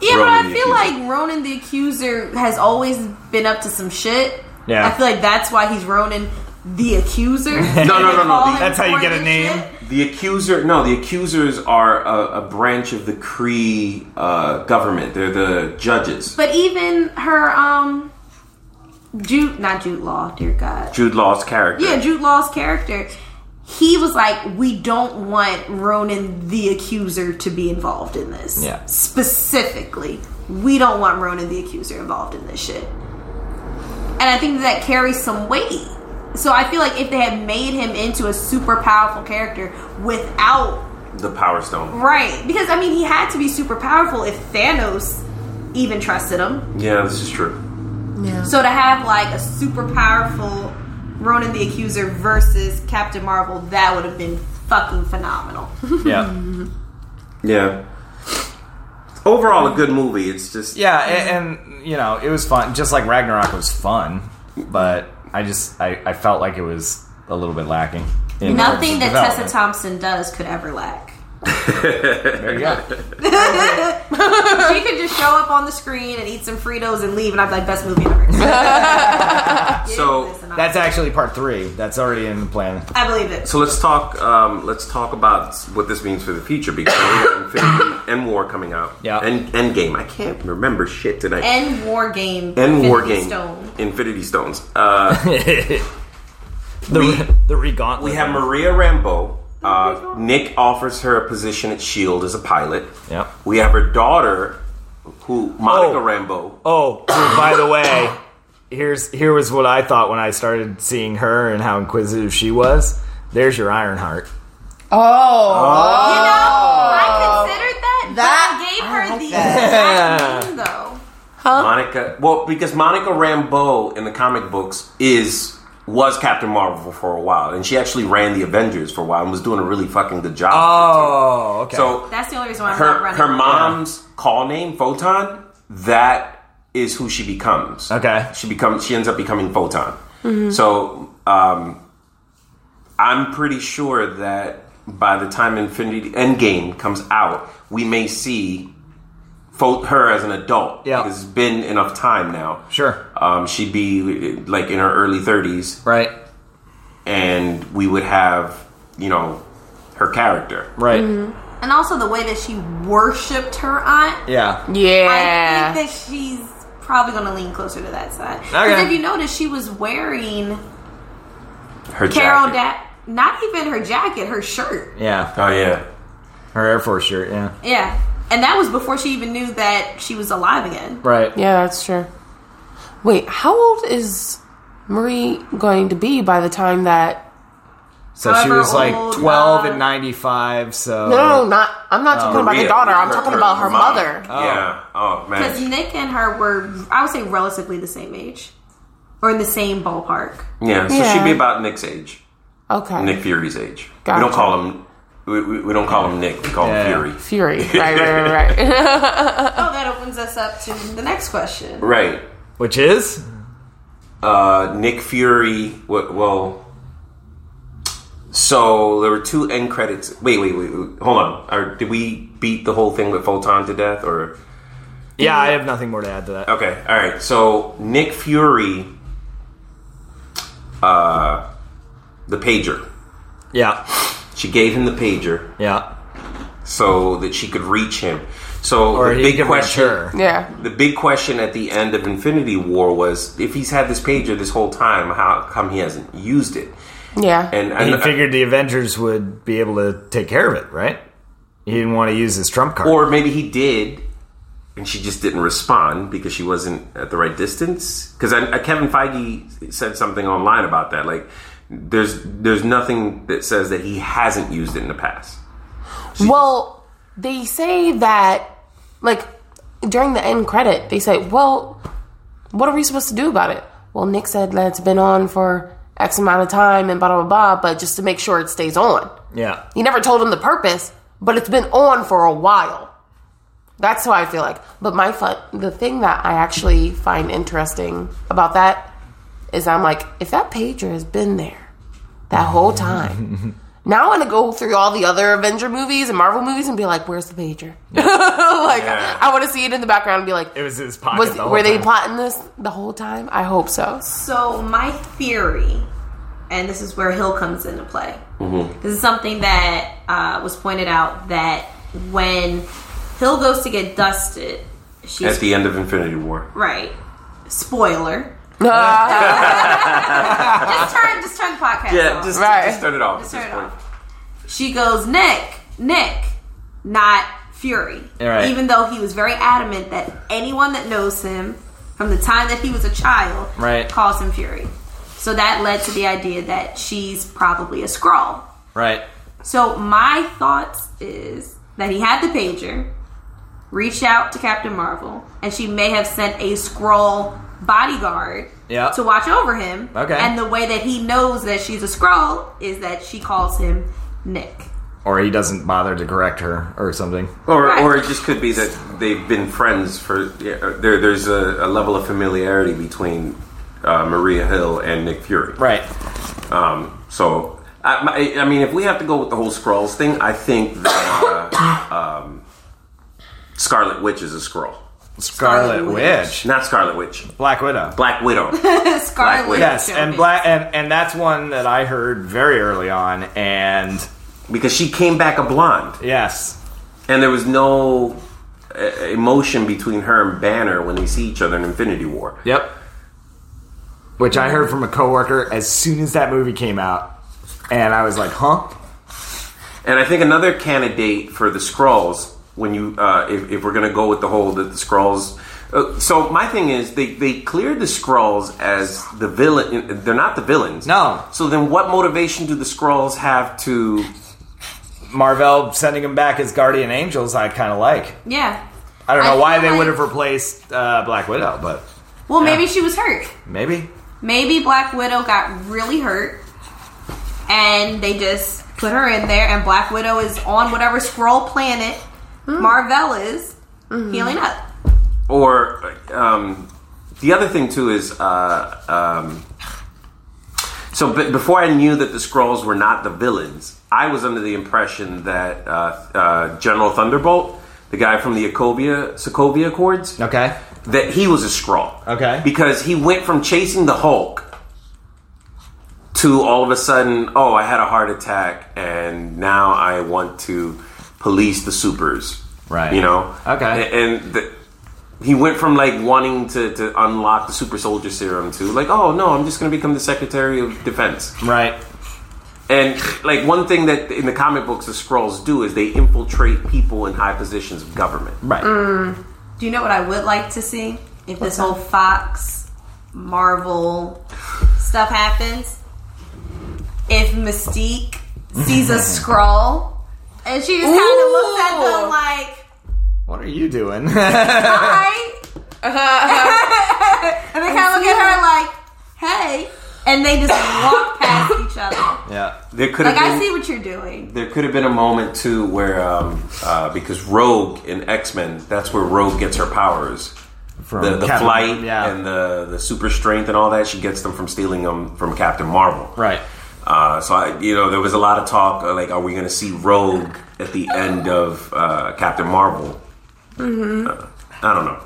[SPEAKER 4] Yeah,
[SPEAKER 3] Ronan
[SPEAKER 4] but I
[SPEAKER 3] the
[SPEAKER 4] feel
[SPEAKER 3] Accuser.
[SPEAKER 4] like Ronan the Accuser has always been up to some shit.
[SPEAKER 2] Yeah.
[SPEAKER 4] I feel like that's why he's Ronan the Accuser.
[SPEAKER 3] no, no, no.
[SPEAKER 2] That's how you get a name.
[SPEAKER 3] The accuser, no, the accusers are a, a branch of the Cree uh, government. They're the judges.
[SPEAKER 4] But even her, um, Jude, not Jude Law, dear God.
[SPEAKER 3] Jude Law's character.
[SPEAKER 4] Yeah, Jude Law's character. He was like, we don't want Ronan the accuser to be involved in this.
[SPEAKER 2] Yeah.
[SPEAKER 4] Specifically, we don't want Ronan the accuser involved in this shit. And I think that carries some weight. So I feel like if they had made him into a super powerful character without
[SPEAKER 3] the Power Stone.
[SPEAKER 4] right, because I mean he had to be super powerful if Thanos even trusted him.
[SPEAKER 3] Yeah, this is true.
[SPEAKER 4] So to have like a super powerful Ronan the Accuser versus Captain Marvel, that would have been fucking phenomenal.
[SPEAKER 2] Yeah.
[SPEAKER 3] Yeah. Overall, a good movie. It's just
[SPEAKER 2] Yeah. a- And, and you know it was fun. Just like Ragnarok was fun, but I just I, I felt like it was a little bit lacking. in terms
[SPEAKER 4] Nothing
[SPEAKER 2] of
[SPEAKER 4] that
[SPEAKER 2] development.
[SPEAKER 4] Tessa Thompson does could ever lack.
[SPEAKER 2] There you go.
[SPEAKER 4] She could just show up on the screen and eat some Fritos and leave, and I'd be like, best movie ever.
[SPEAKER 3] So
[SPEAKER 2] That's actually part three. That's already in the plan.
[SPEAKER 4] I believe it.
[SPEAKER 3] So let's talk. Um, let's talk about what this means for the future because we got Infinity and War coming out.
[SPEAKER 2] Yeah.
[SPEAKER 3] And Endgame. I can't remember shit tonight.
[SPEAKER 4] End War Game.
[SPEAKER 3] and
[SPEAKER 4] Infinity
[SPEAKER 3] War Game.
[SPEAKER 4] Stone.
[SPEAKER 3] Infinity Stones. Uh,
[SPEAKER 2] The the regauntlet.
[SPEAKER 3] we have Maria Rambeau. Uh, Nick offers her a position at Shield E as a pilot.
[SPEAKER 2] Yep.
[SPEAKER 3] We have her daughter, who Monica
[SPEAKER 2] Oh.
[SPEAKER 3] Rambeau.
[SPEAKER 2] Oh, dude, by the way, here's here was what I thought when I started seeing her and how inquisitive she was. There's your Ironheart.
[SPEAKER 6] Oh,
[SPEAKER 4] You know, I considered that.
[SPEAKER 6] That-
[SPEAKER 4] That gave her the exact name, though.
[SPEAKER 3] Monica. Well, because Monica Rambeau in the comic books is was Captain Marvel for a while, and she actually ran the Avengers for a while and was doing a really fucking good job.
[SPEAKER 2] Oh, okay.
[SPEAKER 3] So
[SPEAKER 4] That's the only reason why I'm not
[SPEAKER 3] her
[SPEAKER 4] running.
[SPEAKER 3] her mom's call name Photon that is who she becomes.
[SPEAKER 2] Okay.
[SPEAKER 3] she becomes she ends up becoming Photon.
[SPEAKER 4] Mm-hmm.
[SPEAKER 3] So um, I'm pretty sure that by the time Infinity Endgame comes out, we may see Pho- her as an adult.
[SPEAKER 2] Yeah.
[SPEAKER 3] because it's been enough time now.
[SPEAKER 2] sure,
[SPEAKER 3] Um, she'd be like in her early 30s,
[SPEAKER 2] right,
[SPEAKER 3] and we would have you know her character.
[SPEAKER 2] right,
[SPEAKER 4] And also the way that she worshipped her aunt.
[SPEAKER 2] yeah,
[SPEAKER 5] Yeah.
[SPEAKER 4] I think that she's probably going to lean closer to that side. Because
[SPEAKER 2] Okay.
[SPEAKER 4] if you notice, she was wearing
[SPEAKER 3] Her
[SPEAKER 4] Carol
[SPEAKER 3] jacket.
[SPEAKER 4] Dad. Not even her jacket, her shirt.
[SPEAKER 2] yeah.
[SPEAKER 3] Oh yeah.
[SPEAKER 2] Her Air Force shirt, yeah,
[SPEAKER 4] Yeah. And that was before she even knew that she was alive again.
[SPEAKER 2] right.
[SPEAKER 5] Yeah, that's true. Wait, how old is Marie going to be by the time that?
[SPEAKER 2] So she
[SPEAKER 4] However
[SPEAKER 2] was like
[SPEAKER 4] old,
[SPEAKER 2] twelve
[SPEAKER 4] uh,
[SPEAKER 2] and ninety five. So
[SPEAKER 5] No, no, no, not. I'm not talking about the
[SPEAKER 3] Uh, Maria.
[SPEAKER 5] daughter. I'm talking about her
[SPEAKER 3] mom.
[SPEAKER 5] mother.
[SPEAKER 3] Yeah. Oh
[SPEAKER 4] Because
[SPEAKER 3] man.
[SPEAKER 4] Nick and her were, I would say, relatively the same age. Or in the same ballpark.
[SPEAKER 3] Yeah. So
[SPEAKER 5] Yeah.
[SPEAKER 3] she'd be about Nick's age,
[SPEAKER 5] Okay,
[SPEAKER 3] Nick Fury's age.
[SPEAKER 5] Gotcha.
[SPEAKER 3] We don't call him. We, we, we don't call him Nick. We call
[SPEAKER 2] Yeah.
[SPEAKER 3] him Fury.
[SPEAKER 5] Fury. Right, right, right, right.
[SPEAKER 4] Oh, that opens us up to the next question.
[SPEAKER 3] Right.
[SPEAKER 2] which is
[SPEAKER 3] Uh, Nick Fury. What? Well. So there were two end credits. Wait, wait, wait. wait. Hold on. Are, did we beat the whole thing with Photon to death, or?
[SPEAKER 2] yeah. I have nothing more to add to that.
[SPEAKER 3] Okay, all right. So Nick Fury, uh, the pager.
[SPEAKER 2] Yeah,
[SPEAKER 3] She gave him the pager
[SPEAKER 2] yeah.
[SPEAKER 3] so that she could reach him. So
[SPEAKER 2] Or
[SPEAKER 3] the
[SPEAKER 2] he
[SPEAKER 3] big
[SPEAKER 2] can
[SPEAKER 3] question,
[SPEAKER 2] mature.
[SPEAKER 5] yeah.
[SPEAKER 3] the big question at the end of Infinity War was if he's had this pager this whole time, how come he hasn't used it?
[SPEAKER 5] Yeah.
[SPEAKER 3] And,
[SPEAKER 2] And
[SPEAKER 3] and
[SPEAKER 2] he figured the Avengers would be able to take care of it, right? He didn't want to use his trump card.
[SPEAKER 3] uh, or maybe he did. And she just didn't respond because she wasn't at the right distance. Because I, I, Kevin Feige said something online about that. Like, there's there's nothing that says that he hasn't used it in the past.
[SPEAKER 5] Well, they say that, like, during the end credit, they say, well, what are we supposed to do about it? Well, Nick said that it's been on for X amount of time and blah, blah, blah, but just to make sure it stays on.
[SPEAKER 2] yeah,
[SPEAKER 5] He never told him the purpose, but it's been on for a while. That's how I feel like. But my fun, the thing that I actually find interesting about that is I'm like, if that pager has been there that whole time, now I'm gonna go through all the other Avenger movies and Marvel movies and be like, where's the pager? like,
[SPEAKER 3] Yeah.
[SPEAKER 5] I want to see it in the background and be like,
[SPEAKER 2] it was in his pocket.
[SPEAKER 5] was,
[SPEAKER 2] the whole
[SPEAKER 5] were they
[SPEAKER 2] time.
[SPEAKER 5] plotting this the whole time? I hope so.
[SPEAKER 4] So, my theory, and this is where Hill comes into play.
[SPEAKER 3] Mm-hmm.
[SPEAKER 4] This is something that uh, was pointed out that when Hill goes to get dusted, she's
[SPEAKER 3] At the end of Infinity War.
[SPEAKER 4] right. Spoiler. just turn, just turn the podcast.
[SPEAKER 3] Yeah,
[SPEAKER 4] off.
[SPEAKER 3] just,
[SPEAKER 5] Right.
[SPEAKER 3] just turn it off.
[SPEAKER 4] Just
[SPEAKER 3] at
[SPEAKER 4] turn
[SPEAKER 3] this
[SPEAKER 4] it
[SPEAKER 3] point.
[SPEAKER 4] She goes, Nick, Nick, not Fury.
[SPEAKER 2] Right.
[SPEAKER 4] Even though he was very adamant that anyone that knows him from the time that he was a child
[SPEAKER 2] Right.
[SPEAKER 4] calls him Fury. So that led to the idea that she's probably a scroll.
[SPEAKER 2] right?
[SPEAKER 4] So my thoughts is that he had the pager, reached out to Captain Marvel, and she may have sent a scroll bodyguard
[SPEAKER 2] Yeah.
[SPEAKER 4] to watch over him.
[SPEAKER 2] Okay.
[SPEAKER 4] And the way that he knows that she's a scroll is that she calls him Nick.
[SPEAKER 2] Or he doesn't bother to correct her or something.
[SPEAKER 3] Or,
[SPEAKER 4] Right.
[SPEAKER 3] or it just could be that they've been friends for. Yeah, or there, there's a, a level of familiarity between uh, Maria Hill and Nick Fury.
[SPEAKER 2] Right.
[SPEAKER 3] Um, so, I, my- I mean, if we have to go with the whole Skrulls thing, I think that um, Scarlet Witch is a scroll.
[SPEAKER 2] Scarlet,
[SPEAKER 4] Scarlet
[SPEAKER 2] Witch.
[SPEAKER 3] Not Scarlet Witch.
[SPEAKER 2] Black Widow.
[SPEAKER 3] Black Widow.
[SPEAKER 4] Scarlet Witch.
[SPEAKER 2] yes, and black and, and that's one that I heard very early on and
[SPEAKER 3] because she came back a blonde.
[SPEAKER 2] yes.
[SPEAKER 3] And there was no uh, emotion between her and Banner when they see each other in Infinity War.
[SPEAKER 2] Yep. Which I heard from a coworker as soon as that movie came out and I was like, "Huh?"
[SPEAKER 3] And I think another candidate for the Skrulls, when you, uh, if, if we're going to go with the whole that the Skrulls. Uh, so my thing is, they, they cleared the Skrulls as the villain. They're not the villains.
[SPEAKER 2] No.
[SPEAKER 3] So then, what motivation do the Skrulls have to?
[SPEAKER 2] Marvel sending him back as Guardian Angels, I kind of like.
[SPEAKER 4] Yeah.
[SPEAKER 2] I don't know
[SPEAKER 4] I
[SPEAKER 2] why
[SPEAKER 4] feel
[SPEAKER 2] they
[SPEAKER 4] like-
[SPEAKER 2] would have replaced uh, Black Widow, but
[SPEAKER 4] Well, maybe
[SPEAKER 2] Yeah.
[SPEAKER 4] she was hurt.
[SPEAKER 2] maybe.
[SPEAKER 4] Maybe Black Widow got really hurt, and they just put her in there. And Black Widow is on whatever scroll planet Marvel is healing up.
[SPEAKER 3] Or um, the other thing too is, uh, um, so b- before I knew that the Skrulls were not the villains, I was under the impression that uh, uh, General Thunderbolt, the guy from the Sokovia Sokovia Accords,
[SPEAKER 2] Okay.
[SPEAKER 3] that he was a scroll.
[SPEAKER 2] Okay.
[SPEAKER 3] Because he went from chasing the Hulk to all of a sudden, oh, I had a heart attack and now I want to police the supers.
[SPEAKER 2] Right.
[SPEAKER 3] You know?
[SPEAKER 2] Okay.
[SPEAKER 3] A- And, the, he went from like wanting to, to unlock the super soldier serum to like, oh no, I'm just going to become the Secretary of Defense.
[SPEAKER 2] Right.
[SPEAKER 3] And like one thing that in the comic books the scrolls do is they infiltrate people in high positions of government.
[SPEAKER 2] Right.
[SPEAKER 4] Do you know what I would like to see if this whole Fox Marvel stuff happens? If Mystique sees a scroll and she just kind of looks at them like,
[SPEAKER 2] What are you doing?
[SPEAKER 4] "Hi,"
[SPEAKER 2] Uh-huh,
[SPEAKER 4] and they kind of look at her like, "Hey," and they just walk past each other.
[SPEAKER 2] yeah.
[SPEAKER 3] There could have
[SPEAKER 4] Like, I
[SPEAKER 3] been
[SPEAKER 4] see what you're doing.
[SPEAKER 3] There could have been a moment too where, um, uh, because Rogue in X Men, that's where Rogue gets her powers.
[SPEAKER 2] From
[SPEAKER 3] The, the
[SPEAKER 2] Captain-
[SPEAKER 3] flight
[SPEAKER 2] Yeah.
[SPEAKER 3] and the, the super strength and all that, she gets them from stealing them from Captain Marvel.
[SPEAKER 2] right.
[SPEAKER 3] Uh, so, I, you know, there was a lot of talk uh, like, are we going to see Rogue at the end of uh, Captain Marvel? Mm-hmm. Uh, I don't know.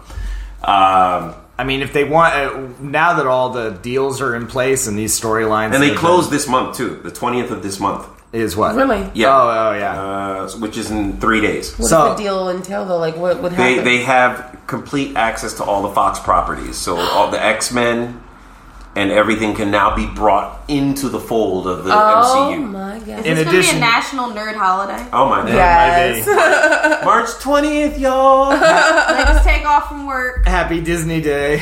[SPEAKER 3] Um,
[SPEAKER 2] I mean, if they want, uh, now that all the deals are in place and these storylines,
[SPEAKER 3] and they
[SPEAKER 2] have
[SPEAKER 3] closed this month too, the 20th of this month,
[SPEAKER 2] been- is what
[SPEAKER 5] Really?
[SPEAKER 3] Yeah.
[SPEAKER 2] Oh, oh, yeah.
[SPEAKER 3] uh, which is in three days.
[SPEAKER 5] What
[SPEAKER 2] So-
[SPEAKER 5] does the deal entail though? Like what would happen?
[SPEAKER 3] They they have complete access to all the Fox properties, so all the X Men and everything can now be brought into the fold of the
[SPEAKER 5] oh
[SPEAKER 3] MCU.
[SPEAKER 5] my god.
[SPEAKER 2] In
[SPEAKER 4] It's gonna be a
[SPEAKER 2] addition,
[SPEAKER 4] national nerd holiday.
[SPEAKER 3] Oh my god!
[SPEAKER 5] yes.
[SPEAKER 3] March twentieth, y'all.
[SPEAKER 2] Uh-uh.
[SPEAKER 4] They just take off from work.
[SPEAKER 2] Happy Disney Day.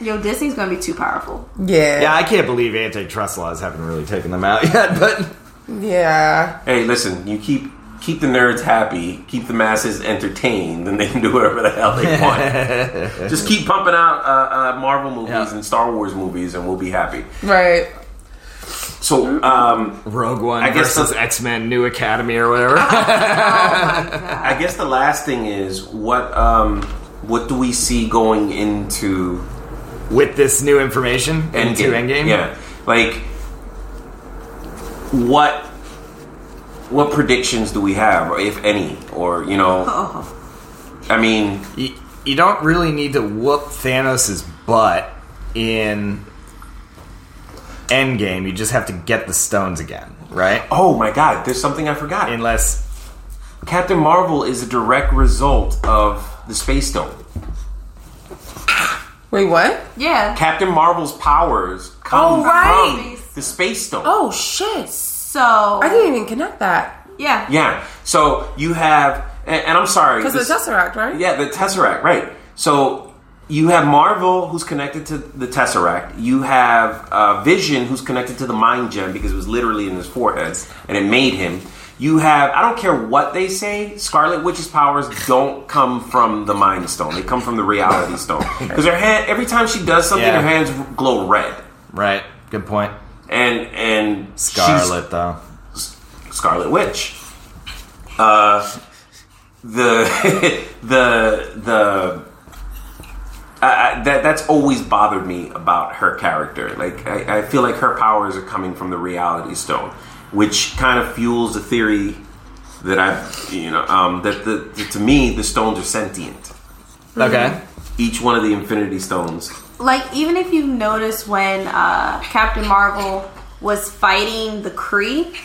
[SPEAKER 4] Yo, Disney's gonna be too powerful.
[SPEAKER 5] Yeah.
[SPEAKER 2] yeah,
[SPEAKER 5] Yeah.
[SPEAKER 2] I can't believe antitrust laws haven't really taken them out yet, but
[SPEAKER 3] hey, listen, you keep keep the nerds happy, keep the masses entertained, and they can do whatever the hell they want. Just keep pumping out uh, uh, Marvel movies
[SPEAKER 2] Yeah.
[SPEAKER 3] and Star Wars movies, and we'll be happy.
[SPEAKER 5] Right.
[SPEAKER 3] So. um...
[SPEAKER 2] Rogue One
[SPEAKER 3] I guess
[SPEAKER 2] versus
[SPEAKER 3] the-
[SPEAKER 2] X Men New Academy or whatever.
[SPEAKER 3] I guess the last thing is what um, what do we see going into
[SPEAKER 2] with this new information into Endgame.
[SPEAKER 3] Yeah, like what what predictions do we have, or if any, or you know, I mean,
[SPEAKER 2] You, you don't really need to whoop Thanos' butt in Endgame. You just have to get the stones again, right?
[SPEAKER 3] oh my god, there's something I forgot.
[SPEAKER 2] Unless
[SPEAKER 3] Captain Marvel is a direct result of the Space Stone.
[SPEAKER 5] Wait, what?
[SPEAKER 4] Yeah.
[SPEAKER 3] Captain Marvel's powers come
[SPEAKER 5] Oh, right.
[SPEAKER 3] from the Space Stone.
[SPEAKER 5] Oh shit.
[SPEAKER 4] So
[SPEAKER 5] I didn't even connect that.
[SPEAKER 4] yeah.
[SPEAKER 3] Yeah, so you have, and, and I'm sorry,
[SPEAKER 5] Because of
[SPEAKER 3] this-
[SPEAKER 5] the Tesseract, right?
[SPEAKER 3] Yeah, the Tesseract, right. So you have Marvel, who's connected to the Tesseract. You have uh, Vision, who's connected to the Mind Gem because it was literally in his forehead and it made him. You have, I don't care what they say, Scarlet Witch's powers don't come from the Mind Stone. They come from the Reality Stone. Because her hand, every time she does something,
[SPEAKER 2] Yeah.
[SPEAKER 3] her hands glow red.
[SPEAKER 2] right, good point.
[SPEAKER 3] And, and she's-
[SPEAKER 2] Scarlet though.
[SPEAKER 3] Scarlet Witch. Uh, the the the I, I, that that's always bothered me about her character. Like I, I feel like her powers are coming from the Reality Stone, which kind of fuels the theory that I, you know, um, that the, to me the stones are sentient.
[SPEAKER 2] Okay.
[SPEAKER 3] Each one of the Infinity Stones.
[SPEAKER 4] like even if you notice when uh, Captain Marvel was fighting the Kree,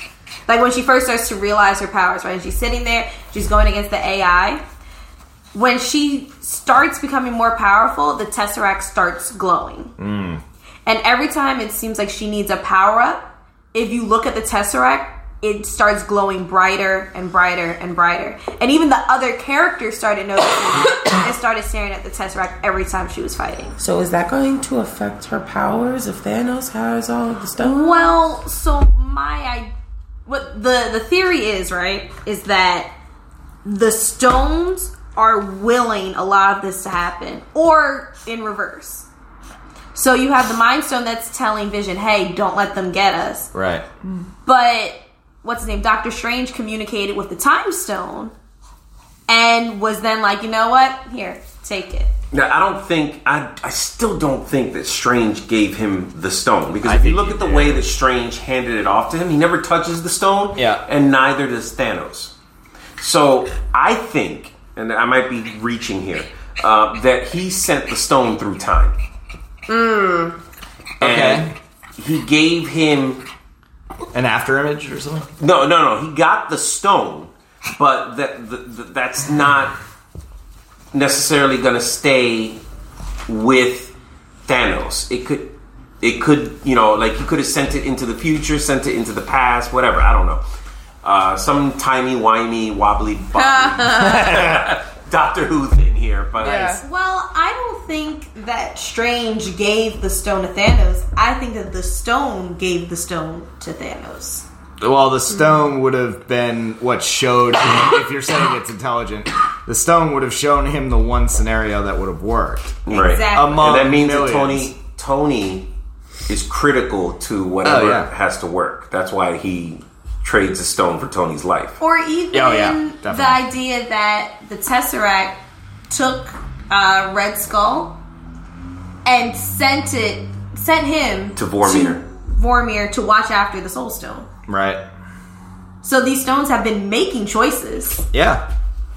[SPEAKER 4] like when she first starts to realize her powers, right? And she's sitting there, she's going against the AI. When she starts becoming more powerful, the Tesseract starts glowing. And every time it seems like she needs a power up, if you look at the Tesseract, it starts glowing brighter and brighter and brighter. And even the other characters started noticing and started staring at the Tesseract every time she was fighting.
[SPEAKER 5] So is that going to affect her powers if Thanos has all the stones?
[SPEAKER 4] Well, so my I what the the theory is, right, is that the stones are willing a lot of this to happen or in reverse. So you have the mind stone that's telling Vision, "Hey, don't let them get us."
[SPEAKER 2] Right.
[SPEAKER 4] But what's his name? Doctor Strange communicated with the time stone and was then like, "You know what? Here, take it."
[SPEAKER 3] Now I don't think I. I still don't think that Strange gave him the stone because
[SPEAKER 2] I
[SPEAKER 3] if you
[SPEAKER 2] think
[SPEAKER 3] look
[SPEAKER 2] he
[SPEAKER 3] at the
[SPEAKER 2] did.
[SPEAKER 3] way that Strange handed it off to him, he never touches the stone.
[SPEAKER 2] Yeah.
[SPEAKER 3] and neither does Thanos. So I think, and I might be reaching here, uh, that he sent the stone through time.
[SPEAKER 2] Hmm.
[SPEAKER 3] And he gave him
[SPEAKER 2] An after image or something?
[SPEAKER 3] no, no, no. He got the stone, but that th- th- that's not necessarily going to stay with Thanos. It could, it could, you know, like he could have sent it into the future, sent it into the past, whatever. I don't know. Uh, some timey wimey wobbly bobbly Doctor Who thing here, but
[SPEAKER 5] Yeah.
[SPEAKER 4] Well, I don't think that Strange gave the stone to Thanos. I think that the stone gave the stone to Thanos.
[SPEAKER 2] Well, the stone would have been what showed him, if you're saying it's intelligent, the stone would have shown him the one scenario that would have worked.
[SPEAKER 3] right.
[SPEAKER 4] Exactly.
[SPEAKER 2] Among-
[SPEAKER 3] And that means that
[SPEAKER 2] Millions.
[SPEAKER 3] Tony Tony is critical to whatever
[SPEAKER 2] Oh, yeah.
[SPEAKER 3] has to work. That's why he trades a stone for Tony's life.
[SPEAKER 4] or even
[SPEAKER 2] Oh, yeah, definitely.
[SPEAKER 4] the idea that the Tesseract took uh, Red Skull and sent it, sent him
[SPEAKER 3] To Vormir.
[SPEAKER 4] Vormir to watch after the Soul Stone.
[SPEAKER 2] Right.
[SPEAKER 4] So these stones have been making choices.
[SPEAKER 2] Yeah.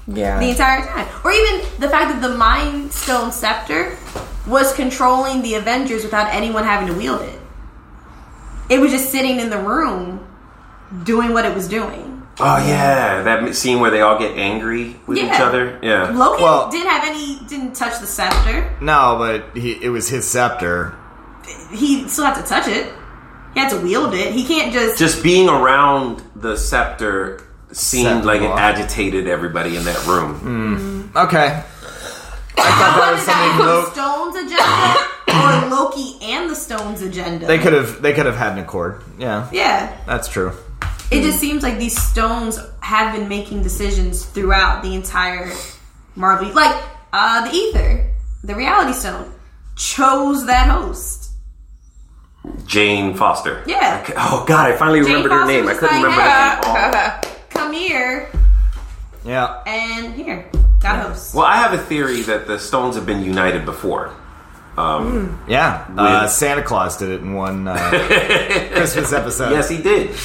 [SPEAKER 5] Yeah.
[SPEAKER 4] the entire time. Or even the fact that the Mind Stone Scepter was controlling the Avengers without anyone having to wield it. It was just sitting in the room doing what it was doing.
[SPEAKER 3] Oh yeah, that scene where they all get angry with
[SPEAKER 4] Yeah.
[SPEAKER 3] each other. Yeah,
[SPEAKER 4] Loki
[SPEAKER 2] Well-
[SPEAKER 4] didn't have any, didn't touch the scepter.
[SPEAKER 2] No, but he, it was his scepter.
[SPEAKER 4] He still had to touch it. He had to wield it. He can't just.
[SPEAKER 3] just being around the scepter seemed
[SPEAKER 2] Scepter
[SPEAKER 3] like it
[SPEAKER 2] block.
[SPEAKER 3] agitated everybody in that room.
[SPEAKER 2] Okay. I thought that was something
[SPEAKER 4] the
[SPEAKER 2] Loki.
[SPEAKER 4] Stone's agenda or Loki and the Stone's agenda.
[SPEAKER 2] They could have. They could have had an accord. Yeah,
[SPEAKER 4] yeah.
[SPEAKER 2] that's true.
[SPEAKER 4] It just seems like these stones have been making decisions throughout the entire Marvel. Like uh, the Ether, the Reality Stone, chose that host.
[SPEAKER 2] Mm.
[SPEAKER 3] Jane Foster.
[SPEAKER 4] Yeah.
[SPEAKER 3] Okay. Oh God, I finally remembered her
[SPEAKER 4] Foster
[SPEAKER 3] name. I
[SPEAKER 4] was
[SPEAKER 3] couldn't
[SPEAKER 4] like, "Ah."
[SPEAKER 3] remember that name.
[SPEAKER 4] Come here
[SPEAKER 2] Yeah.
[SPEAKER 4] and here, got host.
[SPEAKER 3] Well, I have a theory that the stones have been united before.
[SPEAKER 2] Yeah. Uh, Santa Claus did it in one uh, Christmas episode.
[SPEAKER 3] Yes, he did.
[SPEAKER 4] and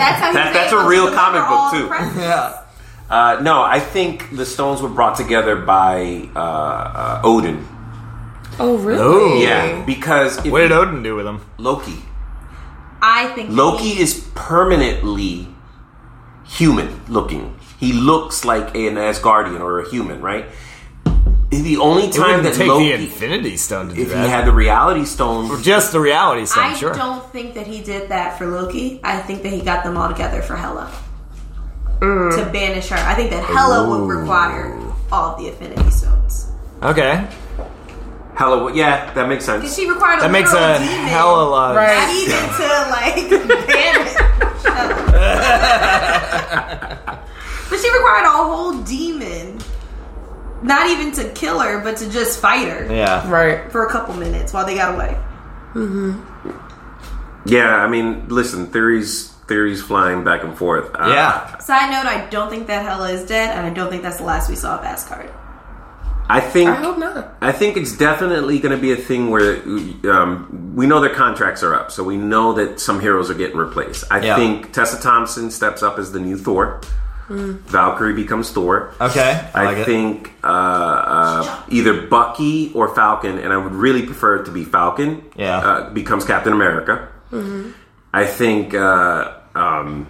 [SPEAKER 4] that's how he
[SPEAKER 3] that-
[SPEAKER 4] was
[SPEAKER 3] that's
[SPEAKER 4] able
[SPEAKER 3] a
[SPEAKER 4] to
[SPEAKER 3] real
[SPEAKER 4] deliver
[SPEAKER 3] comic book,
[SPEAKER 4] all the
[SPEAKER 3] too.
[SPEAKER 4] presents.
[SPEAKER 2] Yeah.
[SPEAKER 3] Uh, no, I think the stones were brought together by uh, uh, Odin.
[SPEAKER 5] oh really?
[SPEAKER 2] Ooh.
[SPEAKER 3] Yeah, because if
[SPEAKER 2] What did Odin do with him?
[SPEAKER 3] Loki.
[SPEAKER 4] I think
[SPEAKER 3] Loki
[SPEAKER 4] he-
[SPEAKER 3] is permanently human looking. He looks like an Asgardian or a human, right? The only
[SPEAKER 2] It wouldn't
[SPEAKER 3] time that
[SPEAKER 2] take
[SPEAKER 3] Loki,
[SPEAKER 2] the Infinity Stone to do
[SPEAKER 3] if he
[SPEAKER 2] that.
[SPEAKER 3] had the Reality Stone,
[SPEAKER 2] Just the Reality Stone.
[SPEAKER 4] I
[SPEAKER 2] sure.
[SPEAKER 4] don't think that he did that for Loki. I think that he got them all together for Hela to banish her. I think that Hela would require all the Affinity Stones.
[SPEAKER 2] Okay.
[SPEAKER 3] hello, yeah, that makes sense.
[SPEAKER 4] She required a
[SPEAKER 2] That makes
[SPEAKER 4] literal
[SPEAKER 2] a
[SPEAKER 4] demon,
[SPEAKER 2] hell of a lot.
[SPEAKER 5] Right.
[SPEAKER 4] Not even to like ban it. but she required a whole demon, not even to kill her, but to just fight her
[SPEAKER 2] Yeah.
[SPEAKER 5] Right.
[SPEAKER 4] for a couple minutes while they got away.
[SPEAKER 3] Yeah, I mean, listen, theories theories flying back and forth. Uh,
[SPEAKER 2] Yeah.
[SPEAKER 4] Side note: I don't think that Hella is dead, and I don't think that's the last we saw of Asgard.
[SPEAKER 3] I think
[SPEAKER 5] I hope not.
[SPEAKER 3] I think it's definitely going to be a thing where um, we know their contracts are up, so we know that some heroes are getting replaced. I
[SPEAKER 2] Yeah.
[SPEAKER 3] think Tessa Thompson steps up as the new Thor. Valkyrie becomes Thor.
[SPEAKER 2] Okay, I
[SPEAKER 3] I,
[SPEAKER 2] like it.
[SPEAKER 3] think uh, uh, either Bucky or Falcon, and I would really prefer it to be Falcon.
[SPEAKER 2] Yeah.
[SPEAKER 3] uh, becomes Captain America. I think uh, um,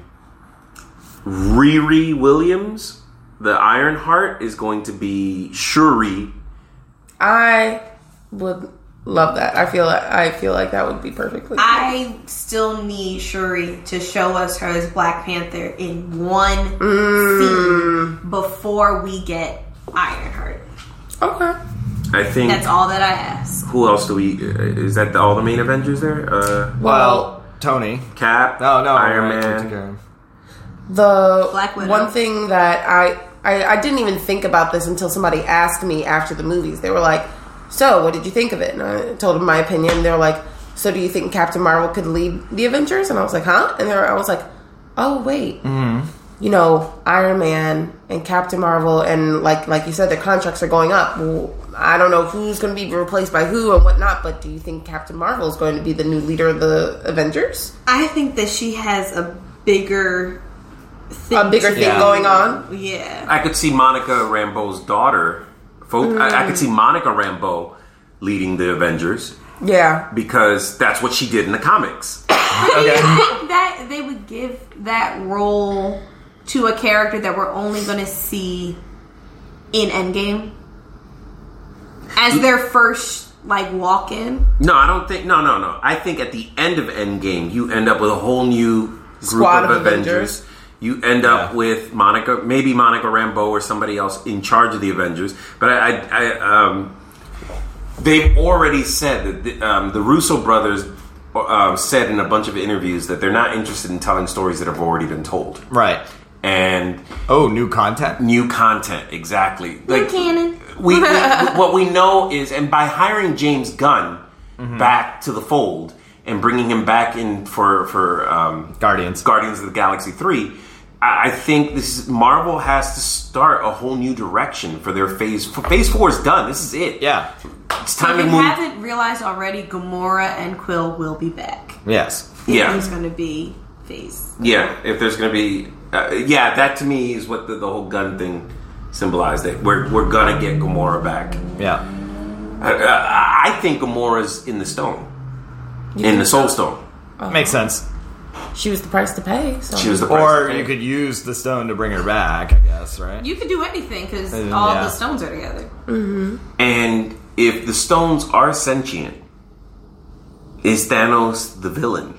[SPEAKER 3] Riri Williams, the Iron Heart, is going to be Shuri.
[SPEAKER 5] I would love that. I feel like I feel like that would be perfectly.
[SPEAKER 4] I still need Shuri to show us her as Black Panther in one scene before we get Ironheart.
[SPEAKER 5] okay.
[SPEAKER 3] I think.
[SPEAKER 4] That's all that I ask.
[SPEAKER 3] Who else do we? uh, Is that the, all the main Avengers there? Uh,
[SPEAKER 5] Well,
[SPEAKER 2] Well, Tony.
[SPEAKER 3] Cap.
[SPEAKER 2] No, no,
[SPEAKER 3] Iron
[SPEAKER 2] right,
[SPEAKER 3] Man.
[SPEAKER 2] Tony Karen.
[SPEAKER 5] the
[SPEAKER 4] Black Widow.
[SPEAKER 5] one thing that I, I I didn't even think about this until somebody asked me after the movies. They were like, "So, what did you think of it?" And I told them my opinion. They were like, "So, do you think Captain Marvel could lead the Avengers?" And I was like, "Huh?" And they were, I was like, "Oh, wait." You know, Iron Man and Captain Marvel, and like like you said, their contracts are going up. Well, I don't know who's going to be replaced by who and whatnot, but do you think Captain Marvel is going to be the new leader of the Avengers?
[SPEAKER 4] I think that she has a bigger thing.
[SPEAKER 5] A bigger
[SPEAKER 4] to
[SPEAKER 5] thing
[SPEAKER 2] Yeah.
[SPEAKER 5] going on.
[SPEAKER 4] do. Yeah.
[SPEAKER 3] I could see Monica Rambeau's daughter. Folk, I, I
[SPEAKER 2] Hmm.
[SPEAKER 3] could see Monica Rambeau leading the Avengers
[SPEAKER 5] Yeah,
[SPEAKER 3] because that's what she did in the comics.
[SPEAKER 2] Okay.
[SPEAKER 4] I think that they would give that role to a character that we're only going to see in Endgame
[SPEAKER 3] Mm.
[SPEAKER 4] as their first like walk in.
[SPEAKER 3] No, I don't think. No, no, no. I think at the end of Endgame, you end up with a whole new group
[SPEAKER 5] Squad
[SPEAKER 3] of,
[SPEAKER 5] of
[SPEAKER 3] Avengers.
[SPEAKER 5] Avengers.
[SPEAKER 3] You end up
[SPEAKER 2] Yeah.
[SPEAKER 3] with Monica, maybe Monica Rambeau or somebody else in charge of the Avengers. But I, I, I um, they've already said that the, um, the Russo brothers uh, said in a bunch of interviews that they're not interested in telling stories that have already been told.
[SPEAKER 2] right.
[SPEAKER 3] And
[SPEAKER 2] Oh, new content.
[SPEAKER 3] new content exactly new
[SPEAKER 4] canon.
[SPEAKER 3] we, we what we know is and by hiring james gunn
[SPEAKER 2] Mm-hmm.
[SPEAKER 3] back to the fold and bringing him back in for for um,
[SPEAKER 2] Guardians.
[SPEAKER 3] guardians of the galaxy 3 I I think this is, Marvel has to start a whole new direction for their phase. For phase four is done. This is it.
[SPEAKER 2] yeah.
[SPEAKER 3] it's
[SPEAKER 4] If
[SPEAKER 3] time
[SPEAKER 4] you
[SPEAKER 3] to move.
[SPEAKER 4] haven't realized already, Gamora and Quill will be back.
[SPEAKER 2] Yes.
[SPEAKER 3] Yeah.
[SPEAKER 4] Who's going to be Phase?
[SPEAKER 3] Yeah, if there's gonna be, uh, yeah, that to me is what the, the whole gun thing symbolized. That we're we're gonna get Gamora back.
[SPEAKER 2] Yeah.
[SPEAKER 3] I, I, I think Gamora's in the stone, in the Soul Stone.
[SPEAKER 5] Oh.
[SPEAKER 2] Makes sense.
[SPEAKER 5] she was the price to pay. So.
[SPEAKER 3] She was the price
[SPEAKER 2] Or
[SPEAKER 3] to pay.
[SPEAKER 2] you could use the stone to bring her back, I guess, right?
[SPEAKER 4] You could do anything because
[SPEAKER 2] Uh,
[SPEAKER 4] all
[SPEAKER 2] yeah.
[SPEAKER 4] the stones are together.
[SPEAKER 3] And if the stones are sentient, is Thanos the villain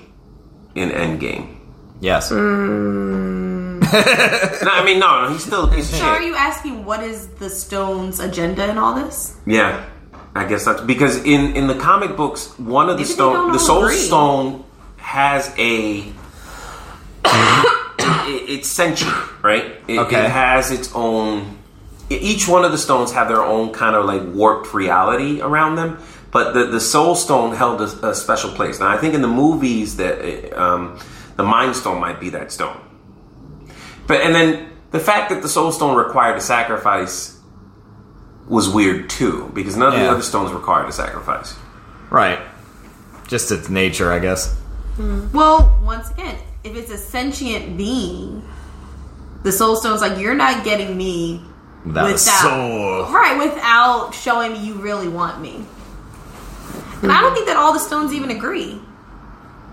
[SPEAKER 3] in Endgame?
[SPEAKER 2] yes.
[SPEAKER 5] Mm.
[SPEAKER 3] No, I mean no, no, he's still a piece of
[SPEAKER 4] So are
[SPEAKER 3] shit.
[SPEAKER 4] you asking what is the stones' agenda in all this?
[SPEAKER 3] Yeah, I guess that's because in in the comic books, one of the
[SPEAKER 4] Maybe they
[SPEAKER 3] stone,
[SPEAKER 4] don't
[SPEAKER 3] the
[SPEAKER 4] all
[SPEAKER 3] Soul
[SPEAKER 4] agree.
[SPEAKER 3] Stone, has a. it- it's sentient, right? It,
[SPEAKER 2] Okay.
[SPEAKER 3] it has its own. e- Each one of the stones have their own kind of like warped reality around them, but the the Soul Stone held a, a special place. Now, I think in the movies that uh, um, the Mind Stone might be that stone, but and then the fact that the Soul Stone required a sacrifice was weird too, because none of the
[SPEAKER 2] Yeah.
[SPEAKER 3] other stones required a sacrifice.
[SPEAKER 2] Right. Just its nature, I guess.
[SPEAKER 4] Well, once again, if it's a sentient being, the soul stone's like, you're not getting me
[SPEAKER 2] Without a
[SPEAKER 4] Without-
[SPEAKER 2] soul.
[SPEAKER 4] right without showing me you really want me.
[SPEAKER 2] Hmm.
[SPEAKER 4] And I don't think that all the stones even agree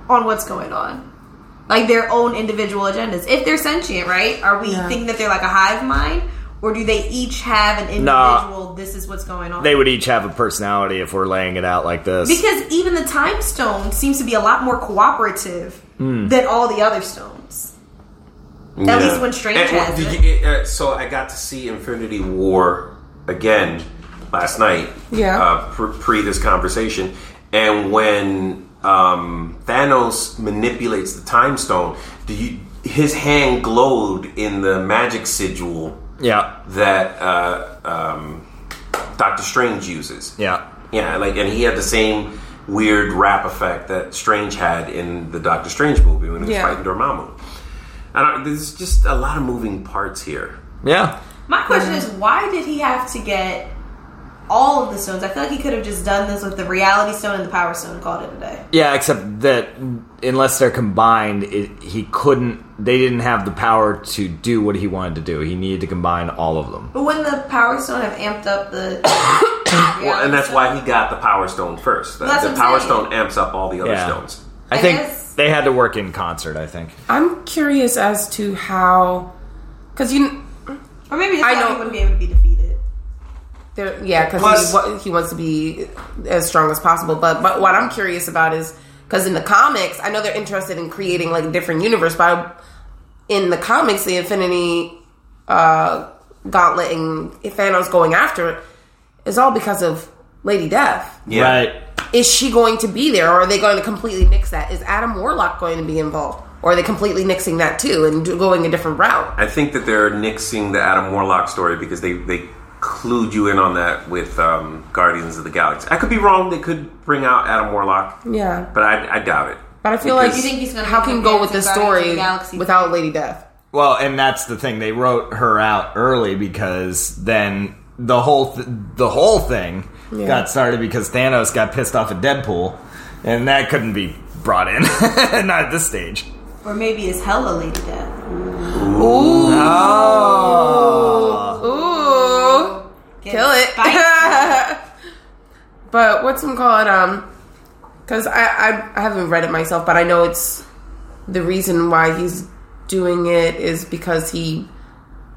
[SPEAKER 4] on what's going on. Like their own individual agendas. If they're sentient, right? Are we thinking that they're like a hive mind? Or do they each have an
[SPEAKER 2] Nah.
[SPEAKER 4] individual, this is what's going on?
[SPEAKER 2] They would each have a personality if we're laying it out like this.
[SPEAKER 4] Because even the time stone seems to be a lot more cooperative
[SPEAKER 5] Hmm.
[SPEAKER 4] than all the other stones. At least when Strange
[SPEAKER 3] And-
[SPEAKER 4] has
[SPEAKER 3] did
[SPEAKER 4] it.
[SPEAKER 3] you- uh, so I got to see Infinity War again last night.
[SPEAKER 5] Yeah.
[SPEAKER 3] Uh, pre, pre this conversation, and when um, Thanos manipulates the Time Stone, do you? His hand glowed in the magic sigil
[SPEAKER 2] yeah.
[SPEAKER 3] that uh, um, Doctor Strange uses.
[SPEAKER 2] Yeah.
[SPEAKER 3] Yeah, like, and he had the same weird rap effect that Strange had in the Doctor Strange movie when he was
[SPEAKER 5] Yeah.
[SPEAKER 3] fighting Dormammu. And I, there's just a lot of moving parts here.
[SPEAKER 2] Yeah.
[SPEAKER 4] My question is, why did he have to get all of the stones. I feel like he could have just done this with the Reality Stone and the Power Stone, and called it a day.
[SPEAKER 2] Yeah, except that unless they're combined, it, he couldn't. They didn't have the power to do what he wanted to do. He needed to combine all of them.
[SPEAKER 4] But wouldn't the Power Stone have amped up the?
[SPEAKER 3] Well, and that's why he got the Power Stone first. The,
[SPEAKER 4] That's
[SPEAKER 3] the
[SPEAKER 4] what I'm
[SPEAKER 3] Power
[SPEAKER 4] saying.
[SPEAKER 3] Stone amps up all the other
[SPEAKER 2] Yeah.
[SPEAKER 3] stones.
[SPEAKER 2] I,
[SPEAKER 4] I
[SPEAKER 2] think
[SPEAKER 4] guess-
[SPEAKER 2] they had to work in concert. I think.
[SPEAKER 5] I'm curious as to how, because you, kn-
[SPEAKER 4] or maybe just
[SPEAKER 5] I
[SPEAKER 4] I
[SPEAKER 5] know-
[SPEAKER 4] he wouldn't be able to be defeated.
[SPEAKER 5] there, yeah, because
[SPEAKER 3] Plus-
[SPEAKER 5] he, wa- he wants to be as strong as possible. But but what I'm curious about is because in the comics, I know they're interested in creating like a different universe, but I- in the comics, the Infinity uh, Gauntlet and Thanos going after it is all because of Lady Death.
[SPEAKER 3] Yeah.
[SPEAKER 2] Right.
[SPEAKER 5] is she going to be there or are they going to completely nix that is adam warlock going to be involved or are they completely nixing that too and do- going a different route
[SPEAKER 3] I think that they're nixing the Adam Warlock story because they they clued you in on that with um, Guardians of the Galaxy. I could be wrong. They could bring out Adam Warlock,
[SPEAKER 5] yeah
[SPEAKER 3] but I, I doubt it.
[SPEAKER 5] but i feel
[SPEAKER 3] Because-
[SPEAKER 5] like
[SPEAKER 3] You
[SPEAKER 4] think he's gonna
[SPEAKER 5] how
[SPEAKER 4] be
[SPEAKER 5] can you go with
[SPEAKER 4] compared
[SPEAKER 5] this
[SPEAKER 4] to Guardians of
[SPEAKER 5] story
[SPEAKER 4] the Galaxy?
[SPEAKER 5] without lady death
[SPEAKER 2] Well, and that's the thing. They wrote her out early because then the whole th- the whole thing got started because Thanos got pissed off at Deadpool, and that couldn't be brought in. Not at this stage.
[SPEAKER 4] Or maybe it's hella Lady Death.
[SPEAKER 5] ooh
[SPEAKER 4] Get
[SPEAKER 5] kill it
[SPEAKER 4] spicy.
[SPEAKER 5] but what's it called um because I, I i haven't read it myself but i know it's the reason why he's doing it is because he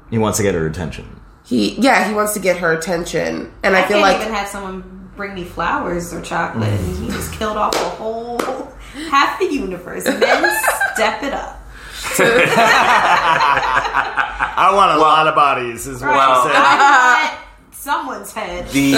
[SPEAKER 2] He wants to get her attention.
[SPEAKER 5] he yeah he wants to get her attention and i,
[SPEAKER 4] I
[SPEAKER 5] feel
[SPEAKER 4] can't
[SPEAKER 5] like Mm.
[SPEAKER 4] even have someone bring me flowers or chocolate. and He just killed off a whole half the universe. Men, step it up.
[SPEAKER 2] I want a lot of bodies, is what
[SPEAKER 3] Well-
[SPEAKER 2] she said.
[SPEAKER 4] I want someone's head.
[SPEAKER 3] The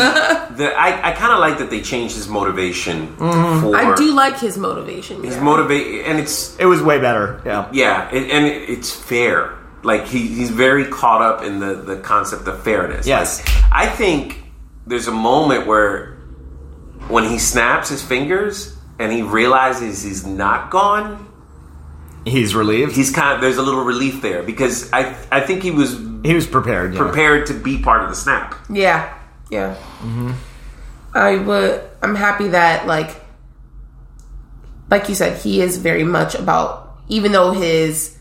[SPEAKER 3] the I, I kind of like that they changed his motivation for
[SPEAKER 5] Mm-hmm. I do like his motivation.
[SPEAKER 3] his
[SPEAKER 5] yeah.
[SPEAKER 3] motivate and it's
[SPEAKER 2] It was way better. Yeah.
[SPEAKER 3] yeah it, and it, it's fair. Like he, he's very caught up in the the concept of fairness.
[SPEAKER 2] Yes.
[SPEAKER 3] Like, I think there's a moment where when he snaps his fingers and he realizes he's not gone.
[SPEAKER 2] He's relieved.
[SPEAKER 3] he's kind of there's a little relief there because I I think he was
[SPEAKER 2] He was prepared. yeah.
[SPEAKER 3] prepared to be part of the snap.
[SPEAKER 5] yeah, yeah.
[SPEAKER 2] Mm-hmm.
[SPEAKER 5] I would. I'm happy that like, like you said, he is very much about. Even though his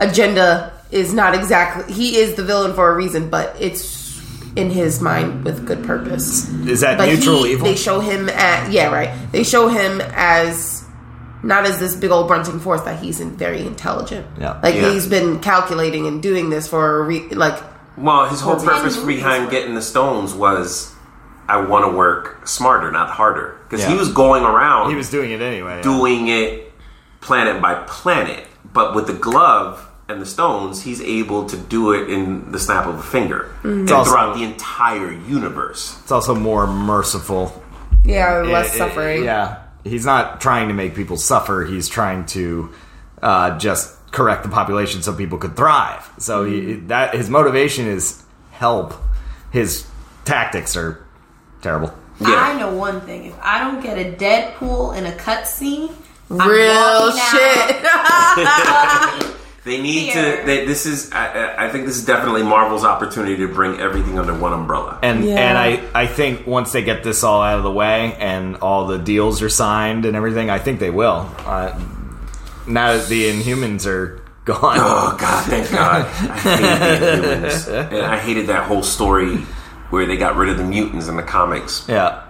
[SPEAKER 5] agenda is not exactly, he is the villain for a reason, but it's in his mind with good purpose.
[SPEAKER 2] Is that
[SPEAKER 5] But
[SPEAKER 2] neutral
[SPEAKER 5] he,
[SPEAKER 2] evil?
[SPEAKER 5] they show him at yeah right. They show him as not as this big old grunting force that he's in, very intelligent.
[SPEAKER 2] Yeah.
[SPEAKER 5] like
[SPEAKER 3] Yeah.
[SPEAKER 5] he's been calculating and doing this for a re- like
[SPEAKER 3] Well, his whole
[SPEAKER 5] Well, it's-
[SPEAKER 3] purpose behind getting the stones was I want to work smarter, not harder, because he
[SPEAKER 2] Yeah.
[SPEAKER 3] was going around
[SPEAKER 2] he was doing it anyway. yeah.
[SPEAKER 3] doing it planet by planet, but with the glove and the stones, he's able to do it in the snap of a finger and
[SPEAKER 2] also-
[SPEAKER 3] throughout the entire universe.
[SPEAKER 2] It's also more merciful.
[SPEAKER 5] yeah less
[SPEAKER 2] It- it-
[SPEAKER 5] suffering.
[SPEAKER 2] yeah. He's not trying to make people suffer. He's trying to uh, just correct the population so people could thrive. So he,
[SPEAKER 5] Mm-hmm.
[SPEAKER 2] that his motivation is help. His tactics are terrible.
[SPEAKER 4] I know one thing. If I don't get a Deadpool in a cutscene, I'm
[SPEAKER 5] Real
[SPEAKER 4] walking out
[SPEAKER 5] shit.
[SPEAKER 3] They need
[SPEAKER 4] Here.
[SPEAKER 3] to. They, this is. I, I- I think this is definitely Marvel's opportunity to bring everything under one umbrella.
[SPEAKER 2] And
[SPEAKER 5] Yeah.
[SPEAKER 2] and I, I think once they get this all out of the way and all the deals are signed and everything, I think they will. Uh, now that the Inhumans are gone,
[SPEAKER 3] Oh God, thank God! I hated the humans, and I hated that whole story where they got rid of the mutants in the comics.
[SPEAKER 2] yeah,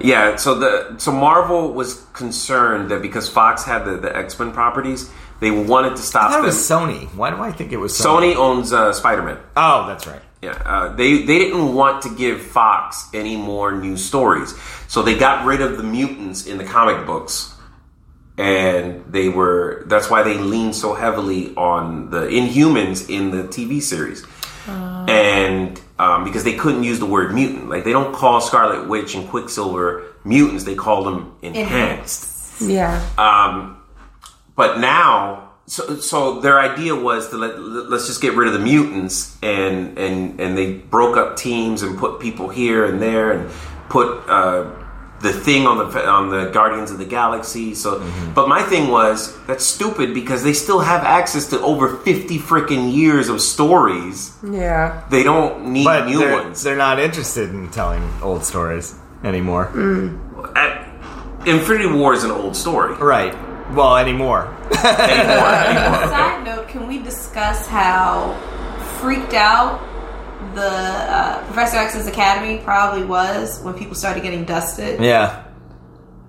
[SPEAKER 3] Yeah, so the so Marvel was concerned that because Fox had the, the X Men properties, they wanted to stop
[SPEAKER 2] that
[SPEAKER 3] them.
[SPEAKER 2] was Sony. Why do I think it was Sony?
[SPEAKER 3] Sony owns uh, Spider Man.
[SPEAKER 2] Oh, that's right.
[SPEAKER 3] Yeah, uh, they they didn't want to give Fox any more new stories, so they got rid of the mutants in the comic books, and they were that's why they leaned so heavily on the Inhumans in the TV series, and um, because they couldn't use the word mutant, like they don't call Scarlet Witch and Quicksilver mutants, they call them enhanced.
[SPEAKER 5] yeah.
[SPEAKER 3] But now, so, so their idea was to let, let's just get rid of the mutants, and and and they broke up teams and put people here and there, and put uh, the thing on the on the Guardians of the Galaxy. So,
[SPEAKER 2] Mm-hmm.
[SPEAKER 3] but my thing was that's stupid because they still have access to over fifty freaking years of stories.
[SPEAKER 5] Yeah.
[SPEAKER 3] They don't need
[SPEAKER 2] But
[SPEAKER 3] new
[SPEAKER 2] they're,
[SPEAKER 3] ones.
[SPEAKER 2] they're not interested in telling old stories anymore.
[SPEAKER 3] At- Infinity War is an old story.
[SPEAKER 2] Right. Well, anymore.
[SPEAKER 4] Side note: Can we discuss how freaked out the uh, Professor X's Academy probably was when people started getting dusted?
[SPEAKER 2] Yeah.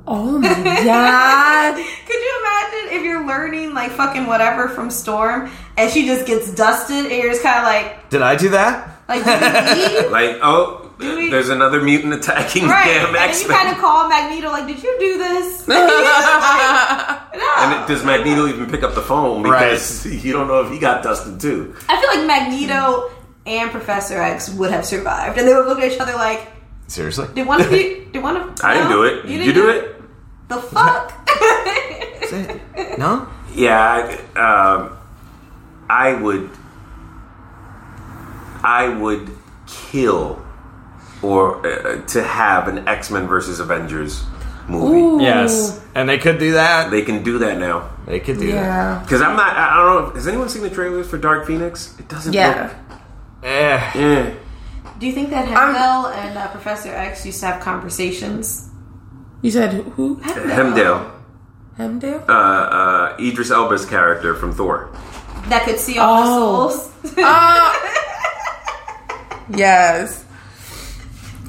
[SPEAKER 5] Oh my god.
[SPEAKER 4] Could you imagine if you're learning like fucking whatever from Storm and she just gets dusted and you're just kind of like,
[SPEAKER 2] Did I do that?
[SPEAKER 4] like, did you leave?
[SPEAKER 3] Like, oh,
[SPEAKER 4] we-
[SPEAKER 3] there's another mutant attacking
[SPEAKER 4] Right.
[SPEAKER 3] damn
[SPEAKER 4] and then
[SPEAKER 3] X
[SPEAKER 4] you
[SPEAKER 3] Men.
[SPEAKER 4] kind of call Magneto, like, did you do this? no.
[SPEAKER 3] And it- does Magneto even pick up the phone? Because you don't know if he got dusted too.
[SPEAKER 4] I feel like Magneto and Professor X would have survived. And they would look at each other like,
[SPEAKER 2] Seriously?
[SPEAKER 4] did one of you, did one of
[SPEAKER 3] I didn't
[SPEAKER 4] no?
[SPEAKER 3] do it. Did
[SPEAKER 4] didn't
[SPEAKER 3] you do it?
[SPEAKER 4] The fuck?
[SPEAKER 2] no?
[SPEAKER 3] Yeah, I, um, I would. I would kill, or uh, to have an X Men versus Avengers movie.
[SPEAKER 2] Yes. And they could do that.
[SPEAKER 3] They can do that now.
[SPEAKER 2] They could do
[SPEAKER 5] Yeah.
[SPEAKER 3] Because I'm not. I I don't know. Has anyone seen the trailers for Dark Phoenix? It doesn't.
[SPEAKER 5] Yeah.
[SPEAKER 2] that. Eh.
[SPEAKER 3] Look, eh.
[SPEAKER 4] do you think that Hemel and uh, Professor X used to have conversations?
[SPEAKER 5] You said who?
[SPEAKER 3] Hemdale,
[SPEAKER 5] Hemdale?
[SPEAKER 3] uh, uh, Idris Elba's character from Thor.
[SPEAKER 4] That could see all
[SPEAKER 5] Oh.
[SPEAKER 4] the souls?
[SPEAKER 5] yes.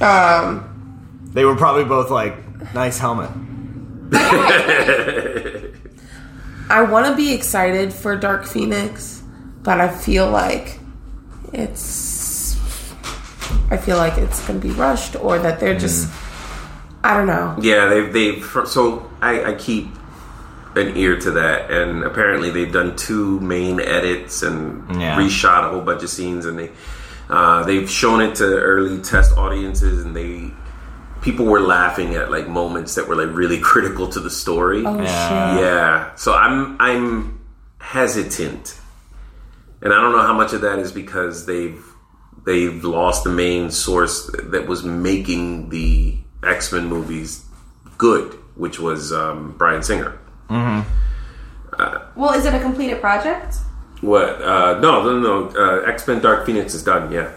[SPEAKER 5] Um.
[SPEAKER 2] They were probably both like, nice helmet.
[SPEAKER 5] I want to be excited for Dark Phoenix, but I feel like it's. I feel like it's gonna be rushed, or that they're just.
[SPEAKER 3] Mm.
[SPEAKER 5] I don't know.
[SPEAKER 3] Yeah, they've they so I, I keep an ear to that, and apparently they've done two main edits and
[SPEAKER 2] Yeah.
[SPEAKER 3] reshot a whole bunch of scenes, and they uh, they've shown it to early test audiences, and they people were laughing at like moments that were like really critical to the story.
[SPEAKER 5] Oh
[SPEAKER 2] Yeah.
[SPEAKER 5] shit!
[SPEAKER 3] Yeah, so I'm I'm hesitant, and I don't know how much of that is because they've they've lost the main source that was making the X Men movies good, which was um, Brian Singer.
[SPEAKER 4] Well, is it a completed project?
[SPEAKER 3] What? Uh, no, no, no. Uh, X Men Dark Phoenix is done. Yeah,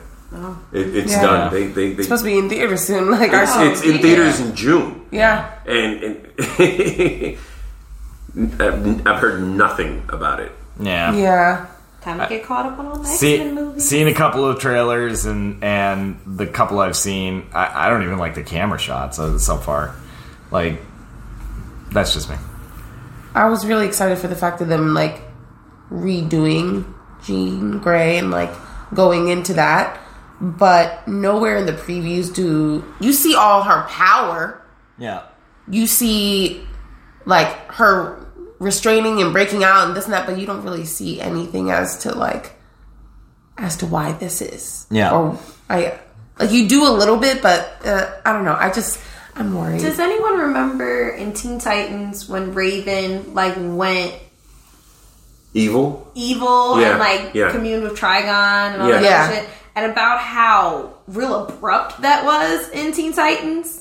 [SPEAKER 3] it, it's
[SPEAKER 5] Oh. Yeah.
[SPEAKER 3] done. They they, they
[SPEAKER 5] Supposed to be in theater soon, like our.
[SPEAKER 3] it's, it's in theaters in June.
[SPEAKER 5] yeah.
[SPEAKER 3] and, and I've, I've heard nothing about it.
[SPEAKER 2] Yeah.
[SPEAKER 5] Yeah.
[SPEAKER 4] Time to get caught up on all the X-Men
[SPEAKER 2] See,
[SPEAKER 4] movies.
[SPEAKER 2] seen a couple of trailers and and the couple I've seen, I, I don't even like the camera shots so, so far. Like, that's just me.
[SPEAKER 5] I was really excited for the fact of them like redoing Jean Grey and like going into that, but nowhere in the previews do you see all her power.
[SPEAKER 2] Yeah.
[SPEAKER 5] You see like her restraining and breaking out and this and that, but you don't really see anything as to like as to why this is.
[SPEAKER 2] Yeah.
[SPEAKER 5] Or I like you do a little bit, but uh, I don't know. I just I'm worried.
[SPEAKER 4] Does anyone remember in Teen Titans when Raven like went
[SPEAKER 3] Evil.
[SPEAKER 4] evil
[SPEAKER 3] Yeah,
[SPEAKER 4] and like
[SPEAKER 3] yeah.
[SPEAKER 4] communed with Trigon and all
[SPEAKER 3] Yeah.
[SPEAKER 4] that
[SPEAKER 5] Yeah.
[SPEAKER 4] other shit? And about how real abrupt that was in Teen Titans.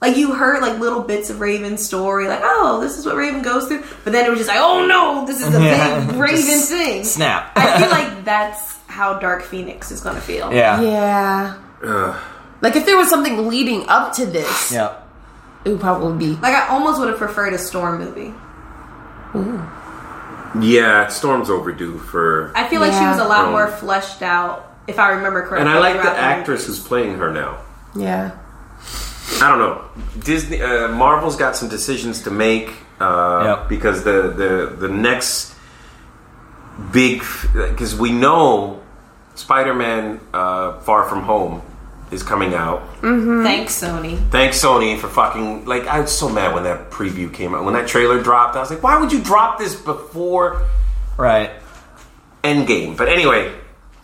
[SPEAKER 4] Like you heard like little bits of Raven's story, like, oh, this is what Raven goes through. But then it was just like, oh no, this is a
[SPEAKER 2] Yeah.
[SPEAKER 4] big Raven
[SPEAKER 2] Just
[SPEAKER 4] thing.
[SPEAKER 2] Snap.
[SPEAKER 4] I feel like that's how Dark Phoenix is gonna feel.
[SPEAKER 2] yeah. Yeah.
[SPEAKER 5] yeah. Like if there was something leading up to this, it would probably be
[SPEAKER 4] Like I almost would have preferred a Storm movie.
[SPEAKER 3] Yeah, Storm's overdue for.
[SPEAKER 4] I feel like she
[SPEAKER 5] Yeah.
[SPEAKER 4] was a lot
[SPEAKER 3] Right.
[SPEAKER 4] more fleshed out, if I remember correctly.
[SPEAKER 3] And I like the
[SPEAKER 4] throughout movie.
[SPEAKER 3] actress who's playing her now.
[SPEAKER 5] yeah.
[SPEAKER 3] I don't know. Disney, uh, Marvel's got some decisions to make uh,
[SPEAKER 2] Yep.
[SPEAKER 3] because the the the next big because we know Spider-Man: uh, Far From Home is coming out.
[SPEAKER 2] Mm-hmm.
[SPEAKER 4] Thanks, Sony.
[SPEAKER 3] Thanks Sony for fucking like I was so mad when that preview came out when that trailer dropped. I was like, why would you drop this before
[SPEAKER 2] Right.
[SPEAKER 3] Endgame. But anyway,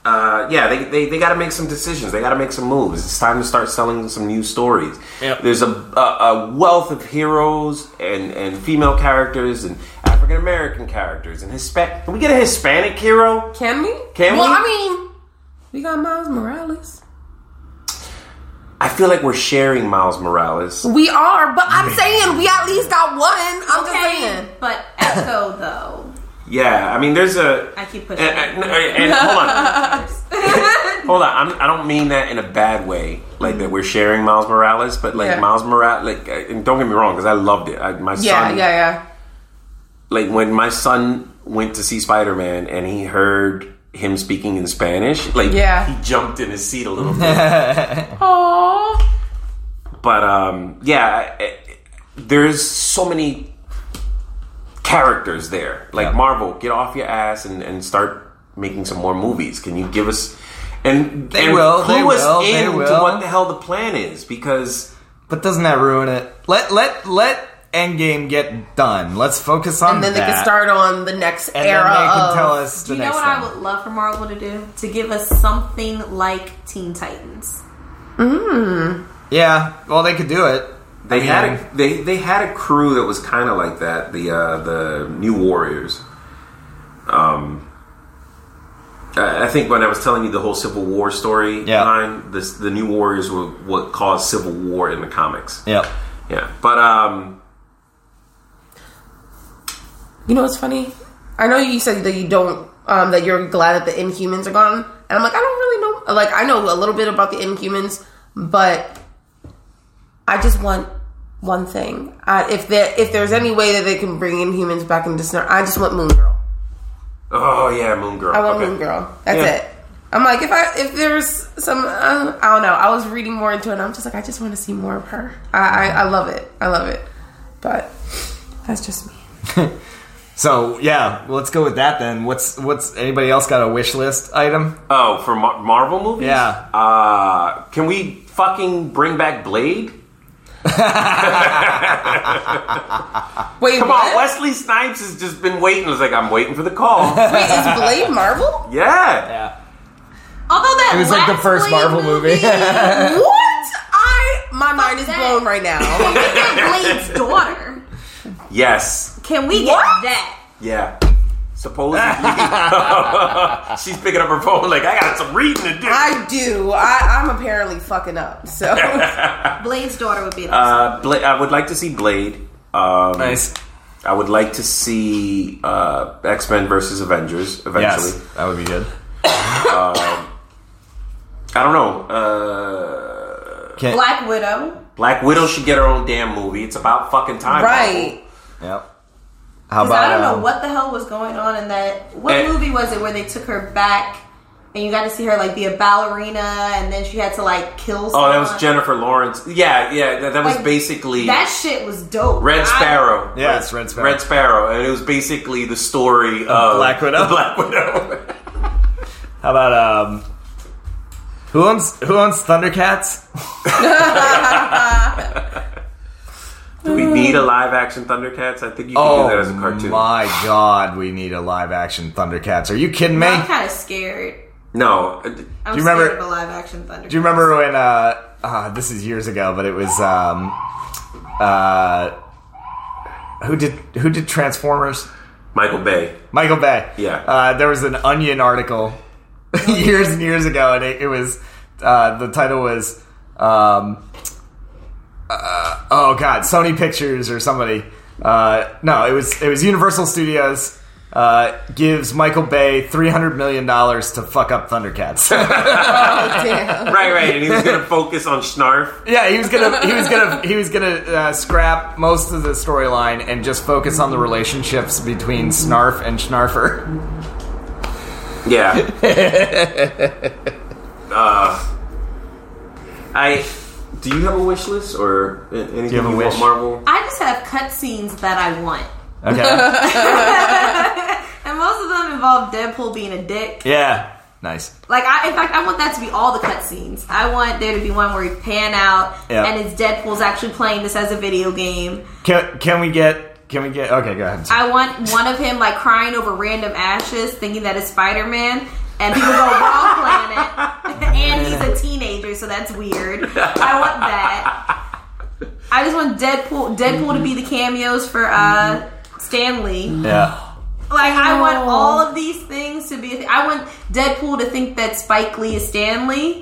[SPEAKER 3] uh, yeah, they, they, they got to make some decisions. They got to make some moves. It's time to start selling some new stories.
[SPEAKER 2] Yep.
[SPEAKER 3] There's a, a, a wealth of heroes and, and female characters and African American characters and Hispanic. Can we get a Hispanic hero?
[SPEAKER 5] Can we?
[SPEAKER 3] Can
[SPEAKER 5] well,
[SPEAKER 3] we?
[SPEAKER 5] I mean, we got Miles Morales.
[SPEAKER 3] I feel like we're sharing Miles Morales.
[SPEAKER 5] We are, but I'm saying we at least got one. I'm just saying.
[SPEAKER 4] But Echo though,
[SPEAKER 3] Yeah, I mean, there's a.
[SPEAKER 4] I keep
[SPEAKER 3] And,
[SPEAKER 4] pushing.
[SPEAKER 3] and, and hold on, hold on. I'm, I don't mean that in a bad way, like that we're sharing Miles Morales, but like
[SPEAKER 5] Yeah.
[SPEAKER 3] Miles Morales, like, uh, and don't get me wrong, because I loved it. I, my
[SPEAKER 5] Yeah,
[SPEAKER 3] son,
[SPEAKER 5] yeah, yeah.
[SPEAKER 3] like when my son went to see Spider Man and he heard him speaking in Spanish, like
[SPEAKER 5] Yeah.
[SPEAKER 3] he jumped in his seat a little bit.
[SPEAKER 5] Aww.
[SPEAKER 3] but um, yeah, I- there's so many characters there. Like
[SPEAKER 2] Yeah.
[SPEAKER 3] Marvel, get off your ass and, and start making some more movies. Can you give us and
[SPEAKER 2] They
[SPEAKER 3] and
[SPEAKER 2] will,
[SPEAKER 3] clue
[SPEAKER 2] they
[SPEAKER 3] us
[SPEAKER 2] will,
[SPEAKER 3] in
[SPEAKER 2] they
[SPEAKER 3] to
[SPEAKER 2] will.
[SPEAKER 3] what the hell the plan is because
[SPEAKER 2] But doesn't that ruin it? Let let let Endgame get done. Let's focus on
[SPEAKER 5] And then they
[SPEAKER 2] that.
[SPEAKER 5] can start on the next
[SPEAKER 2] and
[SPEAKER 5] era.
[SPEAKER 2] then they
[SPEAKER 5] of-
[SPEAKER 2] can tell us the
[SPEAKER 4] Do you know
[SPEAKER 2] next
[SPEAKER 4] what
[SPEAKER 2] thing.
[SPEAKER 4] I would love for Marvel to do? To give us something like Teen Titans.
[SPEAKER 2] Yeah, well, they could do it.
[SPEAKER 3] they
[SPEAKER 2] I mean,
[SPEAKER 3] had a, they they had a crew that was kind of like that. The uh, the New Warriors. Um, I I think when I was telling you the whole Civil War story
[SPEAKER 2] Yeah.
[SPEAKER 3] line, this, the New Warriors were what caused Civil War in the comics.
[SPEAKER 2] Yep.
[SPEAKER 3] Yeah, but um,
[SPEAKER 5] You know what's funny? I know you said that you don't, um, that you're glad that the Inhumans are gone, and I'm like, I don't really know. Like, I know a little bit about the Inhumans, but I just want one thing. Uh, if there, if there's any way that they can bring Inhumans back into, scenario, I just want Moon Girl.
[SPEAKER 3] oh yeah, Moon Girl.
[SPEAKER 5] I want
[SPEAKER 3] Okay.
[SPEAKER 5] Moon Girl. That's
[SPEAKER 3] Yeah.
[SPEAKER 5] it. I'm like, if I if there's some, uh, I don't know. I was reading more into it. and I'm just like, I just want to see more of her. I, I I love it. I love it. But that's just me.
[SPEAKER 2] So yeah, let's go with that then. What's what's anybody else got a wish list item?
[SPEAKER 3] Oh, for Mar- Marvel movies?
[SPEAKER 2] Yeah.
[SPEAKER 3] Uh, can we fucking bring back Blade?
[SPEAKER 5] Wait,
[SPEAKER 3] Come
[SPEAKER 5] what?
[SPEAKER 3] on, Wesley Snipes has just been waiting. It's like I'm waiting for the call. yeah.
[SPEAKER 5] Wait, is Blade Marvel?
[SPEAKER 2] Yeah.
[SPEAKER 4] Although that
[SPEAKER 2] It was like the
[SPEAKER 4] last
[SPEAKER 2] first
[SPEAKER 4] Blade
[SPEAKER 2] Marvel movie.
[SPEAKER 5] What? I my mind is
[SPEAKER 4] that.
[SPEAKER 5] blown right now.
[SPEAKER 4] Can we get Blade's daughter?
[SPEAKER 3] Yes.
[SPEAKER 4] Can we get
[SPEAKER 5] What?
[SPEAKER 4] that?
[SPEAKER 3] Yeah. Supposedly. She's picking up her phone like, I got some reading to do.
[SPEAKER 5] I do. I, I'm apparently fucking up. So
[SPEAKER 4] Blade's daughter would be the
[SPEAKER 3] uh, Bla- I would like to see Blade. Um,
[SPEAKER 2] Nice.
[SPEAKER 3] I would like to see uh, X Men versus Avengers eventually.
[SPEAKER 2] Yes, that would be good.
[SPEAKER 3] I don't know. Uh,
[SPEAKER 2] Can,
[SPEAKER 4] Black Widow.
[SPEAKER 3] Black Widow should get her own damn movie. It's about fucking time.
[SPEAKER 5] right.
[SPEAKER 2] Yep. How
[SPEAKER 4] Because
[SPEAKER 2] about
[SPEAKER 4] I don't know
[SPEAKER 2] um,
[SPEAKER 4] what the hell was going on in that. What
[SPEAKER 3] Eh.
[SPEAKER 4] movie was it where they took her back and you got to see her like be a ballerina and then she had to like kill
[SPEAKER 3] Oh,
[SPEAKER 4] someone?
[SPEAKER 3] that was Jennifer Lawrence. Yeah, yeah. That, that was
[SPEAKER 4] Like,
[SPEAKER 3] basically
[SPEAKER 4] That shit was dope. I-
[SPEAKER 3] Red Sparrow.
[SPEAKER 2] Yes, Red Sparrow.
[SPEAKER 3] Red Sparrow, and it was basically the story of,
[SPEAKER 2] Black Widow?
[SPEAKER 3] the Black Widow.
[SPEAKER 2] How about um? Who owns Who owns Thundercats?
[SPEAKER 3] do we need a live action Thundercats? I think you can do that as a cartoon.
[SPEAKER 2] Oh my god, we need a live action Thundercats. Are you kidding me?
[SPEAKER 4] I'm kind of scared.
[SPEAKER 3] No, uh,
[SPEAKER 4] I'm
[SPEAKER 2] Do you
[SPEAKER 4] scared
[SPEAKER 2] remember-
[SPEAKER 4] of a live action Thunder.
[SPEAKER 2] Do you remember when uh, uh this is years ago, but it was um uh who did who did Transformers?
[SPEAKER 3] Michael Bay.
[SPEAKER 2] Michael Bay.
[SPEAKER 3] Yeah.
[SPEAKER 2] Uh, there was an Onion article years and years ago, and it, it was uh, the title was um, uh, oh god, Sony Pictures or somebody. Uh, no, it was it was Universal Studios. Uh, gives Michael Bay three hundred million dollars to fuck up Thundercats.
[SPEAKER 5] Oh, damn.
[SPEAKER 3] Right, right, and he was gonna focus on Snarf.
[SPEAKER 2] yeah, he was gonna he was gonna he was gonna uh, scrap most of the storyline and just focus on the relationships between Snarf and Snarfer.
[SPEAKER 3] Yeah. uh, I. Do you have a wish list or a- anything
[SPEAKER 2] have a
[SPEAKER 3] you
[SPEAKER 2] wish?
[SPEAKER 3] want Marvel?
[SPEAKER 4] I just have cutscenes that I want,
[SPEAKER 2] Okay.
[SPEAKER 4] and most of them involve Deadpool being a dick.
[SPEAKER 2] yeah. Nice.
[SPEAKER 4] Like, I, in fact, I want that to be all the cutscenes. I want there to be one where he pan out,
[SPEAKER 2] Yeah.
[SPEAKER 4] and it's Deadpool's actually playing this as a video game.
[SPEAKER 2] Can can we get can we get okay? Go ahead.
[SPEAKER 4] I want one of him like crying over random ashes, thinking that it's Spider Man, and people go wrong planet, and he's a teenager, so that's weird. I want that. I just want Deadpool Deadpool to be the cameos for uh, Stan Lee.
[SPEAKER 2] Yeah.
[SPEAKER 4] Like I want all of these things to be. A th- I want Deadpool to think that Spike Lee is Stanley.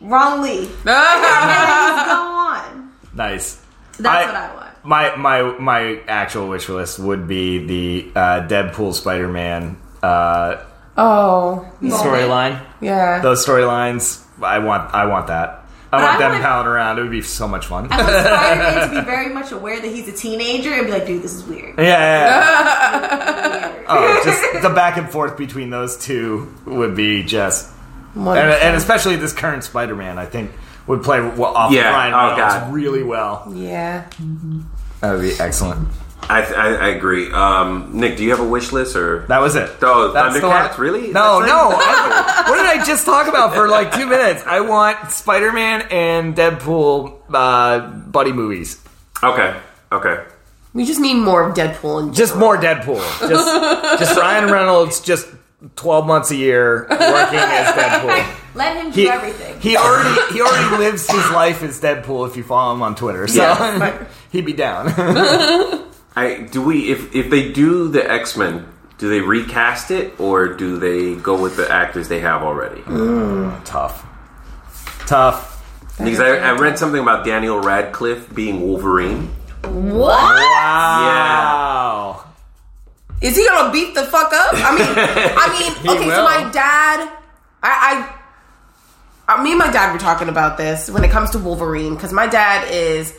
[SPEAKER 4] Wrong Lee. Just go on.
[SPEAKER 2] Nice.
[SPEAKER 4] That's what I want.
[SPEAKER 2] My my my actual wish list would be the uh, Deadpool Spider Man. Uh,
[SPEAKER 5] Oh,
[SPEAKER 7] Storyline.
[SPEAKER 5] yeah.
[SPEAKER 2] those storylines, I want I want that. I
[SPEAKER 4] I
[SPEAKER 2] want them
[SPEAKER 4] want-
[SPEAKER 2] palling around. It would be so much fun.
[SPEAKER 4] I
[SPEAKER 2] yeah,
[SPEAKER 4] want Spider-Man to be very much aware that he's a teenager and be like, dude, this is weird.
[SPEAKER 2] yeah, yeah. oh, just the back and forth between those two would be just, and, and especially this current Spider Man, I think would play well off
[SPEAKER 3] Yeah,
[SPEAKER 2] Ryan
[SPEAKER 3] oh,
[SPEAKER 2] Reynolds
[SPEAKER 3] God.
[SPEAKER 2] really well.
[SPEAKER 5] yeah.
[SPEAKER 2] That would be excellent.
[SPEAKER 3] I, I, I agree. Um, Nick, do you have a wish list or?
[SPEAKER 2] That was it.
[SPEAKER 3] Oh,
[SPEAKER 2] the
[SPEAKER 3] Thundercats,
[SPEAKER 2] one.
[SPEAKER 3] really?
[SPEAKER 2] No,
[SPEAKER 3] That's it?
[SPEAKER 2] no. I- what did I just talk about for like two minutes? I want Spider Man and Deadpool uh, buddy movies.
[SPEAKER 3] Okay. Okay.
[SPEAKER 5] We just need more of Deadpool and
[SPEAKER 2] Just more Deadpool. Just, just Ryan Reynolds. Just twelve months a year working as Deadpool.
[SPEAKER 4] Let him do
[SPEAKER 2] He,
[SPEAKER 4] everything.
[SPEAKER 2] he already he already lives his life as Deadpool if you follow him on Twitter. So he'd be down.
[SPEAKER 3] I do we if if they do the X Men, do they recast it or do they go with the actors they have already?
[SPEAKER 5] Mm.
[SPEAKER 2] Tough. Tough.
[SPEAKER 3] Because I, I read something about Daniel Radcliffe being Wolverine.
[SPEAKER 5] what?
[SPEAKER 2] Wow.
[SPEAKER 5] Is he gonna beat the fuck up? I mean, I mean, okay. So
[SPEAKER 7] will.
[SPEAKER 5] my dad, I, I, I, me and my dad were talking about this when it comes to Wolverine because my dad is,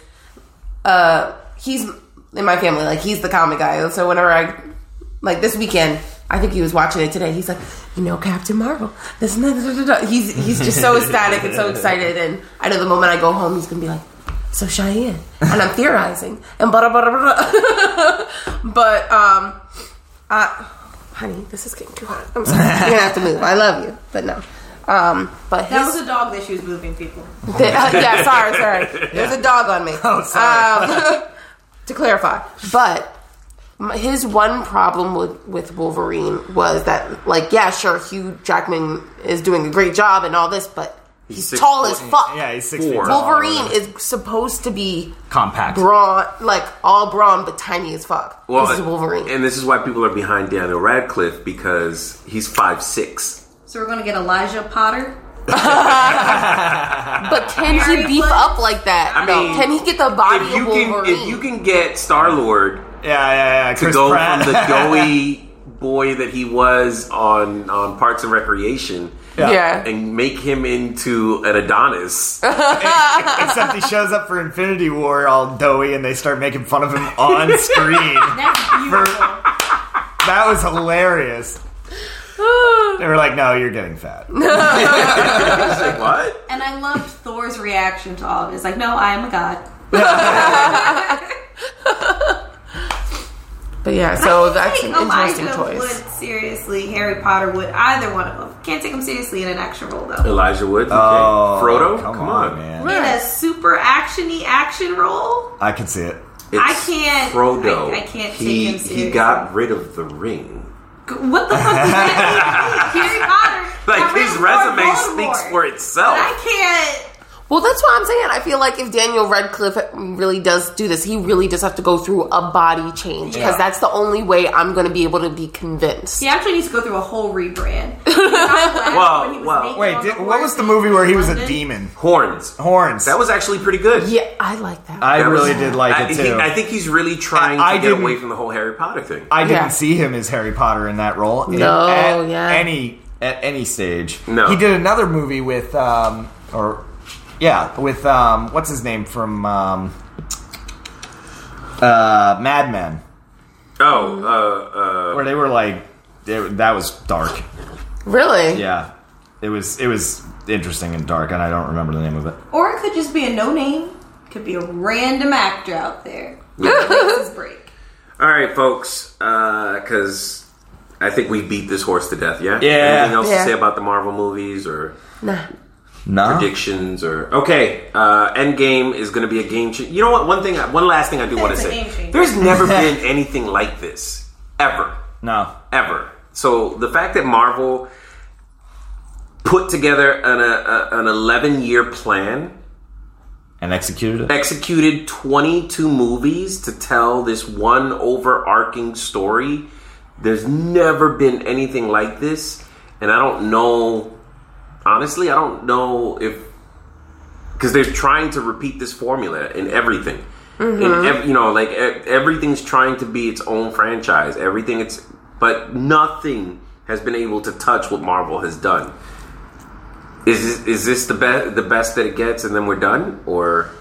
[SPEAKER 5] uh, he's in my family like he's the comic guy. So whenever I, like this weekend, I think he was watching it today. He's like, you know, Captain Marvel. This and that. da, da, da, da." He's he's just so ecstatic and so excited. And I know the moment I go home, he's gonna be like, so Cheyenne, and I'm theorizing and blah blah blah blah. blah. but um. Uh, honey, this is getting too hot. I'm sorry. You're gonna have to move. I love you, but no. Um, but
[SPEAKER 4] That
[SPEAKER 5] his,
[SPEAKER 4] was a dog that she was moving people.
[SPEAKER 5] uh, yeah, sorry, sorry. There's a dog on me.
[SPEAKER 2] Oh, sorry.
[SPEAKER 5] Um, to clarify, but m- his one problem with with Wolverine was that, like, yeah, sure, Hugh Jackman is doing a great job and all this, but he's,
[SPEAKER 3] six
[SPEAKER 5] tall
[SPEAKER 3] foot
[SPEAKER 5] as fuck.
[SPEAKER 2] Yeah, he's six feet
[SPEAKER 3] Four.
[SPEAKER 2] tall.
[SPEAKER 5] Wolverine is supposed to be
[SPEAKER 2] Compact.
[SPEAKER 5] brawn, like all brawn, but tiny as fuck. this is Wolverine.
[SPEAKER 3] and this is why people are behind Daniel Radcliffe because he's five six.
[SPEAKER 4] So we're gonna get Elijah Potter.
[SPEAKER 5] But can he
[SPEAKER 4] Harry
[SPEAKER 5] beef
[SPEAKER 4] Potter?
[SPEAKER 5] up like that?
[SPEAKER 3] I
[SPEAKER 5] though?
[SPEAKER 3] mean,
[SPEAKER 5] can he get the body
[SPEAKER 3] If you
[SPEAKER 5] of
[SPEAKER 3] can,
[SPEAKER 5] Wolverine?
[SPEAKER 3] if you can get Star Lord
[SPEAKER 2] Yeah, yeah, yeah.
[SPEAKER 3] to
[SPEAKER 2] Chris
[SPEAKER 3] go
[SPEAKER 2] Pratt.
[SPEAKER 3] from the doughy boy that he was on on Parks and Recreation
[SPEAKER 5] yeah.
[SPEAKER 3] and make him into an Adonis.
[SPEAKER 2] Except he shows up for Infinity War all doughy and they start making fun of him on screen.
[SPEAKER 4] That's beautiful.
[SPEAKER 2] That was hilarious. They were like, no, you're getting fat.
[SPEAKER 3] like what?
[SPEAKER 4] and I loved Thor's reaction to all of it. It's like, no, I am a god.
[SPEAKER 5] But yeah, so that's an
[SPEAKER 4] Like,
[SPEAKER 5] interesting
[SPEAKER 4] Elijah
[SPEAKER 5] choice.
[SPEAKER 4] Wood, seriously, Harry Potter would, either one of them. Can't take him seriously in an action role though.
[SPEAKER 3] Elijah Wood? Okay. Frodo? Come, on.
[SPEAKER 2] Oh, man.
[SPEAKER 4] In a super actiony action role,
[SPEAKER 2] I can see it.
[SPEAKER 4] I
[SPEAKER 3] It's
[SPEAKER 4] can't-
[SPEAKER 3] Frodo.
[SPEAKER 4] I- I can't take
[SPEAKER 3] He
[SPEAKER 4] him seriously.
[SPEAKER 3] he got rid of the ring.
[SPEAKER 4] G- what the fuck does that mean? Harry Potter,
[SPEAKER 3] Like
[SPEAKER 4] got
[SPEAKER 3] his
[SPEAKER 4] rid of
[SPEAKER 3] resume
[SPEAKER 4] Voldemort.
[SPEAKER 3] speaks for
[SPEAKER 4] But
[SPEAKER 3] itself.
[SPEAKER 4] I can't.
[SPEAKER 5] Well, that's what I'm saying. I feel like if Daniel Radcliffe really does do this, he really does have to go through a body change because
[SPEAKER 7] Yeah.
[SPEAKER 5] that's the only way I'm going to be able to be convinced.
[SPEAKER 4] He actually needs to go through a whole rebrand. He's not black
[SPEAKER 3] Wow,
[SPEAKER 4] when he was
[SPEAKER 3] wow.
[SPEAKER 4] naked
[SPEAKER 2] Wait,
[SPEAKER 4] on the
[SPEAKER 2] did, what was
[SPEAKER 4] horse
[SPEAKER 2] the
[SPEAKER 4] in
[SPEAKER 2] movie where he was a
[SPEAKER 4] London.
[SPEAKER 2] demon?
[SPEAKER 3] Horns.
[SPEAKER 2] Horns.
[SPEAKER 3] That was actually pretty good.
[SPEAKER 5] Yeah, I like that.
[SPEAKER 2] I
[SPEAKER 3] That was-
[SPEAKER 2] really did like
[SPEAKER 3] I,
[SPEAKER 2] it
[SPEAKER 3] he-
[SPEAKER 2] too.
[SPEAKER 3] I think he's really trying
[SPEAKER 2] I
[SPEAKER 3] to get
[SPEAKER 2] didn't-
[SPEAKER 3] away from the whole Harry Potter thing.
[SPEAKER 2] I didn't
[SPEAKER 5] Yeah.
[SPEAKER 2] see him as Harry Potter in that role.
[SPEAKER 5] No,
[SPEAKER 2] at
[SPEAKER 5] yeah.
[SPEAKER 2] Any at any stage.
[SPEAKER 3] No.
[SPEAKER 2] He did another movie with um or yeah, with um what's his name from um uh Mad Men.
[SPEAKER 3] oh, uh, uh,
[SPEAKER 2] Where they were like they, that was dark.
[SPEAKER 5] really?
[SPEAKER 2] Yeah. It was it was interesting and dark and I don't remember the name of it.
[SPEAKER 4] Or it could just be a no name. Could be a random actor out there. Makes his break.
[SPEAKER 3] all right, folks, because I think we beat this horse to death. Yeah.
[SPEAKER 2] Yeah.
[SPEAKER 3] Anything else to
[SPEAKER 5] Yeah.
[SPEAKER 3] say about the Marvel movies or
[SPEAKER 5] Nah.
[SPEAKER 2] No.
[SPEAKER 3] predictions or okay? Uh, Endgame is going to be a game changer. You know what? One thing, one last thing I do want to
[SPEAKER 4] It's a
[SPEAKER 3] say.
[SPEAKER 4] game changer.
[SPEAKER 3] There's never been anything like this ever.
[SPEAKER 2] No.
[SPEAKER 3] ever. So the fact that Marvel put together an, a, a- an 11 year plan,
[SPEAKER 2] And executed it.
[SPEAKER 3] executed 22 movies to tell this one overarching story, there's never been anything like this. And I don't know, honestly, I don't know if because they're trying to repeat this formula in everything. In ev- you know, like e- everything's trying to be its own franchise. Everything it's, but nothing has been able to touch what Marvel has done. Is this, is this the best the best that it gets, and then we're done, or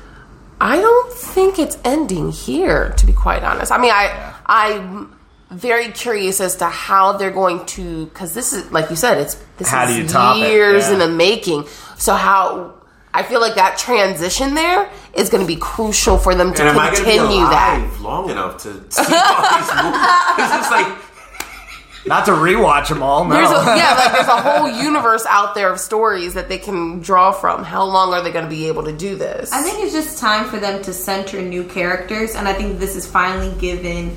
[SPEAKER 5] I don't think it's ending here, to be quite honest. I mean, I I'm very curious as to how they're going to because this is like you said, it's this
[SPEAKER 2] How
[SPEAKER 5] is
[SPEAKER 2] do you top it?
[SPEAKER 5] years
[SPEAKER 2] Yeah.
[SPEAKER 5] in the making. So how I feel like that transition there is going to be crucial for them to
[SPEAKER 3] And am I going to be
[SPEAKER 5] continue that.
[SPEAKER 3] alive long enough to see all these movies? It's just like
[SPEAKER 2] Not to rewatch them all. No.
[SPEAKER 5] There's a, yeah, like there's a whole universe out there of stories that they can draw from. How long are they going to be able to do this?
[SPEAKER 4] I think it's just time for them to center new characters, and I think this is finally given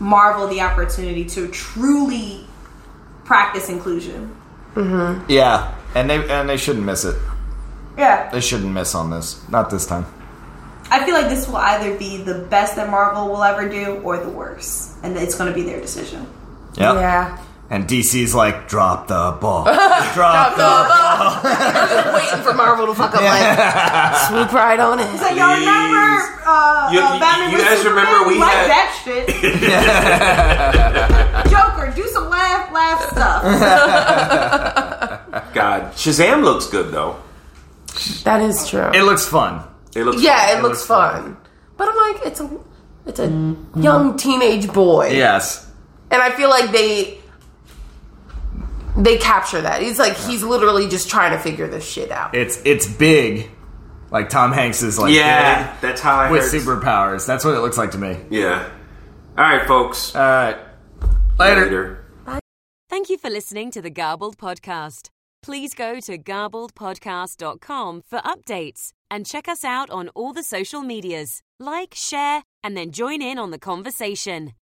[SPEAKER 4] Marvel the opportunity to truly practice inclusion.
[SPEAKER 2] yeah, and they and they shouldn't miss it.
[SPEAKER 4] Yeah.
[SPEAKER 2] They shouldn't miss on this. Not this time.
[SPEAKER 4] I feel like this will either be the best that Marvel will ever do or the worst, and it's going to be their decision.
[SPEAKER 2] Yep.
[SPEAKER 5] yeah.
[SPEAKER 2] And DC's like, drop the ball. drop the.
[SPEAKER 5] waiting for Marvel to fuck up like swoop right on it.
[SPEAKER 4] So y'all remember uh,
[SPEAKER 3] You-
[SPEAKER 4] uh, Batman
[SPEAKER 3] you
[SPEAKER 4] vs
[SPEAKER 3] guys remember
[SPEAKER 4] Superman?
[SPEAKER 3] we
[SPEAKER 4] like
[SPEAKER 3] had-
[SPEAKER 4] that shit. Joker, do some laugh, laugh stuff.
[SPEAKER 3] God, Shazam looks good though.
[SPEAKER 5] That is true.
[SPEAKER 2] It looks fun.
[SPEAKER 3] It looks
[SPEAKER 5] yeah, it,
[SPEAKER 3] good.
[SPEAKER 5] looks, fun. But I'm like, it's a it's a
[SPEAKER 4] Mm-hmm.
[SPEAKER 5] young teenage boy,
[SPEAKER 2] Yes.
[SPEAKER 5] and I feel like they they capture that. He's like he's literally just trying to figure this shit out.
[SPEAKER 2] It's it's big. Like Tom Hanks is like
[SPEAKER 3] Yeah, that's how I
[SPEAKER 2] big with
[SPEAKER 3] heard.
[SPEAKER 2] superpowers. That's what it looks like to me.
[SPEAKER 3] yeah. All right, folks.
[SPEAKER 2] All right. Uh, Later.
[SPEAKER 3] Later.
[SPEAKER 1] Thank you for listening to the Garbled Podcast. Please go to garbledpodcast.com for updates and check us out on all the social medias. Like, share, and then join in on the conversation.